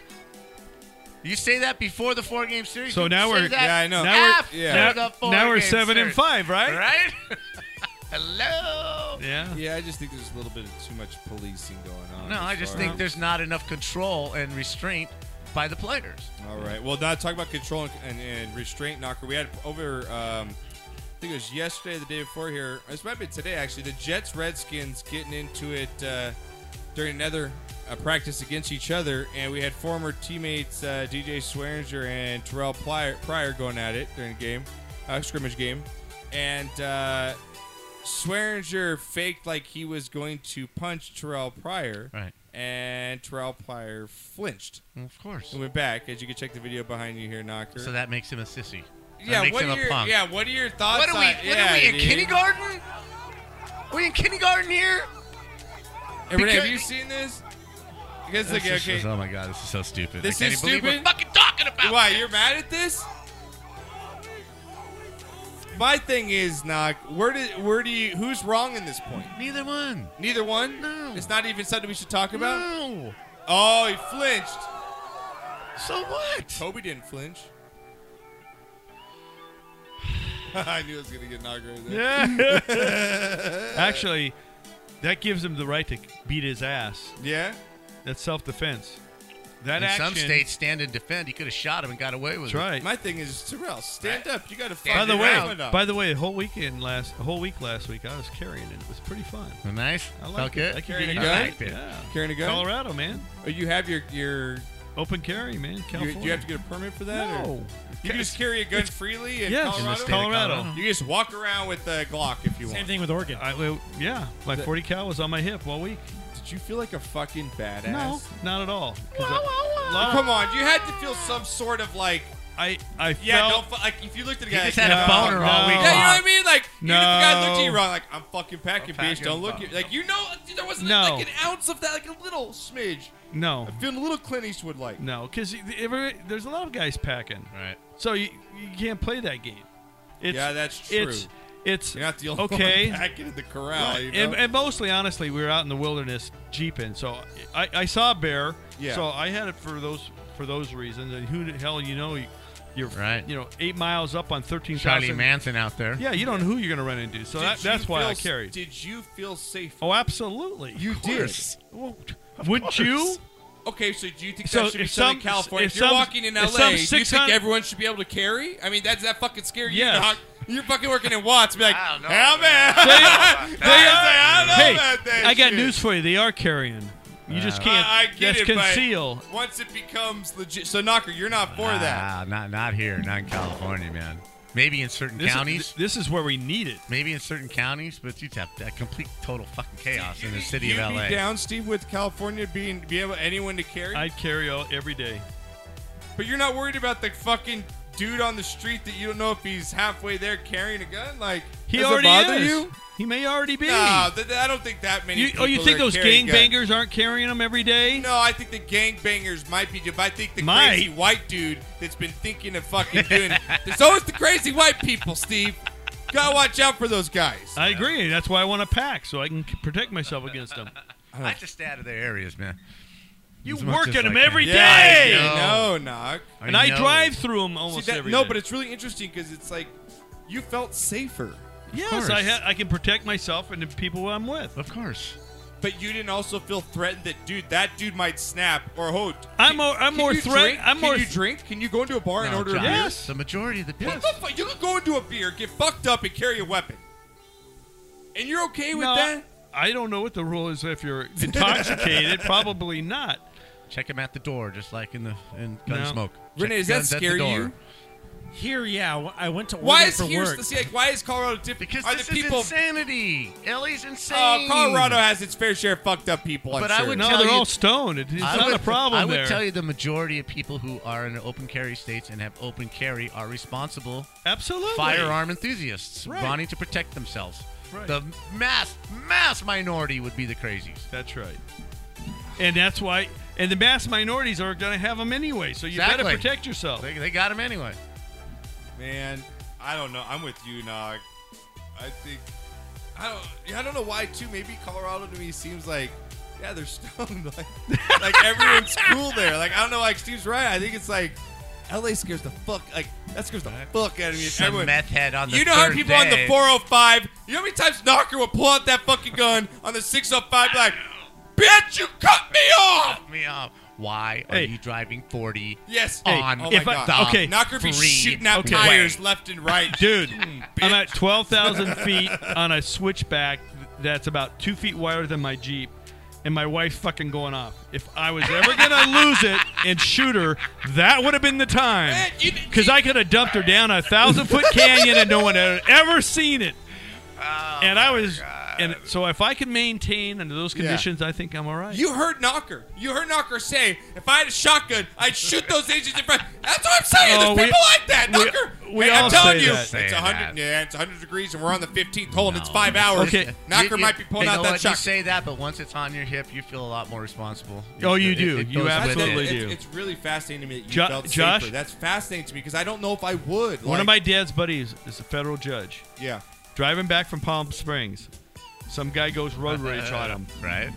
S3: You say that before the four game series?
S5: So
S3: You
S5: now
S3: say
S5: we're
S3: that
S5: yeah, I know. Now
S3: after
S5: we're now,
S3: the four
S5: now we're
S3: game
S5: seven and
S3: series.
S5: five, right?
S3: Right. *laughs* Hello.
S5: Yeah.
S2: Yeah, I just think there's a little bit of too much policing going on.
S3: No,
S2: as
S3: I just
S2: far
S3: think
S2: as-
S3: there's not enough control and restraint by the players.
S2: All right. Well, now talk about control and, and, and restraint, Knocker. We had over, um, I think it was yesterday, or the day before here. This might be today, actually. The Jets Redskins getting into it uh, during another uh, practice against each other, and we had former teammates uh, DJ Swearinger and Terrell Pryor, Pryor going at it during the game, uh, scrimmage game, and. Uh, Swearinger faked like he was going to punch Terrell Pryor,
S3: right?
S2: And Terrell Pryor flinched.
S3: Of course.
S2: And went back, as you can check the video behind you here, Knocker.
S3: So that makes him a sissy. That
S2: yeah,
S3: makes
S2: what
S3: him
S2: are
S3: a
S2: your,
S3: punk.
S2: yeah, what are your thoughts?
S3: What are we-
S2: on-
S3: what are
S2: yeah,
S3: we, in
S2: dude.
S3: kindergarten? Are we in kindergarten here?
S2: Hey, Renee, have
S3: Because-
S2: you seen this? Because
S3: This
S2: like,
S3: is
S2: okay,
S3: just- oh my god, this is so stupid.
S2: this
S3: I can't
S2: is
S3: even believe
S2: stupid.
S3: we're fucking talking about.
S2: Why you're mad at this? My thing is, knock. Where do where do you? Who's wrong in this point?
S3: Neither one.
S2: Neither one. No. It's not even something we should talk about.
S3: No.
S2: Oh, he flinched.
S3: So what?
S2: Kobe didn't flinch. *laughs* I knew I was gonna get knocked right *laughs* there.
S5: Yeah. Actually, that gives him the right to beat his ass.
S2: Yeah.
S5: That's self defense. That
S3: in
S5: action.
S3: some states stand and defend. He could have shot him and got away with
S5: That's right.
S3: it.
S2: My thing is Terrell, stand up. You got to.
S5: by the way, by the way, the whole weekend last, the whole week last week, I was carrying it. It was pretty fun.
S3: Nice.
S5: I
S3: Felt
S5: like
S3: good?
S5: it. I could
S3: Carrying
S5: get
S3: a
S5: used to
S3: gun?
S5: it. Yeah.
S2: Carrying a gun?
S5: Colorado, man.
S2: Oh, you have your your
S5: open carry, man.
S2: You,
S5: California.
S2: do you have to get a permit for that?
S5: No.
S2: Or? You can just carry a gun freely in
S5: yes, in the
S2: Colorado.
S5: state of Colorado. Colorado.
S2: You can just walk around with the Glock if you want.
S5: thing with Oregon. I, well, yeah, my
S2: The-
S5: 40 cal was on my hip all week.
S2: Did you feel like a fucking badass?
S5: No, not at all. 'Cause I-
S2: Like, Come on, you had to feel some sort of like.
S5: I, I
S2: yeah,
S5: felt-
S2: don't fu- like if you looked at a guy,
S5: You just
S2: like,
S5: had
S2: "No,
S5: a boner all
S2: no."
S5: week
S2: Yeah, you know
S5: long.
S2: what I mean? Like, even if the guy looked at you
S5: No.
S2: wrong, like I'm fucking packing,
S5: I'm
S2: bitch. Don't
S5: packing
S2: look at like you know dude, there wasn't
S5: No.
S2: like an ounce of that, like a little smidge.
S5: No.
S2: I'm feeling a little Clint Eastwood like.
S5: No, because there's a lot of guys packing.
S3: Right.
S5: So you, you can't play that game. It's,
S2: Yeah, that's true.
S5: It's it's
S2: You're not the only
S5: okay.
S2: one packing in the corral,
S5: Right.
S2: you know?
S5: and, and mostly, honestly, we were out in the wilderness jeeping. So I, I saw a bear.
S2: Yeah.
S5: So I had it for those for those reasons. And who the hell you know you, you're right. You know eight miles up on thirteen thousand.
S3: Charlie Manson out there.
S5: Yeah, you don't know who you're gonna run into. So
S2: Did
S5: that,
S2: you
S5: that's why
S2: feel
S5: I
S2: s-
S5: carried.
S2: Did you feel safe?
S5: Oh, absolutely.
S2: You
S5: Of
S2: did.
S5: course.
S2: Well,
S5: Wouldn't you?
S2: Okay, so do you think
S5: So
S2: that should be
S5: if
S2: Southern
S5: some-
S2: California? If,
S5: if
S2: you're
S5: some-
S2: walking in
S5: if
S2: LA,
S5: some
S2: do you think
S5: 600
S2: everyone should be able to carry? I mean, that's that fucking scary. You
S5: Yes.
S2: know, You're fucking working in Watts. Be like,
S5: I
S2: don't know. hell man. *laughs*
S5: They-
S2: I
S5: they-
S2: was like, I
S5: hey,
S2: don't know about that
S5: I got
S2: shit. Uh,
S5: news for you. They are carrying. You just can't.
S2: I, I get
S5: that's
S2: it, but
S5: conceal.
S2: once it becomes legit, so Knocker, you're not for that.
S3: Ah, not not here, not in California, man. Maybe in certain
S2: This is-
S3: counties.
S5: this is where we need it.
S3: Maybe in certain counties, but you have a complete, total fucking chaos in the city
S2: you
S3: of LA.
S2: be down, Steve, with California being be able anyone to carry?
S5: I'd carry all, every day.
S2: But you're not worried about the fucking dude on the street that you don't know if he's halfway there carrying a gun? Like,
S5: He
S2: does
S5: already
S2: it bother
S5: is.
S2: you?
S5: He may already be.
S2: Nah, th- th- I don't think that many.
S5: You- oh, you
S2: people
S5: think
S2: are
S5: those
S2: carrying guns.
S5: gangbangers aren't carrying them every day?
S2: No, I think the gangbangers might be. But I think the
S5: Might.
S2: crazy white dude that's been thinking of fucking doing. *laughs* There's always the crazy white people, Steve. Gotta watch out for those guys.
S5: I agree. That's why I want to pack so I can c- protect myself against them.
S3: I have to stay out of their areas, man.
S5: You
S2: As much
S5: work
S2: as
S5: at
S2: I
S5: them
S2: can.
S5: every day.
S2: Yeah, I know, Knock.
S5: And I, drive through them almost
S2: See, that-
S5: every
S2: No,
S5: day.
S2: but it's really interesting because it's like you felt safer.
S5: yes, I ha- I can protect myself and the people I'm with.
S3: Of course.
S2: But you didn't also feel threatened that dude, that dude might snap or oh, hold.
S5: I'm more. I'm more threat-
S2: Drink?
S5: I'm
S2: can
S5: more
S2: you drink? Can you go into a bar and
S3: No,
S2: order a
S3: Josh,
S2: beer?
S3: The majority of the people.
S2: What the fu- You could go into a beer, get fucked up, and carry a weapon. And you're okay with
S5: No,
S2: that?
S5: I don't know what the rule is if you're intoxicated.
S3: *laughs*
S5: probably not.
S3: Check them at the door, just like in the in
S5: No.
S3: Gunsmoke.
S2: Renee, does
S3: Check
S2: that
S3: guns at the
S2: scare
S3: door.
S2: you?
S16: Here, yeah, w- I went to order
S2: Why is
S16: for
S2: here's
S16: work.
S2: the see, like, why is Colorado different? Because are
S3: this
S2: the
S3: is
S2: people
S3: insanity? Ellie's
S2: Oh,
S3: insane.
S2: Colorado has its fair share of fucked up people. I'm
S3: But
S2: sure.
S3: I would tell you, I would- I would
S2: there.
S3: tell you the majority of people who are in open carry states and have open carry are responsible,
S5: absolutely
S3: firearm enthusiasts
S5: Right.
S3: wanting to protect themselves.
S5: Right.
S3: The mass mass minority would be the crazies.
S5: That's right. And that's why. And the mass minorities are going to have them anyway. So you
S3: Exactly.
S5: better protect yourself.
S3: They, they got them anyway.
S2: Man, I don't know. I'm with you, Nog. I think I don't. yeah, I don't know why too. Maybe Colorado to me seems like yeah, they're *laughs* stoned. Like, like everyone's cool there. Like I don't know. Like Steve's right. I think it's like. LA scares the fuck like that scares the fuck out of me.
S3: Some
S2: Everyone-
S3: meth head on the
S2: You know how
S3: third
S2: people on
S3: day.
S2: the 405. You know how many times Knocker will pull out that fucking gun on the 605 be like, bitch, you cut me off.
S3: Cut me off. Why are you driving 40?
S2: Yes.
S3: On
S2: Hey, oh my
S3: the
S2: God. Okay. Knocker be
S3: free
S2: shooting out
S3: way?
S2: tires left and right.
S5: Dude,
S3: Hmm,
S2: Mm,
S5: I'm
S2: bitch.
S3: *laughs*
S5: at 12,000 feet on a switchback that's about two feet wider than my Jeep, and my wife's fucking going off. If I was ever going to lose it and shoot her, that would have been the time. Because I could have dumped her down a thousand foot canyon and no one had ever seen it. and I was, and so if I could maintain under those
S2: Yeah.
S5: conditions, I think I'm all right.
S2: You heard Knocker. You heard Knocker say, if I had a shotgun, I'd shoot those agents in front. That's what I'm saying.
S5: Oh,
S2: There's
S5: we-
S2: people like that,
S5: we-
S2: Knocker.
S5: we
S2: Hey,
S5: all
S2: I'm telling
S5: say
S2: you,
S5: that.
S2: it's
S5: Saying
S2: 100.
S5: that.
S2: Yeah, it's 100 degrees, and we're on the 15th hole, and it's five hours.
S5: Okay.
S2: Knocker
S3: You- you-
S2: might be pulling
S3: you
S2: out
S3: know
S2: that
S3: what? You
S2: shotgun.
S3: say that, but once it's on your hip, you feel a lot more responsible.
S5: Oh, you
S3: It-
S5: do.
S3: it
S5: You
S3: goes with
S5: absolutely
S3: it.
S5: do.
S2: It's, it's really fascinating to me that you
S5: Jo-
S2: felt
S5: Josh?
S2: safer. That's fascinating to me because I don't know if I would.
S5: One
S2: Like,
S5: of my dad's buddies is a federal judge.
S2: Yeah.
S5: Driving back from Palm Springs, some guy goes road rage on him.
S3: Right.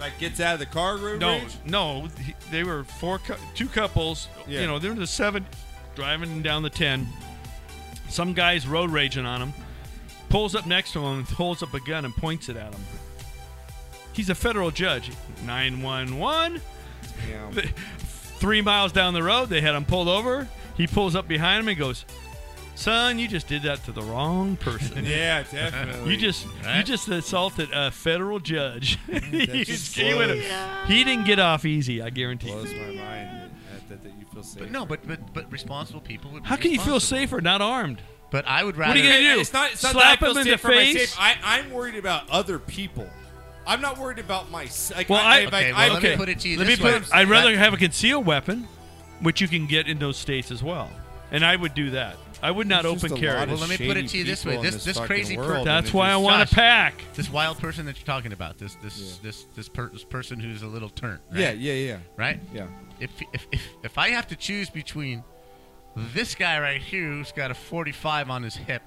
S2: like gets out of the car room.
S5: No,
S2: range?
S5: no, he- they were four, cou- two couples.
S2: Yeah.
S5: You know, they're in the seven, driving down the ten. Some guy's road raging on him, pulls up next to him, and holds up a gun and points it at him. He's a federal judge. Nine one one.
S2: Yeah.
S5: *laughs* Three miles down the road, they had him pulled over. He pulls up behind him and goes, "Son, you just did that to the wrong
S2: *laughs*
S5: person." *laughs*
S2: Yeah, definitely.
S5: You just you
S2: Right?
S5: just assaulted a
S2: *laughs*
S5: federal judge. he,
S2: just
S5: he went-
S2: blows-
S5: he didn't get off easy. I guarantee.
S2: blows
S5: you.
S2: my mind that, that, that you feel safe.
S3: But no, but but but responsible people would. Be
S5: How can you feel
S3: responsible.
S5: safer not armed?
S3: But I would
S5: What are you
S3: rather-
S5: gonna do?
S2: It's not, it's not
S5: Slap
S2: that I
S5: him
S2: feel
S5: in
S2: safe
S5: the
S2: for my
S5: face?
S2: safe. I, I'm worried about other people. I'm not worried about myself. Like,
S5: well,
S2: I,
S5: I,
S2: if I, I,
S3: let me put it to you
S5: Let
S3: this
S5: me put
S3: way.
S5: it- I'd rather have a concealed weapon, which you can get in those states as well, and I would do that. I would not
S3: There's just
S5: open
S3: a lot
S5: carry.
S3: of Well, let me put it to you this way: this this, crazy person.
S5: That's why I want to pack.
S3: This wild person that you're talking about, this this this this, per- this person who's a little turnt. Right?
S2: Yeah, yeah, yeah.
S3: Right.
S2: Yeah.
S3: If, if if if I have to choose between this guy right here who's got a 45 on his hip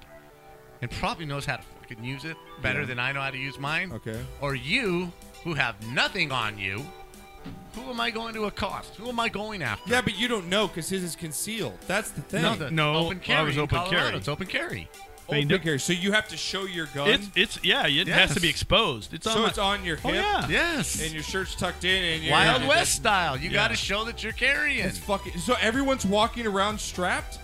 S3: and probably knows how to fucking use it better
S2: Yeah.
S3: than I know how to use mine,
S2: Okay.
S3: or you who have nothing on you, who am I going to accost? Who am I going after?
S2: Yeah, but you don't know because his is concealed. That's the thing.
S3: No, the No, open carry I was in open Colorado, carry. it's open carry. They
S2: Open
S3: do-
S2: carry. So you have to show your gun.
S5: It's- it's- yeah, it has to be exposed. It's on
S2: so
S5: my-
S2: it's on your hip.
S5: Oh, yeah. Yes.
S2: And your shirt's tucked in. And your-
S3: Wild West style. You
S2: Yeah.
S3: got to show that you're carrying.
S2: It's fucking. So everyone's walking around strapped.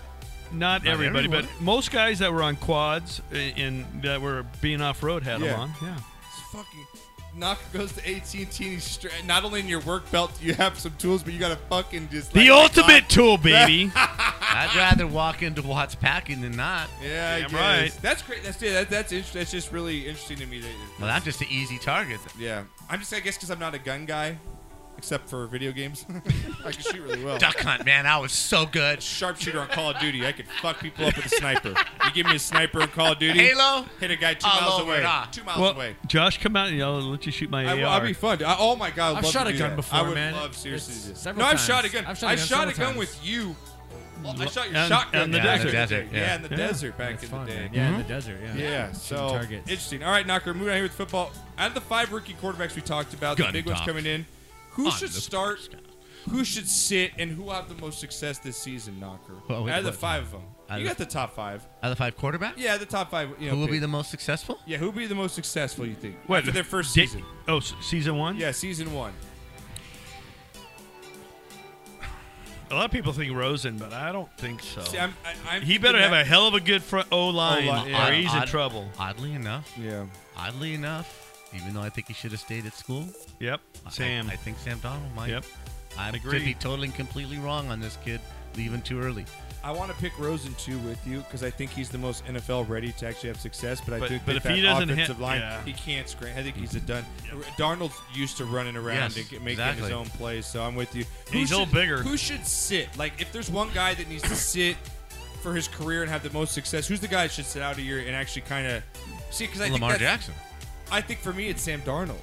S5: Not,
S2: Not
S5: everybody, but
S2: everyone.
S5: most guys that were on quads i- in that were being off road had
S2: Yeah.
S5: them on. Yeah.
S2: It's fucking. Knock goes to AT and T. Not only in your work belt, you have some tools, but you got to fucking just. like-
S5: The ultimate
S2: *laughs*
S5: tool, baby.
S3: I'd rather walk into Watts Packing than not.
S2: Ah. Yeah, I
S3: Damn
S2: guess. That's great. That's yeah, that, that's interesting. That's just really interesting to me. That
S3: Well, I'm just an easy target.
S2: Yeah. I'm just I guess because I'm not a gun guy, except for video games. *laughs* I can shoot really well.
S3: Duck hunt, man. I was so good.
S5: *laughs*
S2: Sharpshooter on Call of Duty. I could fuck people up with a sniper. You give me a sniper in Call of Duty.
S3: Halo?
S2: Hit a guy two
S3: All
S2: miles
S3: over
S2: away.
S3: it, ah.
S2: Two miles
S5: well,
S2: away.
S5: Josh, come out and I'll let you shoot my
S2: I,
S5: AR.
S2: will be fun. I, oh my god, I'd
S5: I've
S2: love
S5: shot
S2: to
S5: a
S2: do
S5: gun
S2: that.
S5: before,
S2: I would
S5: man.
S2: love seriously. to do that.
S5: several
S2: no,
S5: times.
S2: I've shot a gun.
S5: I've shot a
S2: I
S5: gun
S2: shot a gun
S5: several times.
S2: with you. Well, I shot your
S5: And-
S2: shotgun
S5: and the
S2: back in
S5: desert.
S2: day.
S5: Desert,
S2: Yeah.
S5: yeah.
S2: in the
S5: Yeah.
S2: desert back
S5: That's
S2: in the
S5: fun,
S2: day.
S5: man. Yeah, in the Mhm. desert, yeah.
S2: Yeah.
S5: Shooting
S2: So
S5: targets.
S2: interesting. All right, Knocker. Moving on here with football. Out of the five rookie quarterbacks we talked about,
S5: Gun
S2: the big ones
S5: talk.
S2: coming in. Who
S14: On
S2: should
S14: the
S2: start? Who should sit? And who will have the most success this season? Knocker.
S3: Well, wait,
S2: out of the
S3: what?
S2: five of them,
S3: Out
S2: you
S3: of-
S2: got the top five.
S3: Out of the five quarterbacks?
S2: Yeah, the top five. You know,
S3: Who will be
S2: pick.
S3: the most successful?
S2: Yeah, who will be the most successful? You think?
S5: What,
S2: after their first
S5: di-
S2: season?
S5: Oh, s- season one?
S2: Yeah, season one.
S5: A lot of people think Rosen, but I don't think so.
S2: See, I'm- I- I'm
S5: he better have
S2: thinking
S5: a
S2: that-
S5: hell of a good front O line, or he's in trouble.
S3: Oddly enough.
S5: *laughs*
S2: Yeah.
S3: Oddly enough, even though I think he should have stayed at school.
S5: Yep.
S3: I-
S5: Sam.
S3: I, think Sam Donald might.
S5: Yep.
S3: I
S5: Agree.
S3: could be totally and completely wrong on this kid leaving too early.
S2: I want to pick Rosen too with you because I think he's the most NFL ready to actually have success. But I
S5: But-
S2: think
S5: but
S2: that
S5: if he
S2: that
S5: doesn't hit-
S2: offensive line,
S5: yeah.
S2: he can't screen. I think he's a done. Darnold's used to running around
S5: Yes,
S2: and get- making
S5: exactly.
S2: his own plays, so I'm with you.
S5: He's a
S2: should,
S5: little bigger.
S2: Who should sit? Like, if there's one guy that needs to sit for his career and have the most success, who's the guy that should sit out a year and actually kind of see? Because I think
S3: Lamar
S2: that's-
S3: Jackson.
S2: I think for me, it's Sam Darnold.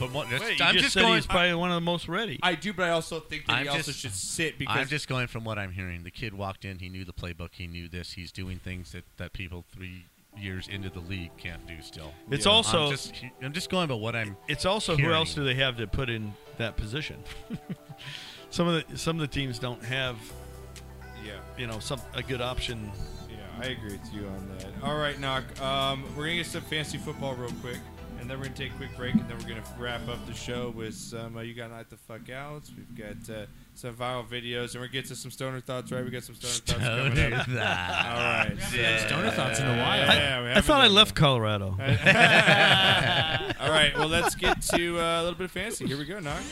S3: But what? that's-
S5: Wait, you
S3: I'm
S5: just
S3: just
S5: said
S3: going-
S5: he's probably one of the most ready.
S2: I do, but I also think that he also should sit because
S3: I'm just going from what I'm hearing. The kid walked in, he knew the playbook, he knew this. He's doing things that, that people three years into the league can't do still.
S5: It's
S3: You know,
S5: also
S3: I'm just, I'm just going by what I'm.
S5: It's also who
S3: hearing.
S5: else do they have to put in that position? *laughs* some of the some of the teams don't have.
S2: Yeah.
S5: You know, some a good option.
S2: Yeah, I agree with you on that. All right, Knock. Um, we're gonna get some fancy football real quick, and then we're gonna take a quick break, and then we're gonna wrap up the show with some. Uh, you got knocked the fuck out. We've got uh, some viral videos, and we're gonna get to some stoner thoughts. Right? We got some stoner, thoughts coming up.
S5: Stoner thoughts.
S2: All right.
S5: We haven't done stoner thoughts in a while.
S2: Yeah,
S5: I-
S2: we haven't
S5: I thought I
S2: done
S5: left
S2: that.
S5: Colorado.
S2: All right. Well, let's get to uh, a little bit of fancy. Here we go, Knock.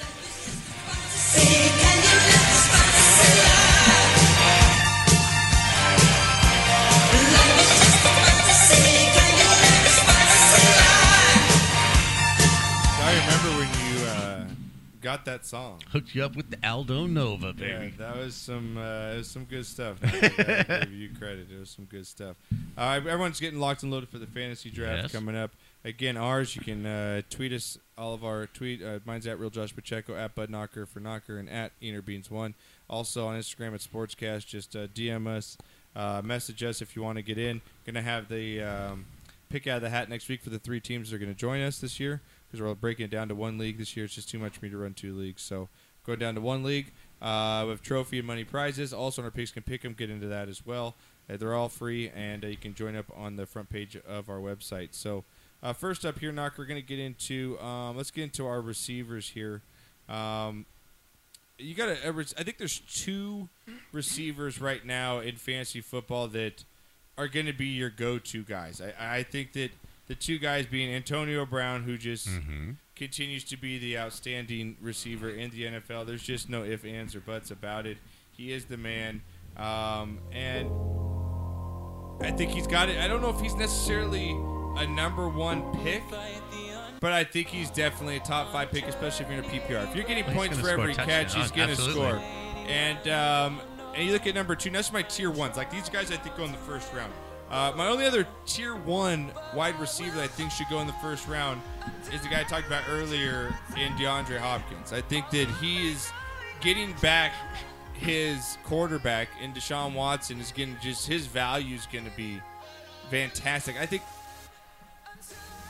S2: I remember when you uh, got that song.
S3: Hooked you up with the Aldo Nova, baby.
S2: Yeah, that was some uh, it was some good stuff. I gotta give you credit. It was some good stuff. Uh, everyone's getting locked and loaded for the fantasy draft
S3: Yes.
S2: coming up. Again, ours. You can uh, tweet us all of our tweet. Uh, mine's at real Josh Pacheco, at Bud Knocker for Knocker, and at Inner Beans One. Also on Instagram at Sportscast. Just uh, DM us, uh, message us if you want to get in. Gonna have the um, pick out of the hat next week for the three teams that are gonna join us this year because we're breaking it down to one league this year. It's just too much for me to run two leagues, so go down to one league. Uh, we have trophy and money prizes. Also, on our picks can pick them. Get into that as well. Uh, they're all free, and uh, you can join up on the front page of our website. So, uh, first up here, Knock, we're going to get into um, let's get into our receivers here. Um, you got to. I think there's two receivers right now in fantasy football that are going to be your go-to guys. I, I think that the two guys being Antonio Brown, who just
S3: Mhm.
S2: continues to be the outstanding receiver in the NFL. There's just no ifs, ands, or buts about it. He is the man, um, and I think he's got it. I don't know if he's necessarily a number one pick, but I think he's definitely a top five pick, especially if you're in a PPR. If you're getting
S3: He's
S2: points
S3: gonna
S2: for
S3: score
S2: every catch,
S3: touchdowns,
S2: he's going to
S3: absolutely.
S2: score. And um, and you look at number two. That's my tier ones. Like these guys, I think go in the first round. Uh, my only other tier one wide receiver that I think should go in the first round is the guy I talked about earlier in DeAndre Hopkins. I think that he is getting back his quarterback in Deshaun Watson is getting just his value is going to be fantastic. I think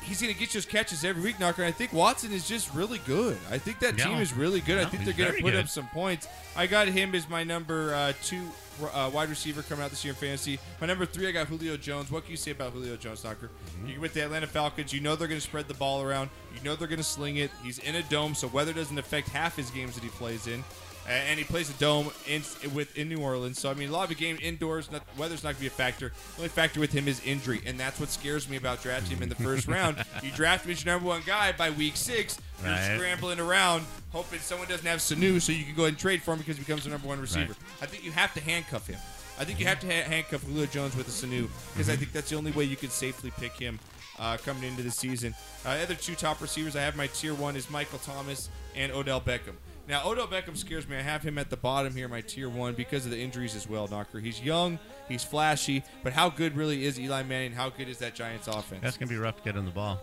S2: he's going to get those catches every week, Knocker. And I think Watson is just really good. I think that
S14: Yeah.
S2: team is really good. I
S14: No,
S2: think they're
S14: he's
S2: going to
S14: very
S2: put
S14: good.
S2: up some points. I got him as my number uh, two uh, wide receiver coming out this year in fantasy. My number three, I got Julio Jones. What can you say about Julio Jones, Knocker? You're with the Atlanta Falcons. You know they're going to spread the ball around. You know they're going to sling it. He's in a dome, so weather doesn't affect half his games that he plays in. Uh, and he plays a dome in with in New Orleans. So I mean, a lot of the game indoors, not, weather's not going to be a factor. The only factor with him is injury, and that's what scares me about drafting him in the first round. You draft him as your number one guy by week six. You're
S14: Right.
S2: scrambling around, hoping someone doesn't have Sanu, so you can go ahead and trade for him because he becomes the number one receiver. I think you have to handcuff him. I think you have to ha- handcuff Julio Jones with a Sanu because I think that's the only way you can safely pick him uh, coming into the season. Uh, the other two top receivers I have in my tier one is Michael Thomas and Odell Beckham. Now Odell Beckham scares me. I have him at the bottom here, in my tier one, because of the injuries as well. Knocker, he's young, he's flashy, but how good really is Eli Manning? How good is that Giants offense?
S3: That's going to be rough getting the ball.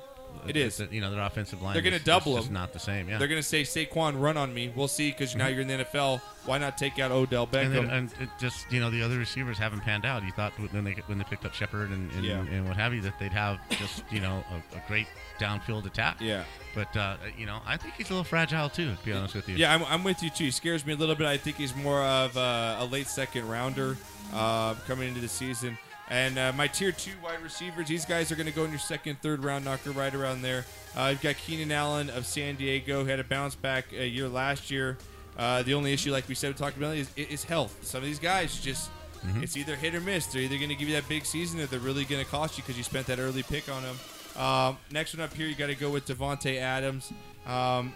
S2: It is.
S3: You know, their offensive line.
S2: They're going
S3: is-
S2: to
S3: is
S2: double
S3: just
S2: him.
S3: Not the same. Yeah. Mm-hmm.
S2: They're going to say Saquon, run on me. We'll see because now you're in the NFL. Why not take out Odell Beckham?
S3: And, then, and it just you know the other receivers haven't panned out. You thought when they when they picked up Shepard and and,
S2: Yeah.
S3: and what have you that they'd have just you know a, a great downfield attack.
S2: Yeah.
S3: But uh, you know I think he's a little fragile too. To be honest with you.
S2: Yeah, I'm, I'm with you too. He scares me a little bit. I think he's more of uh, a late second rounder uh, coming into the season. And uh, my tier two wide receivers, these guys are going to go in your second, third round knocker right around there. Uh, you've got Keenan Allen of San Diego, who had a bounce back a year last year. Uh, the only issue, like we said, we talked about is, is health. Some of these guys just,
S3: Mhm.
S2: it's either hit or miss. They're either going to give you that big season or they're really going to cost you because you spent that early pick on them. Um, next one up here, you got to go with Devonte Adams. Um,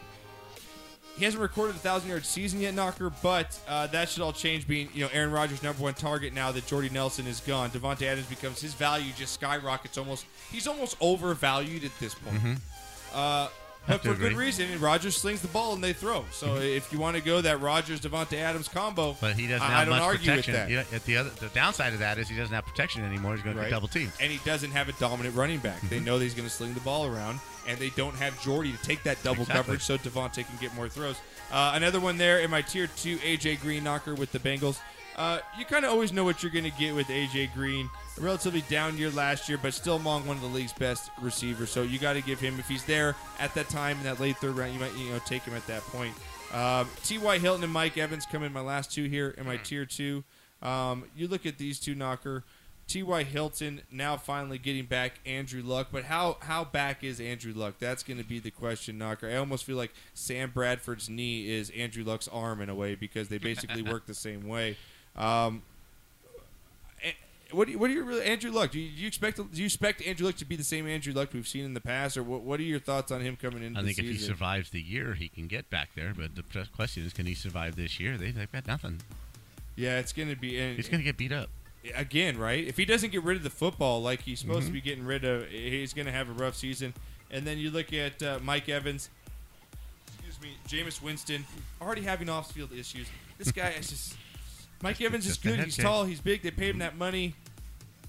S2: he hasn't recorded a thousand yard season yet, Knocker, but uh, that should all change. Being you know Aaron Rodgers' number one target now that Jordy Nelson is gone, Devonte Adams becomes his value just skyrockets. Almost he's almost overvalued at this point.
S3: Mhm.
S2: Uh,
S3: Have
S2: but
S3: to
S2: for good
S3: agree. Mm-hmm.
S2: reason, and Rodgers slings the ball and they throw. So if you want to go that Rodgers Devonte Adams combo,
S3: But he doesn't
S2: I,
S3: have
S2: I don't
S3: much
S2: argue
S3: protection.
S2: with that.
S3: Yeah, at the other, the downside of that is he doesn't have protection anymore. He's going to
S2: Right.
S3: be double teamed. Mm-hmm.
S2: And he doesn't have a dominant running back. They know that he's going to sling the ball around, and they don't have Jordy to take that double
S3: Exactly.
S2: coverage so Devontae can get more throws. Uh, another one there in my tier two, AJ Green knocker with the Bengals. Uh, you kind of always know what you're going to get with AJ Green. A relatively down year last year, but still among one of the league's best receivers. So you got to give him if he's there at that time in that late third round, you might you know take him at that point. Um, T.Y. Hilton and Mike Evans come in my last two here in
S3: Mm.
S2: my tier two. Um, you look at these two knocker. T.Y. Hilton now finally getting back Andrew Luck, but how how back is Andrew Luck? That's going to be the question, knocker. I almost feel like Sam Bradford's knee is Andrew Luck's arm in a way because they basically work the same way. Um, eh, what do you, what do you really Andrew Luck? Do you, do you expect do you expect Andrew Luck to be the same Andrew Luck we've seen in the past, or what, what are your thoughts on him coming into
S3: I
S2: the
S3: think if
S2: season?
S3: he survives the year, he can get back there. But the pre- question is, can he survive this year? They, they've got nothing.
S2: Yeah, it's going to be. And
S3: He's going to get beat up
S2: again, right? If he doesn't get rid of the football like he's supposed
S3: Mhm.
S2: to be getting rid of, he's going to have a rough season. And then you look at uh, Mike Evans, excuse me, Jameis Winston, already having off-field issues. This guy is just. Mike Evans is
S3: just a
S2: good.
S3: head
S2: He's
S3: case.
S2: tall. He's big. They paid him that money.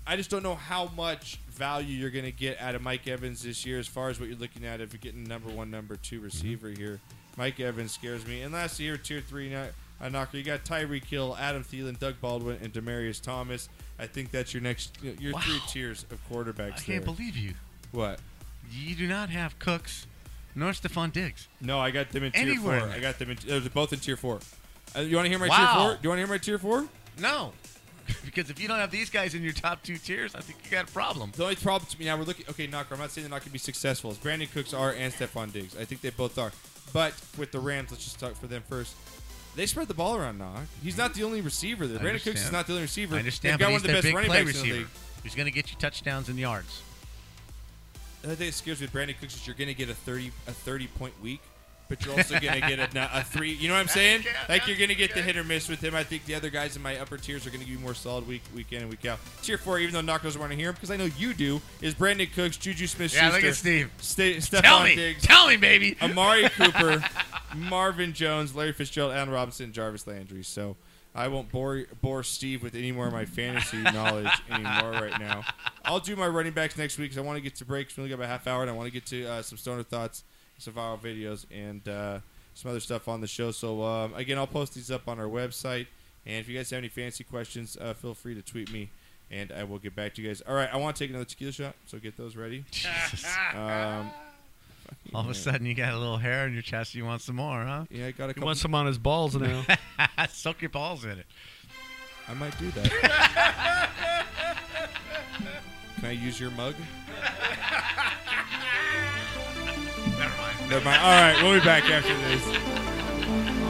S2: I just don't know how much value you're going to get out of Mike Evans this year, as far as what you're looking at if you're getting number one, number two receiver
S3: Mm-hmm.
S2: here. Mike Evans scares me. And last year, tier three kno- uh, knocker, you got Tyreek Hill, Adam Thielen, Doug Baldwin, and Demarius Thomas. I think that's your next your three tiers of quarterbacks.
S3: I can't believe you.
S2: What?
S3: You do not have Cooks nor Stephon Diggs.
S2: No, I got them in tier
S3: Anywhere.
S2: four. I got them in. They're both in tier four. Uh, you want to hear my
S3: Wow.
S2: tier four? Do you want to hear my tier four?
S3: No. *laughs* because if you don't have these guys in your top two tiers, I think you got a problem.
S2: The only problem to me now we're looking. Okay, Knocker, I'm not saying they're not going to be successful. It's Brandon Cooks are and Stephon Diggs. I think they both are. But with the Rams, let's just talk for them first. They spread the ball around, Knock. He's not the only receiver there.
S3: I
S2: Brandon Cooks is
S3: understand.
S2: not the only receiver.
S3: I understand,
S2: They've got one
S3: but he's
S2: of the
S3: their
S2: best
S3: big
S2: running
S3: play
S2: backs in the
S3: receiver.
S2: league.
S3: He's going to get you touchdowns and yards.
S2: The thing that scares me with Brandon Cooks is you're going to get a thirty a thirty point week, but you're also going to get
S3: *laughs*
S2: a, a three. You know what I'm saying? Like you're going to get the hit or miss with him. I think the other guys in my upper tiers are going to be more solid week week in and week out. Tier four, even though Knock doesn't want to hear him because I know you do, is Brandon Cooks, Juju Smith,
S3: Yeah, look at Steve.
S2: Sta-
S3: Tell
S2: *laughs* Stephon
S3: me.
S2: Diggs,
S3: Tell me, baby.
S2: Amari Cooper, Marvin Jones, Larry Fitzgerald, Allen Robinson, Jarvis Landry. So. I won't bore bore Steve with any more of my fantasy knowledge anymore right now. I'll do my running backs next week because I want to get to breaks. We only got about a half hour, and I want to get to uh, some stoner thoughts, some viral videos, and uh, some other stuff on the show. So um, again, I'll post these up on our website. And if you guys have any fancy questions, uh, feel free to tweet me, and I will get back to you guys. All right, I want to take another tequila shot, so get those ready. Um,
S3: All of a sudden, you got a little hair on your chest. You want some more, huh? *laughs*
S2: Yeah, I got a
S5: He wants some on his balls *laughs* now.
S3: Soak your balls in it.
S2: I might do *laughs* that. Can I use your mug?
S3: Never mind.
S2: Never mind. All right, we'll be back after this.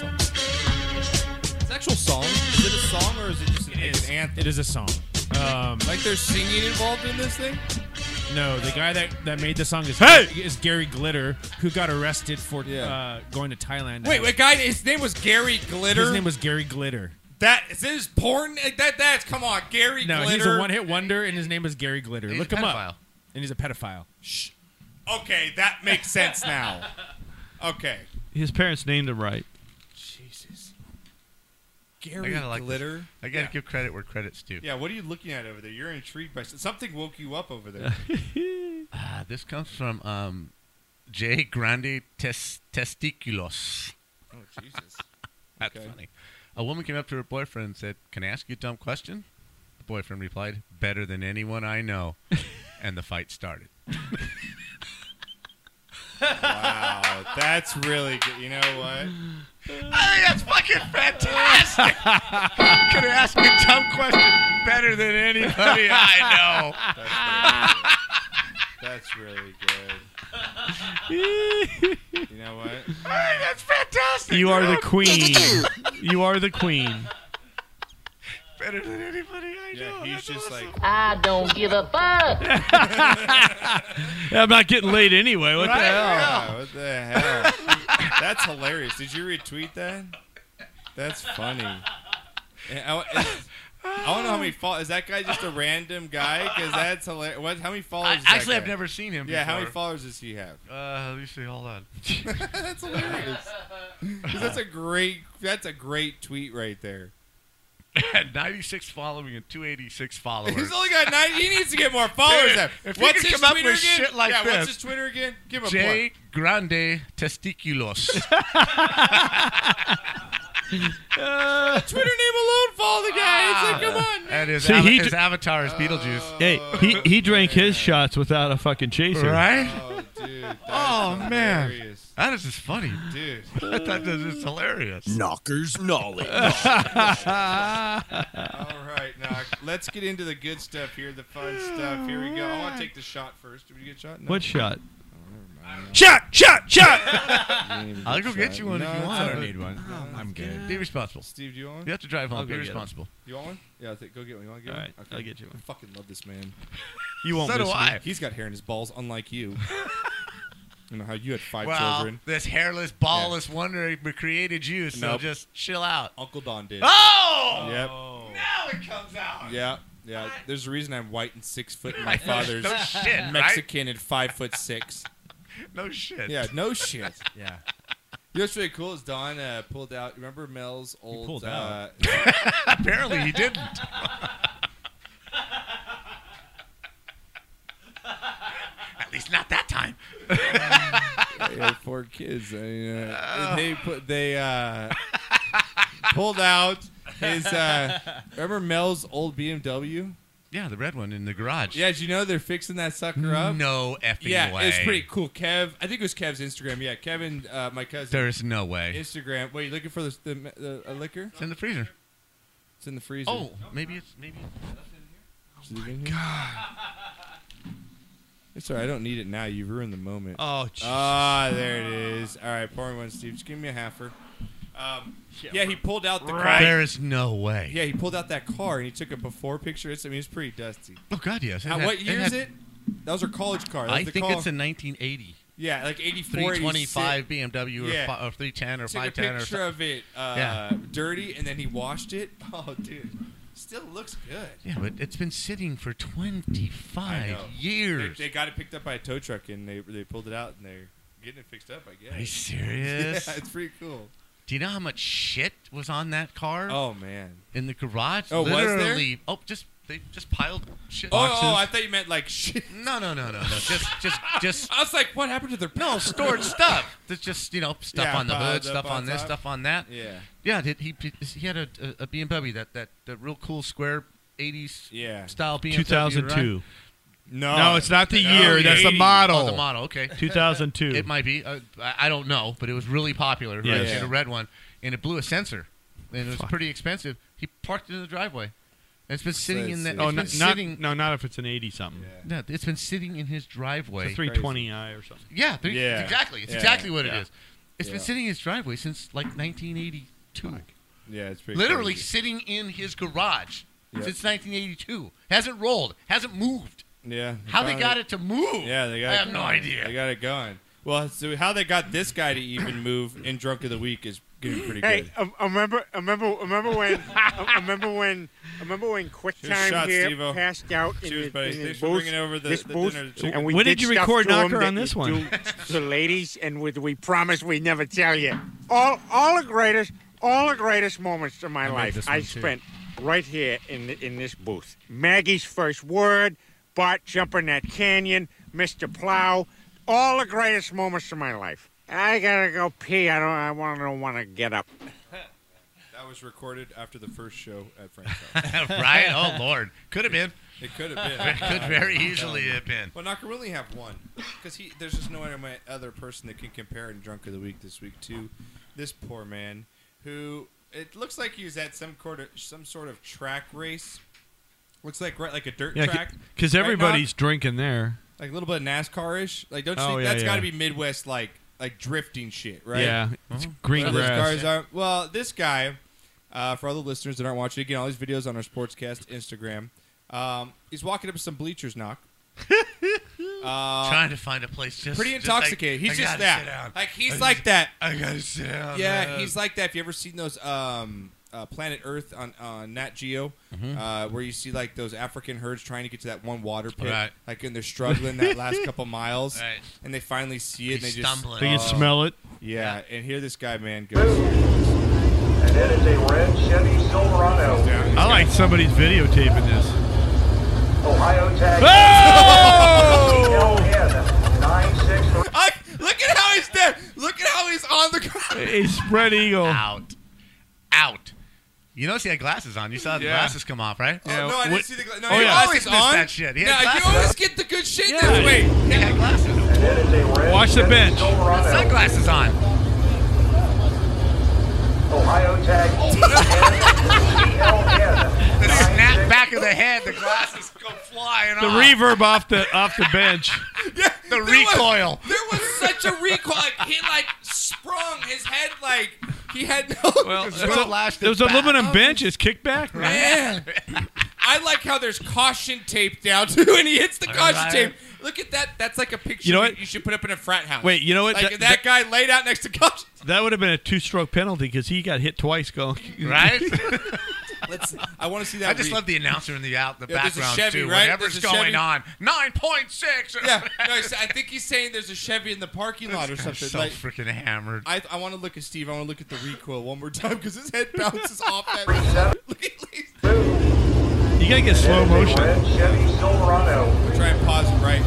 S2: It's an actual song. Is it a song or is it just an, like an anthem?
S4: It is a song. Um,
S2: Like there's singing involved in this thing?
S4: no, the guy that, that made the song is is Gary Glitter, who got arrested for uh, going to Thailand.
S2: Wait, wait, guy. His name was Gary Glitter.
S4: His name was Gary Glitter.
S2: that is this porn. That that's come on, Gary
S4: No,
S2: Glitter.
S4: he's a one hit wonder, and his name is Gary Glitter.
S2: He's
S4: Look
S2: a
S4: him
S2: pedophile.
S4: up. And he's a pedophile.
S2: Shh. Okay, that makes sense now. Okay,
S5: His parents named him right.
S2: Jesus.
S3: I
S2: Gary
S3: gotta like
S2: Glitter.
S3: this. I gotta
S2: Yeah.
S3: give credit where credit's due.
S2: Yeah, what are you looking at over there? You're intrigued by s- something. Woke you up over there. *laughs*
S3: Ah, this comes from um, J. Grande Tes- Testiculos.
S2: oh Jesus.
S3: *laughs* That's
S2: Okay.
S3: funny. A woman came up to her boyfriend and said, Can I ask you a dumb question? The boyfriend replied, Better than anyone
S2: *laughs*
S3: I know. and the fight started.
S2: Wow, that's really good. You know
S3: *laughs*
S2: what?
S3: I think that's fucking fantastic.
S4: *laughs*
S3: Could I ask a dumb question better than
S4: *laughs*
S3: anybody I
S2: That's really good. You know what?
S3: that's fantastic.
S17: You are the
S3: bro.
S17: queen. you are the queen.
S3: *laughs* know? Better than anybody I know.
S2: He's just like
S6: I don't give a fuck.
S17: Yeah, I'm not getting laid anyway. What
S2: Right?
S17: the hell?
S2: Yeah, what the hell? That's hilarious. Did you retweet that? That's funny. And I, I don't know how
S3: *laughs*
S2: many followers. Is that guy just a random guy? Because that's hilarious. What, how many followers? does that
S3: actually, I've
S2: guy-
S3: never seen him
S2: Yeah, how many
S3: before.
S2: followers does he have?
S3: Uh, let me see. Hold *laughs* on.
S2: that's hilarious. 'Cause that's a great. That's a great tweet right there.
S3: 96 following and 286 followers.
S2: He's only got nine. He needs to get more followers.
S3: Dude,
S2: up.
S3: if he
S2: what's
S3: could
S2: his
S3: come up
S2: Twitter
S3: with
S2: again?
S3: shit like
S2: yeah,
S3: this.
S2: What's his Twitter again? Give him a plug.
S3: J. Grande Testiculos.
S2: *laughs* Twitter name alone, follow the guy. It's like, come on.
S3: and his,
S5: See,
S3: ava-
S5: he
S3: his
S5: d-
S3: avatar
S2: Uh,
S3: is Beetlejuice.
S5: Hey, he, he drank his shots without a fucking chaser.
S3: Right?
S2: Oh, dude.
S3: Oh, man.
S2: hilarious.
S3: That is just funny.
S2: Dude.
S3: *laughs* I thought this was hilarious.
S18: Knocker's knowledge.
S2: All right, knock. Let's get into the good stuff here, the fun stuff. Here we go. I want to take the shot first. Did we get shot? No.
S5: What shot?
S2: Shot! Shot! Shot!
S3: I'll go get you one
S2: No,
S3: if you
S2: it's
S3: want.
S2: all right. No,
S3: I'm
S2: it's
S3: good.
S2: good.
S3: Be responsible.
S2: Steve, do you want one?
S3: You have to drive home.
S5: I'll
S3: Be
S5: go get it.
S3: responsible.
S2: You want one? Yeah, I think, go get one. You want to get
S5: All
S2: one?
S5: right, I'll get you one.
S2: I fucking love this man.
S5: You won't
S3: So do
S5: miss me.
S3: I.
S5: *laughs*
S2: He's got hair in his balls, unlike you. You know how you had five
S3: well,
S2: children.
S3: this hairless, ballless wonder created you, so
S2: Nope.
S3: just chill out.
S2: Uncle Don did.
S3: Oh!
S2: Yep.
S3: Now it comes out.
S2: Yeah, yeah. There's a reason I'm white and six foot, and my father's
S3: No shit, right?
S2: Mexican and five foot six.
S3: No shit.
S2: Yeah, no
S3: *laughs*
S2: shit.
S4: Yeah.
S2: You know what's really cool is Don uh, pulled out. Remember Mel's old?
S3: pulled
S2: uh,
S3: out.
S2: *laughs*
S3: Apparently he didn't. At least not that time.
S2: they had four kids. I mean, uh, and they put they uh, *laughs* pulled out his. Uh, remember Mel's old BMW?
S3: Yeah, the red one in the garage.
S2: Yeah, did you know they're fixing that sucker up?
S3: No effing
S2: yeah,
S3: way.
S2: it's pretty cool. Kev, I think it was Kev's Instagram. Yeah, Kevin, uh, my cousin.
S3: There's no way.
S2: Instagram. Wait, you looking for the the, the a liquor? It's
S3: in the freezer.
S2: It's in the freezer.
S3: Oh, maybe it's maybe.
S2: Is it in here? It's all right. I don't need it now. You ruined the moment.
S5: Oh,
S2: ah, there it is. All right, pour me one, Steve. Just give me a halfer. *laughs* Um, yeah, he pulled out the car.
S3: There is no way.
S2: Yeah, he pulled out that car and he took a before picture. It's, I mean, it's pretty dusty.
S3: Oh God, yes. It
S2: Now,
S3: had-
S2: Uh, what year
S3: it
S2: is
S3: had-
S2: it? That was her college car. That was
S3: I
S2: the
S3: think
S2: car.
S3: it's a 1980.
S2: Yeah, like 84,
S3: 325
S2: 86.
S3: BMW or,
S2: Yeah.
S3: fi- or 310 or
S2: Took a
S3: 510 or
S2: picture
S3: something.
S2: of it uh,
S3: Yeah.
S2: dirty, and then he washed it. *laughs* Oh, dude, still looks good.
S3: Yeah, but it's been sitting for 25
S2: know.
S3: years.
S2: They, they got it picked up by a tow truck, and they they pulled it out, and they're getting it fixed up. I guess.
S3: Are you
S2: *laughs*
S3: serious?
S2: yeah, it's pretty cool.
S3: Do you know how much shit was on that car?
S2: Oh man,
S3: in the garage.
S2: Oh, was there?
S3: literally. Oh, just they just piled shit.
S2: Oh,
S3: boxes.
S2: oh, I thought you meant like shit.
S3: *laughs* No, no, no, no, no. Just, just, just.
S2: I was like, what happened to their?
S3: No, stored stuff. There's just you know stuff
S2: Yeah,
S3: on the
S2: piled
S3: hood,
S2: up
S3: stuff on,
S2: on
S3: this,
S2: top.
S3: stuff on that.
S2: *laughs* Yeah.
S3: Yeah. Did he? He had a, a, a BMW that that that real cool square '80s
S2: Yeah.
S3: style BMW.
S19: 2002.
S3: right?
S2: No.
S19: No, it's not the year, that's the
S3: 80s.
S19: model.
S3: Oh, the model. Okay.
S19: 2002.
S3: It might be. Uh, I I don't know, but it was really popular. Right?
S19: Yes.
S3: She had a red one, and it blew a sensor, and it was pretty expensive. He parked it in the driveway, and it's been sitting in that.
S19: Oh,
S3: it's
S19: no,
S3: been
S19: not,
S3: sitting.
S19: no, not if it's an 80 something.
S3: No, it's been sitting in his driveway.
S19: It's a 320i or something.
S3: Yeah, three,
S19: Yeah.
S3: exactly. It's
S19: Yeah.
S3: exactly what
S19: Yeah.
S3: it is. It's been
S19: Yeah.
S3: sitting in his driveway since like 1982.
S2: Yeah, it's pretty.
S3: Literally
S2: crazy.
S3: sitting in his garage
S2: Yep.
S3: since 1982. Hasn't rolled. Hasn't moved.
S2: Yeah.
S3: How they
S2: finally-
S3: got it to move?
S2: Yeah, they got.
S3: I
S2: it
S3: have no
S2: going.
S3: idea.
S2: They got it going. Well, so how they got this guy to even move in drunk of the week is getting pretty
S20: Hey,
S2: good.
S20: Um, I, I remember, I remember, I remember when, I, I remember when, I remember when
S2: Cheers,
S20: QuickTime
S2: shots,
S20: here
S2: Steve-O.
S20: passed out in
S2: Cheers,
S20: the,
S2: buddy.
S20: in the
S2: Thanks for
S20: booth,
S2: bringing over the-
S20: this
S2: the
S20: booth,
S2: dinner, the chicken.
S20: and we
S19: When did you
S20: stuff
S19: record
S20: to 'em
S19: Knocker
S20: that
S19: on this
S20: you
S19: one?
S20: do to ladies, and with we promise we never tell you. All, all the greatest, all the greatest moments of my
S21: I made
S20: life
S21: this
S20: I
S21: one, too.
S20: spent right here in the, in this booth. Maggie's first word, Bart jumping that canyon, Mr. Plow, all the greatest moments of my life. I gotta go pee. I don't. I want to want to get up.
S2: That was recorded after the first show at Frank's house.
S3: *laughs* Right? Oh, Lord. Could have been.
S2: It could have been. *laughs*
S3: It could very
S2: I'm
S3: easily
S2: telling you.
S3: have been.
S2: Well, Knocker, we only have one because he. There's just no other ma- other person that can compare in drunk of the week this week to this poor man who it looks like he was at some sort of some sort of track race. Looks like right like a dirt track.
S19: because
S2: Right, Knock?
S19: everybody's drinking there.
S2: like a little bit of NASCAR ish. Like, don't you
S19: Oh,
S2: think
S19: yeah,
S2: that's
S19: yeah.
S2: got to be Midwest like like drifting shit, right?
S19: Yeah, it's Mhm. green
S2: Where those
S19: grass.
S2: cars are- well, this guy, uh, for all the listeners that aren't watching, again, all these videos on our Sportscast Instagram. Um, he's walking up to some bleachers, knock. Uh,
S3: Trying to find a place just
S2: pretty
S3: just like,
S2: intoxicated.
S3: I
S2: he's just
S3: gotta
S2: that.
S3: sit down.
S2: Like he's
S3: I just-
S2: like that.
S3: I gotta sit down.
S2: Yeah,
S3: man.
S2: he's like that. If you ever seen those um, uh, Planet Earth on on Nat Geo,
S3: Mm-hmm.
S2: uh, where you see like those African herds trying to get to that one water pit,
S3: Right.
S2: like and they're struggling that
S3: *laughs*
S2: last couple miles,
S3: Right.
S2: and they finally see it,
S3: He's
S2: and they
S3: stumbling.
S2: just
S3: They can
S19: smell it.
S2: Yeah, and here this guy man goes.
S22: And it is a red Chevy Silverado.
S19: I like somebody's videotaping this.
S22: Ohio tag.
S2: I, look at how he's there. Look at how he's on the ground.
S19: A spread eagle.
S3: Out. Out. You notice he had glasses on. You saw the
S2: Yeah.
S3: glasses come off, right?
S2: Oh, no, I didn't see the gla- no,
S3: oh,
S2: he
S3: yeah.
S2: had
S3: always
S2: glasses
S3: missed
S2: on?
S3: that shit. He had
S2: Yeah, you
S3: glasses.
S2: always get the good shit
S3: yeah.
S2: this way.
S3: He had glasses.
S19: Watch the bench.
S3: Sunglasses on.
S22: Ohio tag.
S3: The snap back of the head. The glasses go flying
S19: The
S3: off.
S19: reverb off the off the bench.
S2: *laughs*
S3: the recoil.
S2: There was such a recoil. Like, he like sprung his head like he had no.
S19: Well,
S2: His
S19: that's
S2: foot
S19: a-
S2: lashed
S19: there's
S2: back.
S19: aluminum bench. It's kickback.
S2: *laughs* Man, I like how there's caution tape down too, and he hits the
S19: All
S2: caution
S19: right.
S2: tape. Look at that. That's like a picture
S5: You
S2: you,
S5: know what?
S2: you should put up in a frat house.
S5: Wait, you know what?
S2: Like
S5: That-
S2: that, guy laid out next to Gosh.
S5: That would have been a two-stroke penalty because he got hit twice going. *laughs*
S3: Right?
S2: Let's. I want to see
S3: I just love the announcer in the out the
S2: Yeah, there's a
S3: background
S2: Chevy,
S3: too.
S2: right?
S3: Whatever's
S2: There's a
S3: going
S2: Chevy.
S3: on, nine point six. *laughs*
S2: Yeah, *laughs* no, he's- I think he's saying there's a Chevy in the parking lot or
S3: guy's
S2: something.
S3: so
S2: like,
S3: freaking hammered.
S2: I, I want to look at Steve. I want to look at the recoil one more time because his head bounces off that. *laughs* Look at
S5: You gotta get slow motion.
S2: Chevy Silverado. We'll try and pause it right.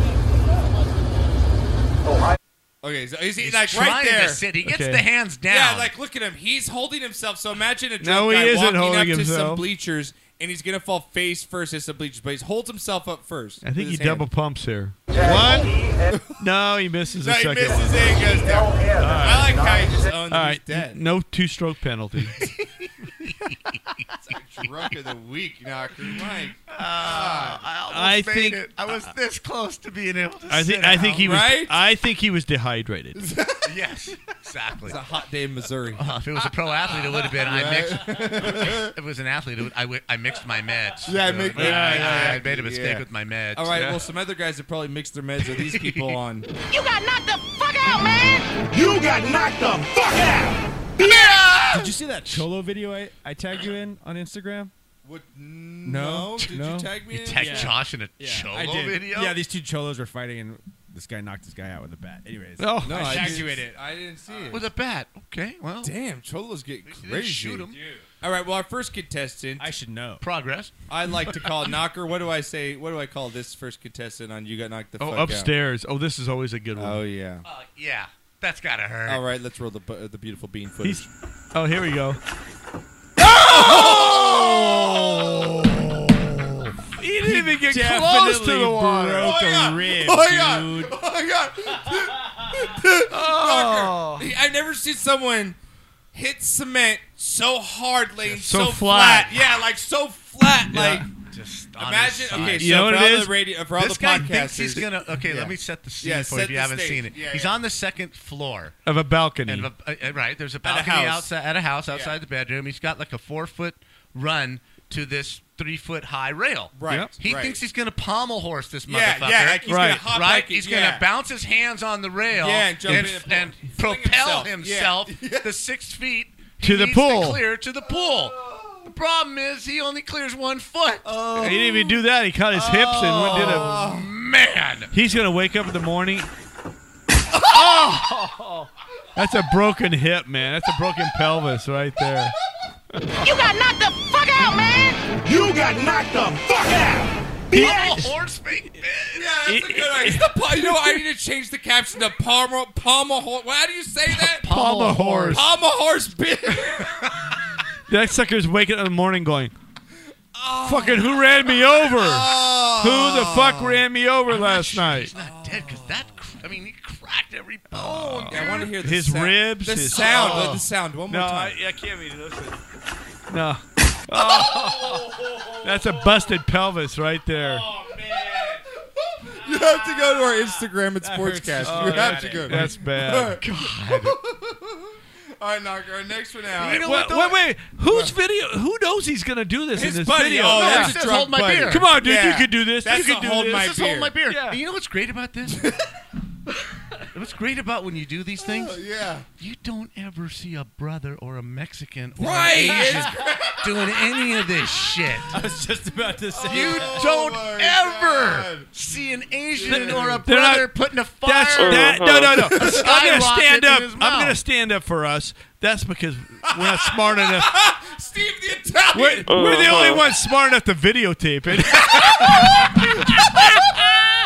S2: Oh, I. Okay, so he's,
S3: He's
S2: like
S3: trying
S2: right
S3: to
S2: there.
S3: sit. He gets Okay. the hands
S2: Yeah,
S3: down.
S2: like look at him. He's holding himself. So imagine a drunk
S5: No, he
S2: guy
S5: isn't
S2: walking up
S5: holding
S2: to some
S5: himself.
S2: bleachers and he's gonna fall face first into the bleachers, but he holds himself up first.
S5: I think he
S2: with his
S5: double pumps here.
S2: hand. *laughs*
S5: No, he misses
S2: No,
S5: a
S2: he
S5: second.
S2: misses it. He goes down. I like how he just
S5: All
S2: owned that he's
S5: right,
S2: dead.
S5: no two-stroke
S2: *laughs*
S5: penalty.
S2: It's like drunk of the week, knocker. Mike.
S5: I almost made think- it.
S3: I
S2: uh,
S3: was this close to being able to.
S5: I think I think he was
S2: Right?
S5: I think he was dehydrated.
S2: *laughs*
S3: yes, exactly.
S2: It's a hot day in
S5: *laughs*
S2: Missouri.
S3: if it was a pro athlete, it would have
S2: *laughs*
S3: been. I mixed.
S2: Right?
S3: If it was an athlete, it would, I, would, I mixed my meds.
S2: Yeah, I
S3: You know
S2: mixed-
S3: what I, mean?
S2: yeah,
S3: I- I
S2: yeah.
S3: made a mistake
S2: Yeah.
S3: with my meds.
S2: All right,
S3: Yeah.
S2: well, some other guys that probably mixed their meds are these people on.
S23: *laughs* You got knocked the fuck out, man.
S2: You got knocked the fuck out.
S4: Did you see that Cholo video I, I tagged you in on Instagram?
S2: What?
S4: No.
S2: no. Did you tag me You in?
S3: tagged Josh in a Cholo
S4: I did.
S3: video?
S4: Yeah, these two Cholos were fighting, and this guy knocked this guy out with a bat. Anyways,
S3: Oh.
S2: No, I
S4: I tagged
S2: didn't-
S4: you in it.
S2: I didn't see it.
S3: With a bat. Okay, well.
S2: Damn, Cholo's getting
S3: didn't
S2: crazy.
S3: shoot him.
S2: All right, well, our first contestant. I
S4: should know.
S3: Progress.
S2: I like to call Knocker. What do I say? What do I call this first contestant on You Got Knocked the
S5: Oh,
S2: Fuck Out?
S5: upstairs. Oh, this is always a good one.
S2: Oh yeah.
S3: Uh, yeah, that's gotta hurt.
S2: All right, let's roll the, bu- the beautiful bean footage.
S5: He's, oh, here we go. He didn't even get close to the water.
S2: Oh my god! *laughs* Oh my god! oh. I've never seen someone hit cement so hard, laying so,
S5: So
S2: flat.
S5: flat.
S2: Yeah, like so flat.
S5: Yeah.
S2: Like
S3: Just
S2: imagine.
S3: on his
S2: Okay,
S3: side.
S2: so for all the radio, for all
S3: this
S2: the
S3: guy
S2: podcasters,
S3: thinks he's gonna. Okay,
S2: Yeah.
S3: let me set the scene
S2: Yeah,
S3: for you
S2: set
S3: if you
S2: the
S3: haven't
S2: stage.
S3: seen it.
S2: Yeah,
S3: he's
S2: yeah.
S3: on the second floor.
S5: Of a balcony.
S3: And a- uh, right, there's a
S2: At a
S3: balcony
S2: house.
S3: outside at a house outside the bedroom. He's got like a four foot run to this three foot high rail.
S2: Right, Yep.
S3: He
S2: right.
S3: thinks he's gonna pommel horse this
S2: Yeah,
S3: motherfucker.
S2: yeah, like he's gonna Right. hop
S3: right.
S2: like it,
S3: he's
S2: yeah.
S3: gonna bounce his hands on the rail.
S2: Yeah, and jump in
S3: and, and propel
S2: himself. *laughs*
S3: himself, the six feet he
S5: To the
S3: needs
S5: pool.
S3: clear to the pool. The problem is he only clears one foot.
S2: Oh.
S5: He didn't even do that. He caught his hips and went did
S3: Oh,
S5: a.
S3: man. *laughs*
S5: He's gonna wake up in the morning.
S23: Oh!
S5: That's a broken hip, man. That's a broken pelvis right there.
S23: You got knocked the fuck out, man. You got knocked the fuck out.
S2: bitch.
S3: horse me.
S2: Yeah, that's a good idea. It's the pa- you know, what? *laughs* I need to change the caption to pommel pommel horse. How do you say that?
S5: Pommel horse.
S2: Pommel horse. Bitch. *laughs*
S5: That sucker's waking up in the morning going, "Fucking who ran me over? Who the fuck ran me over last night?"
S3: not dead because that. Cr- I mean, he cracked every bone.
S2: I want to hear the
S5: His
S2: sound.
S5: ribs,
S2: The
S5: his-
S2: sound.
S5: Oh.
S2: The sound. One
S5: No,
S2: more time.
S5: I- can't be listening. No. Oh. That's a busted pelvis right there.
S2: You have to go to our Instagram at
S5: That
S2: Sportscast.
S5: hurts. Oh,
S2: you have
S5: got
S2: to
S5: it.
S2: go.
S5: That's *laughs* bad.
S2: God. Oh, *laughs* All right, Knocker. Our next one out.
S5: You know what, wait, wait, Whose video? Who knows he's gonna do this
S2: His
S5: in this
S2: buddy.
S5: video?
S2: Oh, that's a
S5: It says
S2: drunk buddy.
S5: Come on, dude. You
S2: Yeah.
S5: could do this.
S2: That's
S5: you
S2: a
S5: could do
S2: hold
S5: this.
S2: my
S3: Just hold my beer.
S5: Yeah.
S3: And you know what's great
S2: *laughs*
S3: about this? what's great about when you do these things?
S2: Oh, yeah.
S3: You don't ever see a brother or a Mexican or
S23: Right,
S3: an
S23: it's
S2: *laughs*
S3: Asian doing any of this shit.
S5: *laughs*
S3: I
S4: was just about to say.
S3: You
S23: that.
S3: don't
S23: Oh my
S3: ever see an Asian
S23: They're-
S3: or a
S5: They're not-
S3: brother putting a fire.
S5: That's that.
S2: *laughs*
S5: No, no, no.
S3: a
S5: I'm gonna
S3: skyrocket
S5: stand
S3: in
S5: up.
S3: his
S5: I'm gonna
S3: mouth.
S5: stand up for us. That's because we're not smart
S2: *laughs*
S5: enough.
S2: Steve the Italian.
S5: We're, we're the
S2: Uh-huh.
S5: only ones smart enough to videotape
S2: *laughs*
S5: it.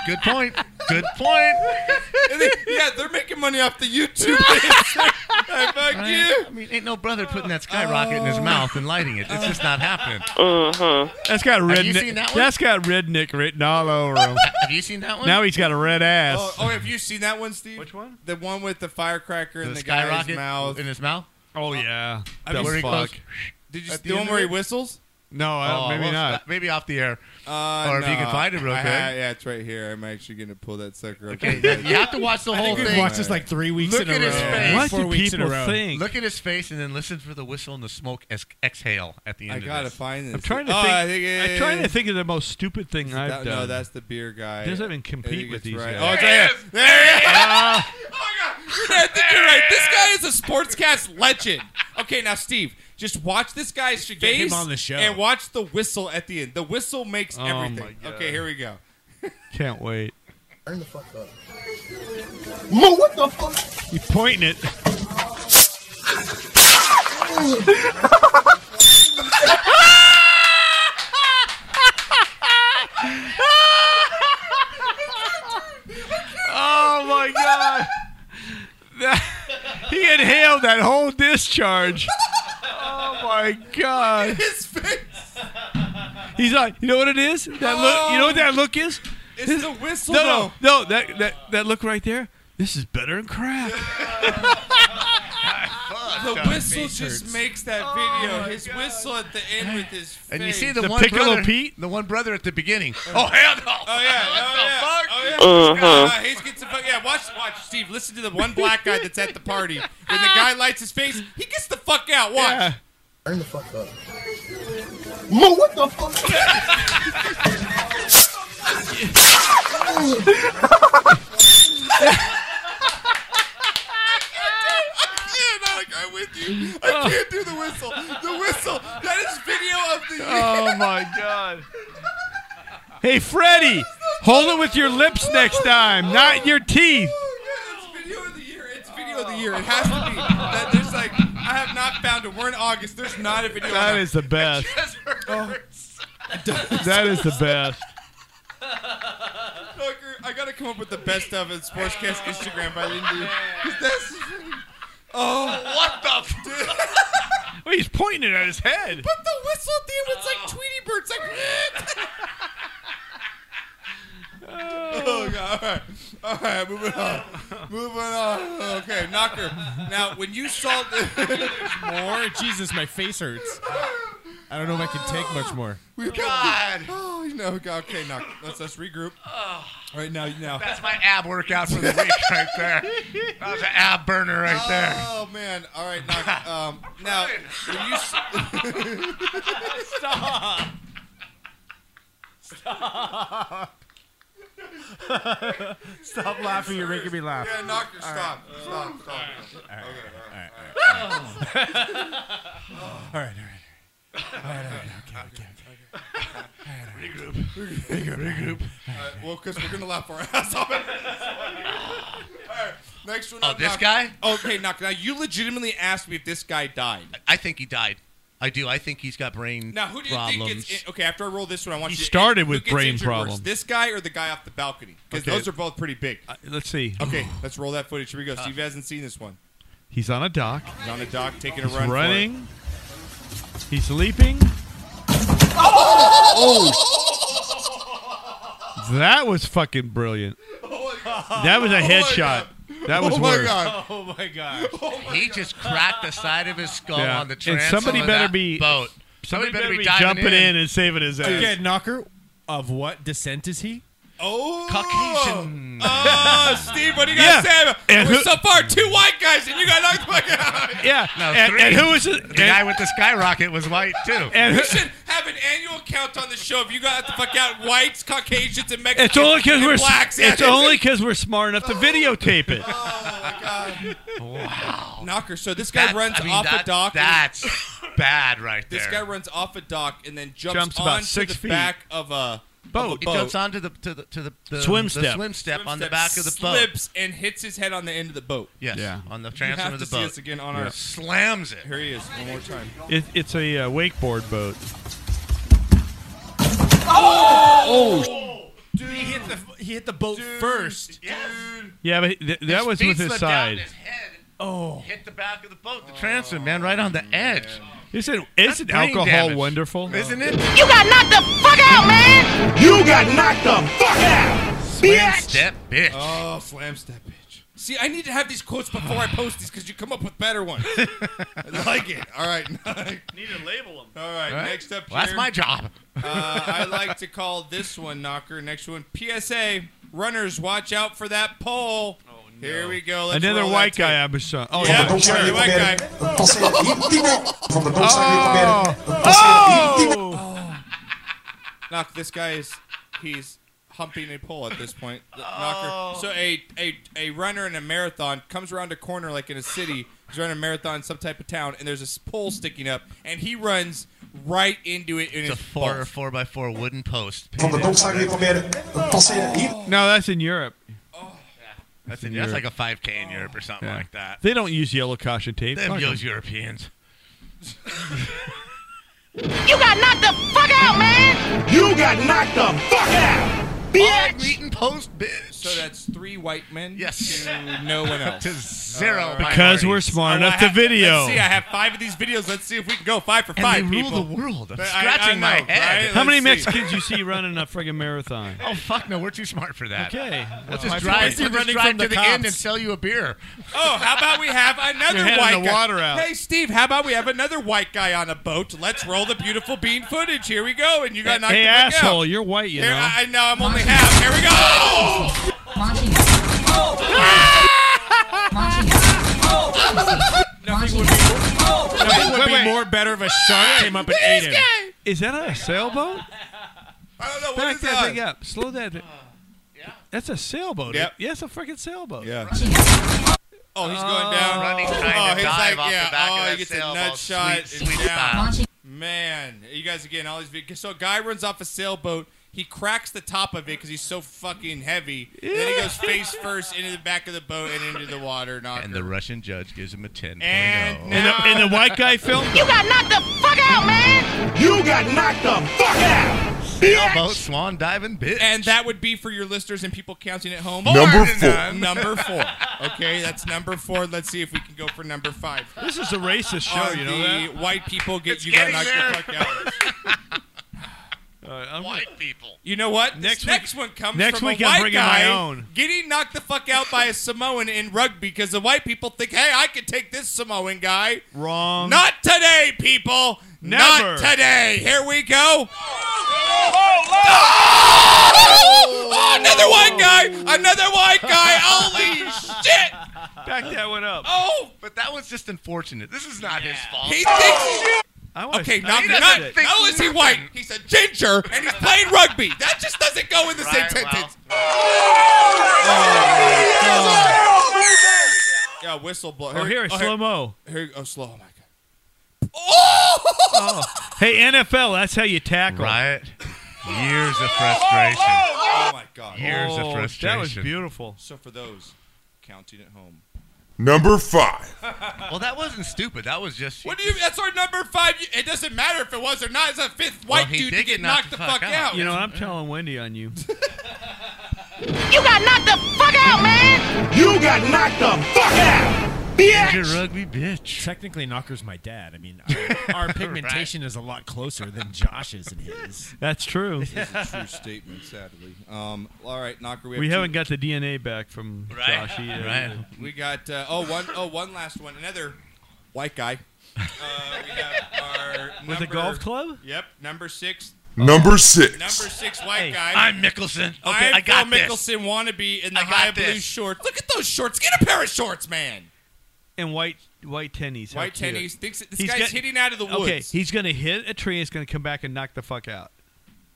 S3: Good point. Good point.
S2: And they- yeah, they're making money off the
S5: *laughs*
S2: YouTube. hey, fuck
S3: Right?
S2: you. Oh.
S3: I mean, ain't no brother putting that skyrocket in his mouth and lighting it. It's
S2: *laughs*
S3: just not happening.
S5: Uh-huh. That's got redneck.
S3: Have you seen that one?
S5: has got redneck written all
S2: *laughs*
S5: over him.
S3: Have you seen that one?
S5: now he's got a red ass.
S2: Oh, oh, have you seen that one, Steve? Which one? The one with the firecracker in
S3: The
S2: the guy's
S3: skyrocket
S2: mouth.
S3: in his mouth.
S5: Oh yeah,
S2: I mean,
S5: That
S2: where he
S5: fuck.
S2: goes- Did you
S3: At
S2: see
S3: the
S2: the one
S3: end
S2: where he
S3: of it? Oh,
S2: whistles?
S5: No, I don't- maybe not.
S3: maybe off
S2: *laughs*
S3: the air.
S2: Uh,
S3: or if you
S2: no.
S3: can find it real
S2: I-
S3: quick.
S2: I- yeah, it's right here. I'm actually going to pull that sucker up. *laughs*
S3: Okay, you have to watch the
S2: I
S3: whole
S2: think we've
S3: thing.
S2: watched this, like, three weeks
S3: Look
S2: in a
S3: at his
S2: row.
S3: face.
S2: What Four do weeks in a people row. think?
S3: Look at his face and then listen for the whistle and the smoke ex- exhale at the
S2: I
S3: end.
S2: gotta
S3: of this.
S2: find
S5: I'm trying to
S2: Oh,
S5: think.
S2: I think it
S5: I'm trying to
S2: is-
S5: think of the most stupid thing
S2: Is it
S5: I've
S2: that-
S5: done.
S2: no, that's the beer guy.
S5: Doesn't even
S2: I
S5: compete
S2: think
S5: with
S2: it's
S5: these
S2: right.
S5: guys.
S2: Oh, it's right here. Ah. There he is. You're right. I think you're right. This guy is a sportscast legend. Okay, now Steve, just watch this guy's face
S4: get him on the show.
S2: and watch the whistle at the end. The whistle makes
S5: Oh, my
S2: everything.
S5: God.
S2: Okay, here we
S5: *laughs*
S2: go.
S5: Can't wait.
S1: Turn the fuck up.
S5: Mo, what the fuck? You pointing it. oh my god! That- he inhaled that whole discharge. Oh my god!
S2: His face.
S5: He's like, you know what it is? That look. You know what that look is?
S2: It's the whistle,
S5: No, no, no. That that that look right there. This is better than crap. *laughs*
S2: The
S5: God,
S2: whistle
S5: face
S2: just
S5: hurts.
S2: makes that video. his whistle at the end with his face.
S3: And you see the, one brother, the one brother at the beginning. Oh hell no!
S2: Oh yeah, oh, yeah.
S3: fuck?
S2: Oh, yeah.
S3: Uh-huh.
S2: Uh, he's gets the fuck. Yeah, watch, watch, Steve. Listen to the one black guy that's at the party. When the guy lights his face, he gets the fuck out. Watch.
S5: Oh,
S1: Turn the fuck up. Mo, what the fuck?
S2: *laughs* I can't, I'm with you. I can't do the whistle. The whistle. That is video of the year.
S5: Oh my god. Hey Freddy, hold it with your lips next time, not your teeth.
S2: It's video of the year. It has to be. That there's like I have not found it. We're in August. There's not a video.
S5: That
S4: *laughs*
S2: on
S5: is the best.
S2: Oh.
S5: That is the best.
S2: Tucker, I gotta come up with the best of
S4: *laughs*
S2: it sportscast Instagram by the end of the year. 'Cause That's oh
S3: what the
S2: *laughs*
S5: Wait, he's pointing it at his head.
S2: But the whistle at the end, it's like Tweety Bird. It's like. oh god! All right, all right, moving on, moving on. Okay, Knocker. Now, when you saw the
S4: More? Jesus, my face hurts. I don't know if I can take much more.
S2: we God. Oh, you know, God. Okay, Knocker. Let's let's regroup. All right now, now.
S3: That's my ab workout for the week right there. That was an ab Ah, burner right there.
S2: Oh *laughs* man! All right, Knocker. Um, now, when you s-
S1: Stop. Stop.
S4: Stop laughing. You're making me laugh.
S2: Yeah, Knocker,
S4: All right.
S2: stop, stop, stop.
S4: All right,
S2: Okay, all right, all right.
S4: all right, all right. All right, all right, okay, okay, okay.
S2: Regroup.
S4: Regroup, regroup.
S2: All right, well, because we're gonna laugh our ass off. at this one. All right, next one.
S3: Oh,
S2: up,
S3: this
S2: knock.
S3: guy?
S2: Okay, knock. Now you legitimately asked me if this guy died.
S3: I think he died. I do. I think he's got brain
S2: Now, who do you
S3: problems.
S2: think gets? In- okay, after I roll this one, I want
S5: He
S2: you. to-
S5: started
S2: who
S5: with
S2: gets
S5: brain
S2: injured worse,
S5: problem.
S2: This guy or the guy off the balcony? Because
S5: Okay.
S2: those are both pretty big.
S5: Let's see.
S2: Okay, let's roll that footage. Here we go. Steve hasn't seen this one.
S5: He's on a dock.
S2: He's on a dock taking a
S5: He's
S2: run. for it.
S5: running. He's leaping.
S3: Oh!
S5: Oh! That was fucking brilliant. That was a headshot. That was
S3: Oh my
S5: worse.
S3: God.
S4: Oh my gosh.
S3: he just cracked the side of his skull
S5: Yeah.
S3: on the
S5: and
S3: transom
S5: somebody
S3: of
S5: better
S3: that
S5: be
S3: boat.
S5: Somebody, better be,
S3: diving
S5: jumping in. and saving his ass.
S4: Again, knocker. Of what descent is he?
S2: Oh,
S4: Caucasian.
S2: Oh, Steve, what do you got to say? about-
S4: And
S2: We're
S4: who-
S2: so far two white guys, and you got knocked back out.
S5: Yeah.
S3: No,
S2: And-
S3: three.
S2: and who was
S3: the
S2: it- and-
S3: guy with the skyrocket? Was white too. *laughs*
S2: we should have an annual count on the show if you got the fuck out whites, Caucasians, and Mexicans.
S5: It's only because
S2: and
S5: we're s-
S2: blacks.
S5: it's only because we're smart enough to videotape it.
S2: wow. Knocker. So this guy
S3: That-
S2: runs
S3: I mean,
S2: off
S3: that-
S2: a dock. and- *laughs*
S3: That's bad right there.
S2: this guy runs off a dock and then jumps,
S3: Jumps about
S2: onto
S3: six
S2: the
S3: feet.
S2: back of a Of a
S3: He
S2: boat.
S3: jumps onto the to the to the, the
S5: Swim
S3: the
S5: step.
S3: swim step
S2: Swim
S3: on the
S2: step,
S3: back of the boat.
S2: Slips and hits his head on the end of the boat.
S3: Yes, Yeah. on the
S2: You
S3: transom
S2: have
S3: of
S2: to
S3: the
S2: see
S3: boat.
S2: us again on
S5: Yeah.
S2: our
S3: slams it.
S2: Here he is one more time.
S5: It, it's a uh, wakeboard boat.
S4: Oh, dude! He hit the he hit the boat first.
S5: Yeah, but th- that was
S3: feet
S5: with his
S3: slipped out
S5: side.
S3: and his head
S4: Oh.
S3: hit the back of the boat, the transom, man, right on the
S2: Mm.
S3: edge.
S5: Isn't isn't
S3: brain
S5: alcohol
S3: damage.
S5: wonderful?
S3: Isn't it?
S1: You got knocked the fuck out, man! You got knocked the fuck out!
S3: Slam step bitch.
S2: Oh, slam step bitch. See, I need to have these quotes before I post these because you come up with better ones. I like it. All right.
S24: Need to label them.
S2: All right, next up.
S3: *laughs* Well, that's
S2: here,
S3: my job.
S2: uh, I like to call this one knocker. Next one, PSA. Runners, watch out for that pole. Here we go. Let's
S5: Another
S2: roll
S5: white
S2: that tape.
S5: guy I just saw. Oh,
S2: yeah,
S5: yeah.
S2: sure, white guy.
S5: Oh.
S2: Oh. Knock. This guy is he's humping a pole at this point. The-
S3: Oh.
S2: Knocker. So a, a a runner in a marathon comes around a corner like in a city. He's running a marathon in some type of town, and there's this pole sticking up, and he runs right into it in
S3: It's a
S2: his
S3: four
S2: balls.
S3: four by four wooden post.
S5: No, that's in Europe.
S3: That's,
S5: in
S3: in, that's
S5: Europe.
S3: like a 5K in Europe or something
S5: Yeah.
S3: like that.
S5: They don't use yellow caution tape.
S3: Them
S5: Fuck 'em.
S3: those Europeans.
S20: You got knocked the fuck out, man! You got knocked the fuck out!
S3: Bitch! Meeting post, bitch.
S2: So that's three white men. Yes. To no one else.
S3: To zero
S2: All
S5: Because we're
S2: Oh,
S5: smart
S2: I
S5: enough to
S2: have-
S5: video.
S2: Let's see, I have five of these videos. Let's see if we can go five for
S3: And
S2: five.
S3: they rule
S2: people.
S3: the world. I'm
S2: But I- I
S3: scratching my
S2: know,
S3: head.
S2: right?
S5: How many
S2: Let's see.
S5: Mexicans you see running a
S2: *laughs*
S5: friggin' marathon?
S3: Oh fuck no, we're too smart for that.
S5: Okay.
S3: Let's
S5: Well,
S3: just
S5: my
S3: drive,
S5: point-
S3: let's just
S5: Running
S3: drive
S5: from
S3: to
S5: the
S3: the end
S5: cops.
S3: and sell you a beer.
S2: Oh, how about we
S3: *laughs*
S2: have another
S3: You're heading
S2: white
S3: the
S2: guy?
S3: water out.
S2: Hey, Steve, how about we have another white guy on a boat? Let's roll the beautiful bean footage. Here we go, and you got knocked
S5: hey
S2: the fuck
S5: asshole,
S2: out.
S5: you're white, you
S2: Here,
S5: know.
S2: I I know I'm only half. Here we go.
S3: *laughs*
S2: Nothing would be, nothing would be more better if a shark came up and ate him.
S5: Is that a sailboat?
S2: I don't know what
S5: Back
S2: is
S5: that
S2: that. Uh,
S5: thing up. Slow that. Thing. That's a sailboat.
S2: Yep.
S5: Yeah, it's a freaking sailboat.
S2: Yeah. Oh, he's going down.
S3: Running,
S2: oh,
S3: trying to
S2: he's
S3: dive
S2: like,
S3: off the
S2: yeah,
S3: back of
S2: oh,
S3: that
S2: he gets a
S3: sailboat.
S2: nut shot.
S3: Sweet,
S2: and
S3: sweet
S2: down.
S3: style.
S2: Man, you guys again, all these videos. So a guy runs off a sailboat. He cracks the top of it because he's so fucking heavy. And then he goes face first into the back of the boat and into the water. Knocker.
S3: And the Russian judge gives him a oh. 10.0.
S2: And
S5: In the, in the white guy film?
S20: You got knocked the fuck out, man! You got knocked the fuck out!
S3: sailboat swan diving bitch.
S2: And that would be for your listeners and people counting at home.
S3: Number
S2: Or-
S3: four.
S2: Uh, number four. Okay, that's number four. Let's see if we can go for number five.
S5: This is a racist show,
S2: On
S5: you know
S2: the
S5: that?
S2: White people get you got
S5: getting
S2: knocked
S5: there.
S2: the fuck out.
S3: White people.
S2: You know what?
S5: Next
S2: This
S5: week-
S2: next one comes
S5: next
S2: from
S5: week
S2: a
S5: I'm
S2: white
S5: bringing
S2: guy
S5: my own.
S2: getting knocked the fuck out by a Samoan in rugby because the white people think, hey, I could take this Samoan guy.
S5: Wrong.
S2: Not today, people.
S5: Never.
S2: Not today. Here we go. Oh, another white guy. Another white guy.
S5: *laughs*
S2: Holy shit.
S5: Back that one up.
S2: Oh,
S3: But that was just unfortunate. This is not his fault.
S2: he
S5: Oh,
S2: thinks.
S5: I wanna-
S2: Okay,
S5: I
S2: not,
S5: think
S2: not,
S5: that's
S2: not,
S5: it.
S2: only is he white, he's a ginger and he's playing rugby. That just doesn't go in the same
S3: Right, well.
S2: sentence. Yeah, whistle blow.
S5: Oh, here,
S2: oh,
S5: slow mo.
S2: Here, oh, slow. Oh my god.
S5: Oh. Hey, NFL, that's how you tackle.
S3: Right?
S5: *laughs*
S3: Years of frustration.
S2: Oh my god.
S3: Years
S5: Oh,
S3: of frustration.
S5: That was beautiful.
S2: So for those counting at home.
S25: Number five.
S3: Well, that wasn't stupid. That was just.
S2: What do you? That's our number five. You- It doesn't matter if it was or not. It's a fifth
S3: Well,
S2: white
S3: he
S2: dude
S3: did
S2: to
S3: get
S2: get knocked the fuck out.
S5: You know, I'm telling Wendy on you.
S20: You got knocked the fuck out, man! You got knocked the fuck out!
S3: Ginger rugby bitch.
S4: Technically, Knocker's my dad. I mean, our, *laughs* our pigmentation is a lot closer *laughs* than Josh's and his.
S2: *laughs*
S5: That's true.
S2: This is a true statement, sadly. Um, all right, knocker. We, have
S5: We
S2: two-
S5: haven't got the DNA back from
S3: Right.
S5: Josh either.
S3: Right.
S2: We got uh, oh one oh one last one. Another white guy. Uh, we have our
S5: With a
S2: number-
S5: golf club?
S2: Yep, number six.
S25: Number six.
S2: Number six white guy.
S3: I'm Mickelson. Okay,
S2: I'm
S3: I got
S2: Phil
S3: this.
S2: Mickelson wannabe in the
S3: I got
S2: high blue
S3: this.
S2: shorts. Look at those shorts. Get a pair of shorts, man.
S5: And white white tennies. how
S2: White
S5: cute.
S2: tennies. Thinks that this
S5: He's
S2: guy's
S5: got-
S2: hitting out of the woods.
S5: Okay, he's gonna hit a tree. It's gonna come back and knock the fuck out.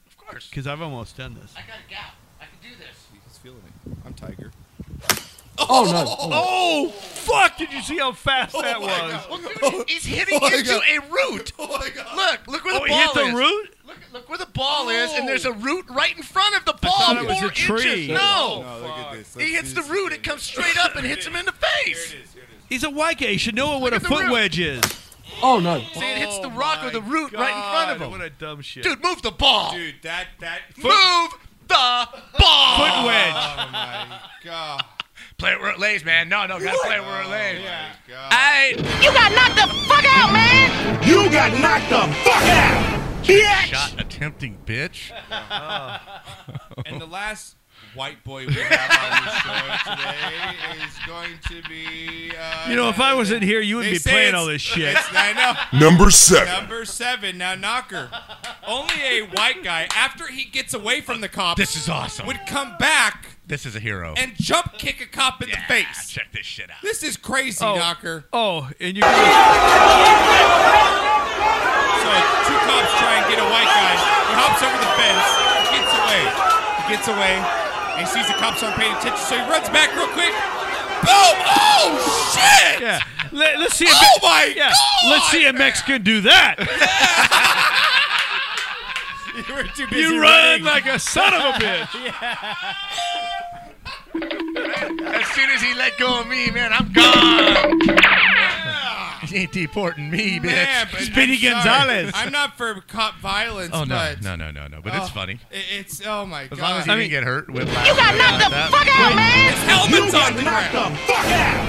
S5: Of
S3: course.
S5: Because I've almost done this.
S3: I got a gap. I can do this.
S2: He's feeling it. I'm Tiger.
S5: Oh no! Oh, fuck! Did you see how fast
S3: Oh
S5: that was?
S3: Well, dude, he's hitting
S2: Oh my
S3: into
S2: God. Oh
S3: a root. Look, look where the
S5: Oh, he
S3: ball
S5: hit the
S3: is.
S5: root?
S3: Look, look where the ball is, and there's a root right in front of the ball.
S5: thought it was
S3: four
S5: a tree.
S3: Inches. No,
S2: Oh, look at this.
S3: he hits the root. It comes straight up and hits him in the face.
S5: He's a white guy. He should know
S3: Look
S5: what a
S3: at the
S5: foot
S3: root.
S5: wedge is.
S3: Oh no! See, it hits the
S5: Oh
S3: rock or the
S5: my
S3: root right in front of
S5: God,
S3: him.
S5: What a dumb shit,
S3: Dude, move the ball.
S2: Dude, that that
S3: Move the ball.
S5: Foot wedge.
S2: Oh my god.
S3: Play it where it lays, man. No, no, gotta play it where it lays.
S5: Oh,
S2: Yeah. God.
S3: I
S20: You got knocked the fuck out, man! You got knocked the fuck out!
S3: shot attempting bitch.
S2: And the last white boy we have on the show today is going to be. Uh,
S5: You know, if I wasn't here, you
S2: they
S5: wouldn't be
S2: say
S5: playing
S2: it's-
S5: all this shit.
S3: *laughs*
S2: it's- I know.
S26: Number seven.
S2: Number seven. Now, Knocker, only a white guy after he gets away from the cops.
S3: This is awesome.
S2: Would come back
S3: This is a hero.
S2: and jump kick a cop
S5: Ah,
S2: in the face.
S3: Check this shit out.
S2: This is crazy,
S5: Oh.
S2: Knocker.
S5: Oh, and you.
S2: So two cops try and get a white guy. He hops over the fence, gets away. He gets away, and he sees the cops aren't paying attention, so he runs back real quick. Boom! Oh shit!
S5: Yeah. Let, us see. A
S2: Oh
S5: Me-
S2: my
S5: yeah.
S2: God!
S5: Let's see a Mexican do that.
S2: You were too busy.
S5: you run
S2: running.
S5: like a son of a
S3: *laughs*
S5: bitch.
S3: As soon as he let go of me, man, I'm gone. He ain't deporting me, bitch.
S2: Man, but I'm sorry. I'm not for cop violence,
S3: Oh, no.
S2: but
S3: No, no, no, no, but it's funny.
S2: i- It's oh my god.
S3: As long as he didn't get hurt, whiplash.
S2: You got knocked the
S3: that.
S2: fuck out, man. His helmet's on the ground.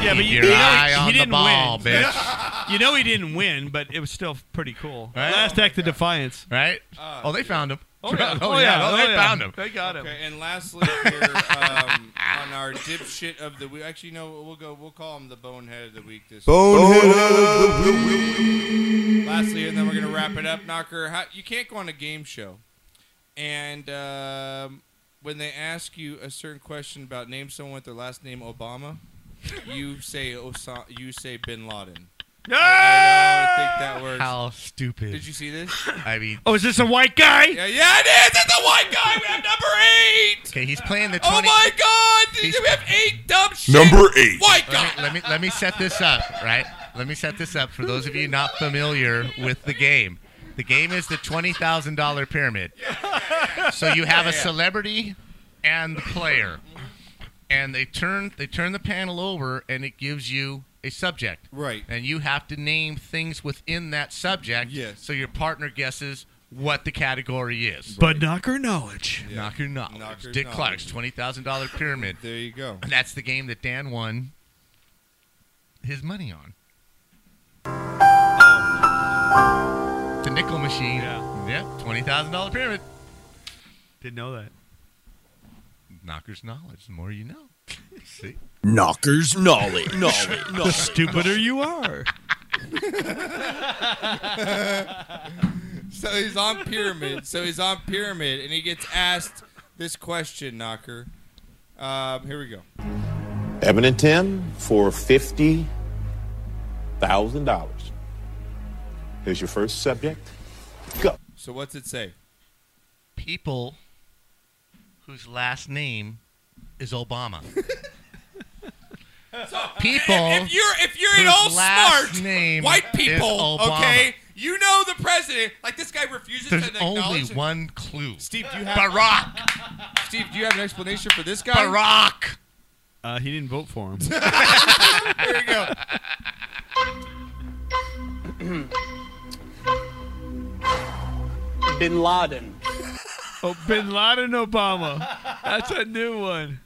S5: Yeah, but you,
S3: Your
S5: you know,
S3: eye
S5: he,
S3: on the
S5: didn't
S3: ball, *laughs*
S5: win.
S3: bitch.
S5: You know he didn't win, but it was still pretty cool.
S3: Right?
S5: Last act of defiance.
S3: Right? oh, they found him.
S5: *laughs* Oh, yeah.
S3: Oh, yeah. Oh, they
S5: yeah.
S3: found him.
S5: They got him.
S2: Okay, and lastly, here um, on our dipshit of the week. Actually, no, we'll go. We'll call him the bonehead of the week this
S27: Bonehead
S2: week.
S27: of the
S2: week. Lastly, and then we're gonna wrap it up. Knocker, how, you can't go on a game show, and um, when they ask you a certain question about name someone with their last name Obama, you say Osa- You say Bin Laden. I- I, don't think that works.
S3: How stupid.
S2: Did you see this?
S3: I mean,
S5: Oh, is this a white guy?
S2: Yeah, yeah, it is. It's a white guy. We have number eight.
S3: okay, he's playing the 20.
S2: Oh my God! we have eight dumb shit.
S26: Number eight.
S2: White
S3: Let me,
S2: guy.
S3: let me let me set this up, right? Let me set this up for those of you not familiar with the game. The game is the twenty thousand dollar pyramid. So you have a celebrity and the player, and they turn they turn the panel over, and it gives you a subject.
S2: Right.
S3: And you have to name things within that subject. Yes. So your partner guesses what the category is.
S5: But knocker knowledge.
S3: Knocker knowledge.
S2: Knocker
S3: Dick
S2: knowledge.
S3: Clark's twenty thousand dollar pyramid.
S2: There you go.
S3: And that's the game that Dan won his money on. The nickel machine. Yeah. Twenty thousand dollar pyramid.
S5: Didn't know that.
S3: Knocker's knowledge. The more
S2: *laughs*
S3: you know. See.
S27: Knockers knowledge.
S5: The stupider you are.
S2: so he's on pyramid. So he's on pyramid, and he gets asked this question, Knocker. Um, here we go.
S7: Evan and Tim for fifty thousand dollars. Here's your first subject. Go.
S2: So what's it say?
S3: People whose last name
S2: *laughs*
S3: is Obama. people.
S2: If, if you're if you're at
S3: whose
S2: all
S3: last
S2: smart,
S3: name
S2: white
S3: is
S2: people,
S3: Obama.
S2: okay, you know the president. Like this guy refuses
S3: There's
S2: to
S3: only
S2: acknowledge. it.
S3: one clue.
S2: Steve, do you have
S3: Barack?
S2: Steve, do you have an explanation for this guy?
S3: Barack.
S5: Uh, he didn't vote
S3: *laughs*
S5: for him.
S2: Here we go.
S5: *coughs* Bin Laden. Oh, Bin Laden Obama. That's a new one.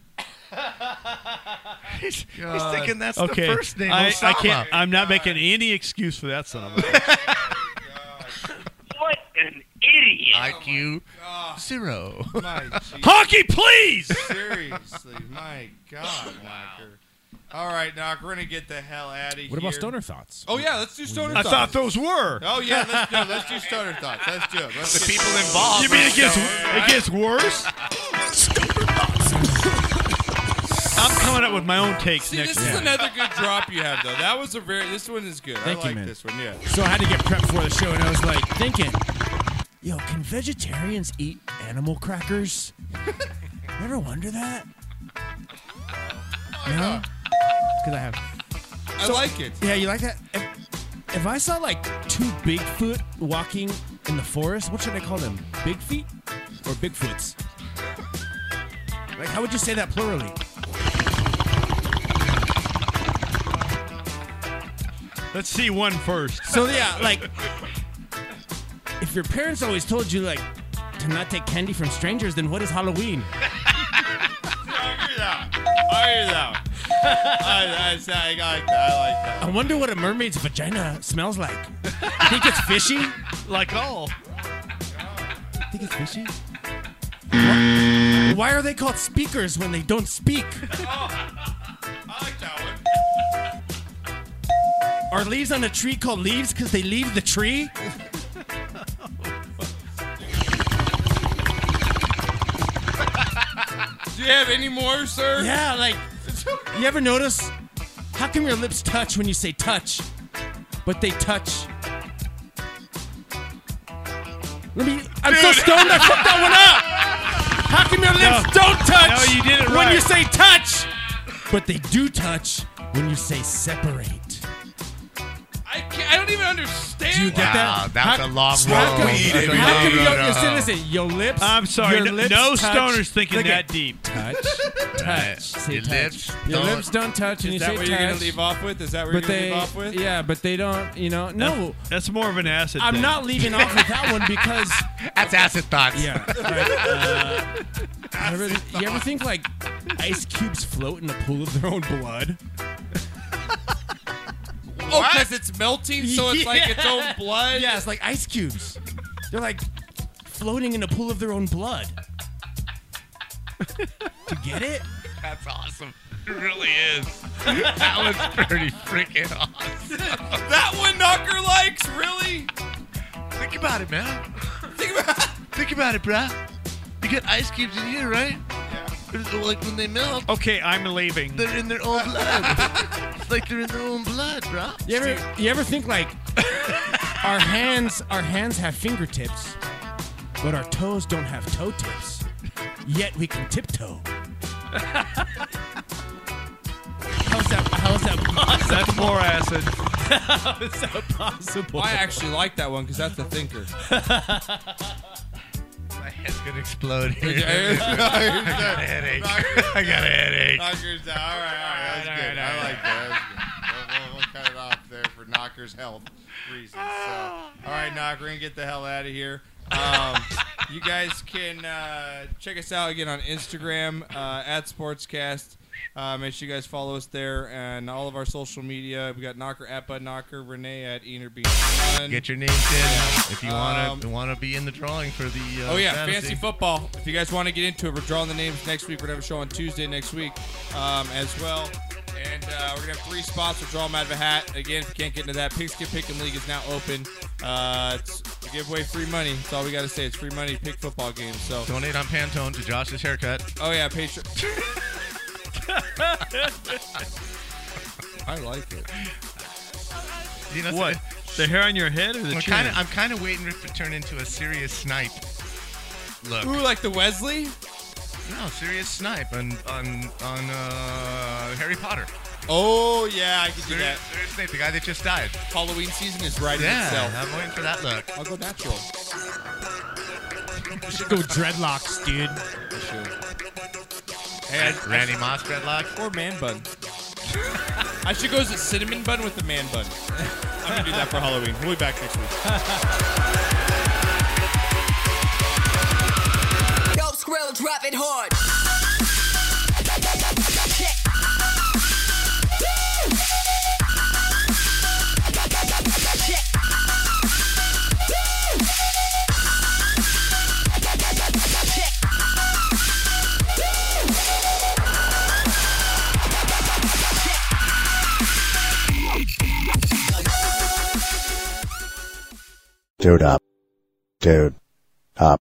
S3: He's, he's
S5: God.
S3: thinking that's
S5: okay.
S3: the first name.
S5: I, I
S3: Osama.
S5: can't. I'm not making any excuse for that son of
S3: *laughs*
S5: a. bitch.
S27: What an idiot.
S3: IQ zero.
S2: My
S5: Hockey, please.
S2: Seriously, my God, Knocker. All right, Knock, we're gonna get the hell out of here.
S4: What about stoner thoughts?
S2: Oh yeah, let's do stoner
S5: I
S2: thoughts.
S5: thought those were.
S2: Oh yeah, let's do. Let's do stoner thoughts. Let's do it. Let's
S3: The
S2: do it.
S3: people involved.
S5: You mean it gets
S3: Stoner,
S5: it
S3: *laughs*
S5: gets worse? I'm coming up with my own takes
S2: See,
S5: next
S2: this is
S5: week.
S2: another good drop you have though. That was a very. This one is good.
S4: Thank
S2: I
S4: you,
S2: like
S4: man.
S2: this one. Yeah.
S4: So I had to get prepped for the show, and I was like thinking, "Yo, can vegetarians eat animal crackers? *laughs* You ever wonder *laughs* that? No, because I have.
S2: I like it.
S4: Yeah, you like that? If, if I saw like two Bigfoot walking in the forest, what should I call them? Bigfeet or Bigfoots? Like, how would you say that plurally?
S5: Let's see one first.
S4: So yeah, like if your parents always told you like to not take candy from strangers, then what is Halloween?
S2: I hear that. I, I, I like that. I like that.
S4: I wonder what a mermaid's vagina smells like. I think it's fishy.
S5: Like all.
S4: I think it's fishy. Why are they called speakers when they don't speak? Are leaves on a tree called leaves because they leave the tree?
S2: Do you have any more, sir?
S4: Yeah, like you ever notice how come your lips touch when you say touch, but they touch? Let me. I'm so
S28: Dude.
S4: stoned. I fucked that one up. How come your lips
S28: No.
S4: don't touch?
S28: No, you did it
S4: When
S28: right.
S4: you say touch, but they do touch when you say separate.
S2: I don't even understand.
S4: Do you get
S3: Wow,
S4: that?
S3: that's
S4: How-
S3: a long
S4: how
S3: road.
S4: come-
S3: That's a
S4: How
S3: long
S4: come you
S3: road.
S4: listen, listen, your lips?
S5: I'm sorry,
S4: your
S5: no-
S4: lips
S5: no
S4: touch.
S5: stoners thinking *laughs*
S4: Look
S5: that
S4: at-
S5: deep.
S4: Touch,
S3: Right.
S4: touch. Say
S3: Your
S4: touch.
S3: lips
S4: your
S3: don't-
S4: lips don't touch, and
S2: Is
S4: you
S2: that
S4: say
S2: what
S4: touch.
S2: you're gonna leave off with? Is that what
S4: but
S2: you're gonna
S4: they,
S2: leave off with?
S4: Yeah, but they don't. You know, no.
S5: That's more of an acid.
S4: I'm
S5: thing.
S4: not leaving off with that one
S2: *laughs*
S4: because
S3: that's acid thoughts.
S4: Yeah. right, uh, you, ever, you ever think like ice cubes float in a pool of their own blood?
S2: Oh, because it's melting, so it's like its own
S4: *laughs* Yeah.
S2: blood.
S4: Yeah, it's like ice cubes. They're like floating in a pool of their own blood. you get it?
S3: That's awesome. It really is. That was pretty freaking awesome.
S2: that one Knocker likes, really?
S3: Think about it, man. Think about, think about it, bruh. You got ice cubes in here, right? Yeah. Like when they melt,
S2: Oh.
S5: Okay, I'm leaving.
S3: they're in their own blood. it's like they're in their own blood, bruh.
S4: You ever you ever think like our hands our hands have fingertips, but our toes don't have toe tips. Yet we can tiptoe. how's that how's that possible?
S5: That's more acid.
S4: how's that
S29: *laughs*
S4: possible?
S2: I actually like that one because that's the *laughs* thinker.
S3: My head's gonna explode.
S29: *laughs*
S2: Your
S3: here.
S2: *laughs* ears-
S3: I got a headache. I got a headache.
S29: Knockers down. All right, all right, that's good. I like that. That's good. We'll, we'll, we'll cut it off there for Knocker's health reasons. So, all right, Knocker, we're gonna get the hell out of here.
S2: um, *laughs* you guys can uh, check us out again on Instagram uh, at Sportscast. Uh, make sure you guys follow us there and all of our social media. We got Knocker at Bud Knocker, Renee at Enerbean.
S3: Get your names in if you wanna wanna be in the drawing for the. Uh,
S2: Um, oh yeah,
S3: fantasy.
S2: fancy football. If you guys want to get into it, we're drawing the names next week. We're gonna have a show on Tuesday next week um, as well, and uh, we're gonna have three spots. We'll draw them out of a hat. Again, if you can't get into that, Pigskin Picking League is now open. Uh, it's, we give away free money. That's all we gotta say. It's free money. Pick football games. So
S3: Donate on Pantone to Josh's haircut.
S2: Oh yeah, Patreon. *laughs* I like it.
S3: You know,
S5: What? *laughs* The hair on your head or the
S3: I'm
S5: chin?
S3: kind of I'm kind of waiting for it to turn into a serious snipe. Look.
S2: Ooh, like the Wesley?
S3: No, serious snipe on on on uh, Harry Potter.
S2: Oh yeah, I could do that.
S3: Serious, serious snipe, the guy that just died.
S2: Halloween season is right
S3: yeah,
S2: in itself.
S3: I'm waiting for that look.
S2: I'll go natural.
S4: You should go dreadlocks, dude.
S2: Hey, I-
S3: Randy Moss dreadlocks
S2: or man bun. I should go as a cinnamon bun with a man bun. *laughs* I'm gonna do that for Halloween. We'll be back next week.
S28: Yo, Skrill, drop it hard.
S7: Dude up. Dude up.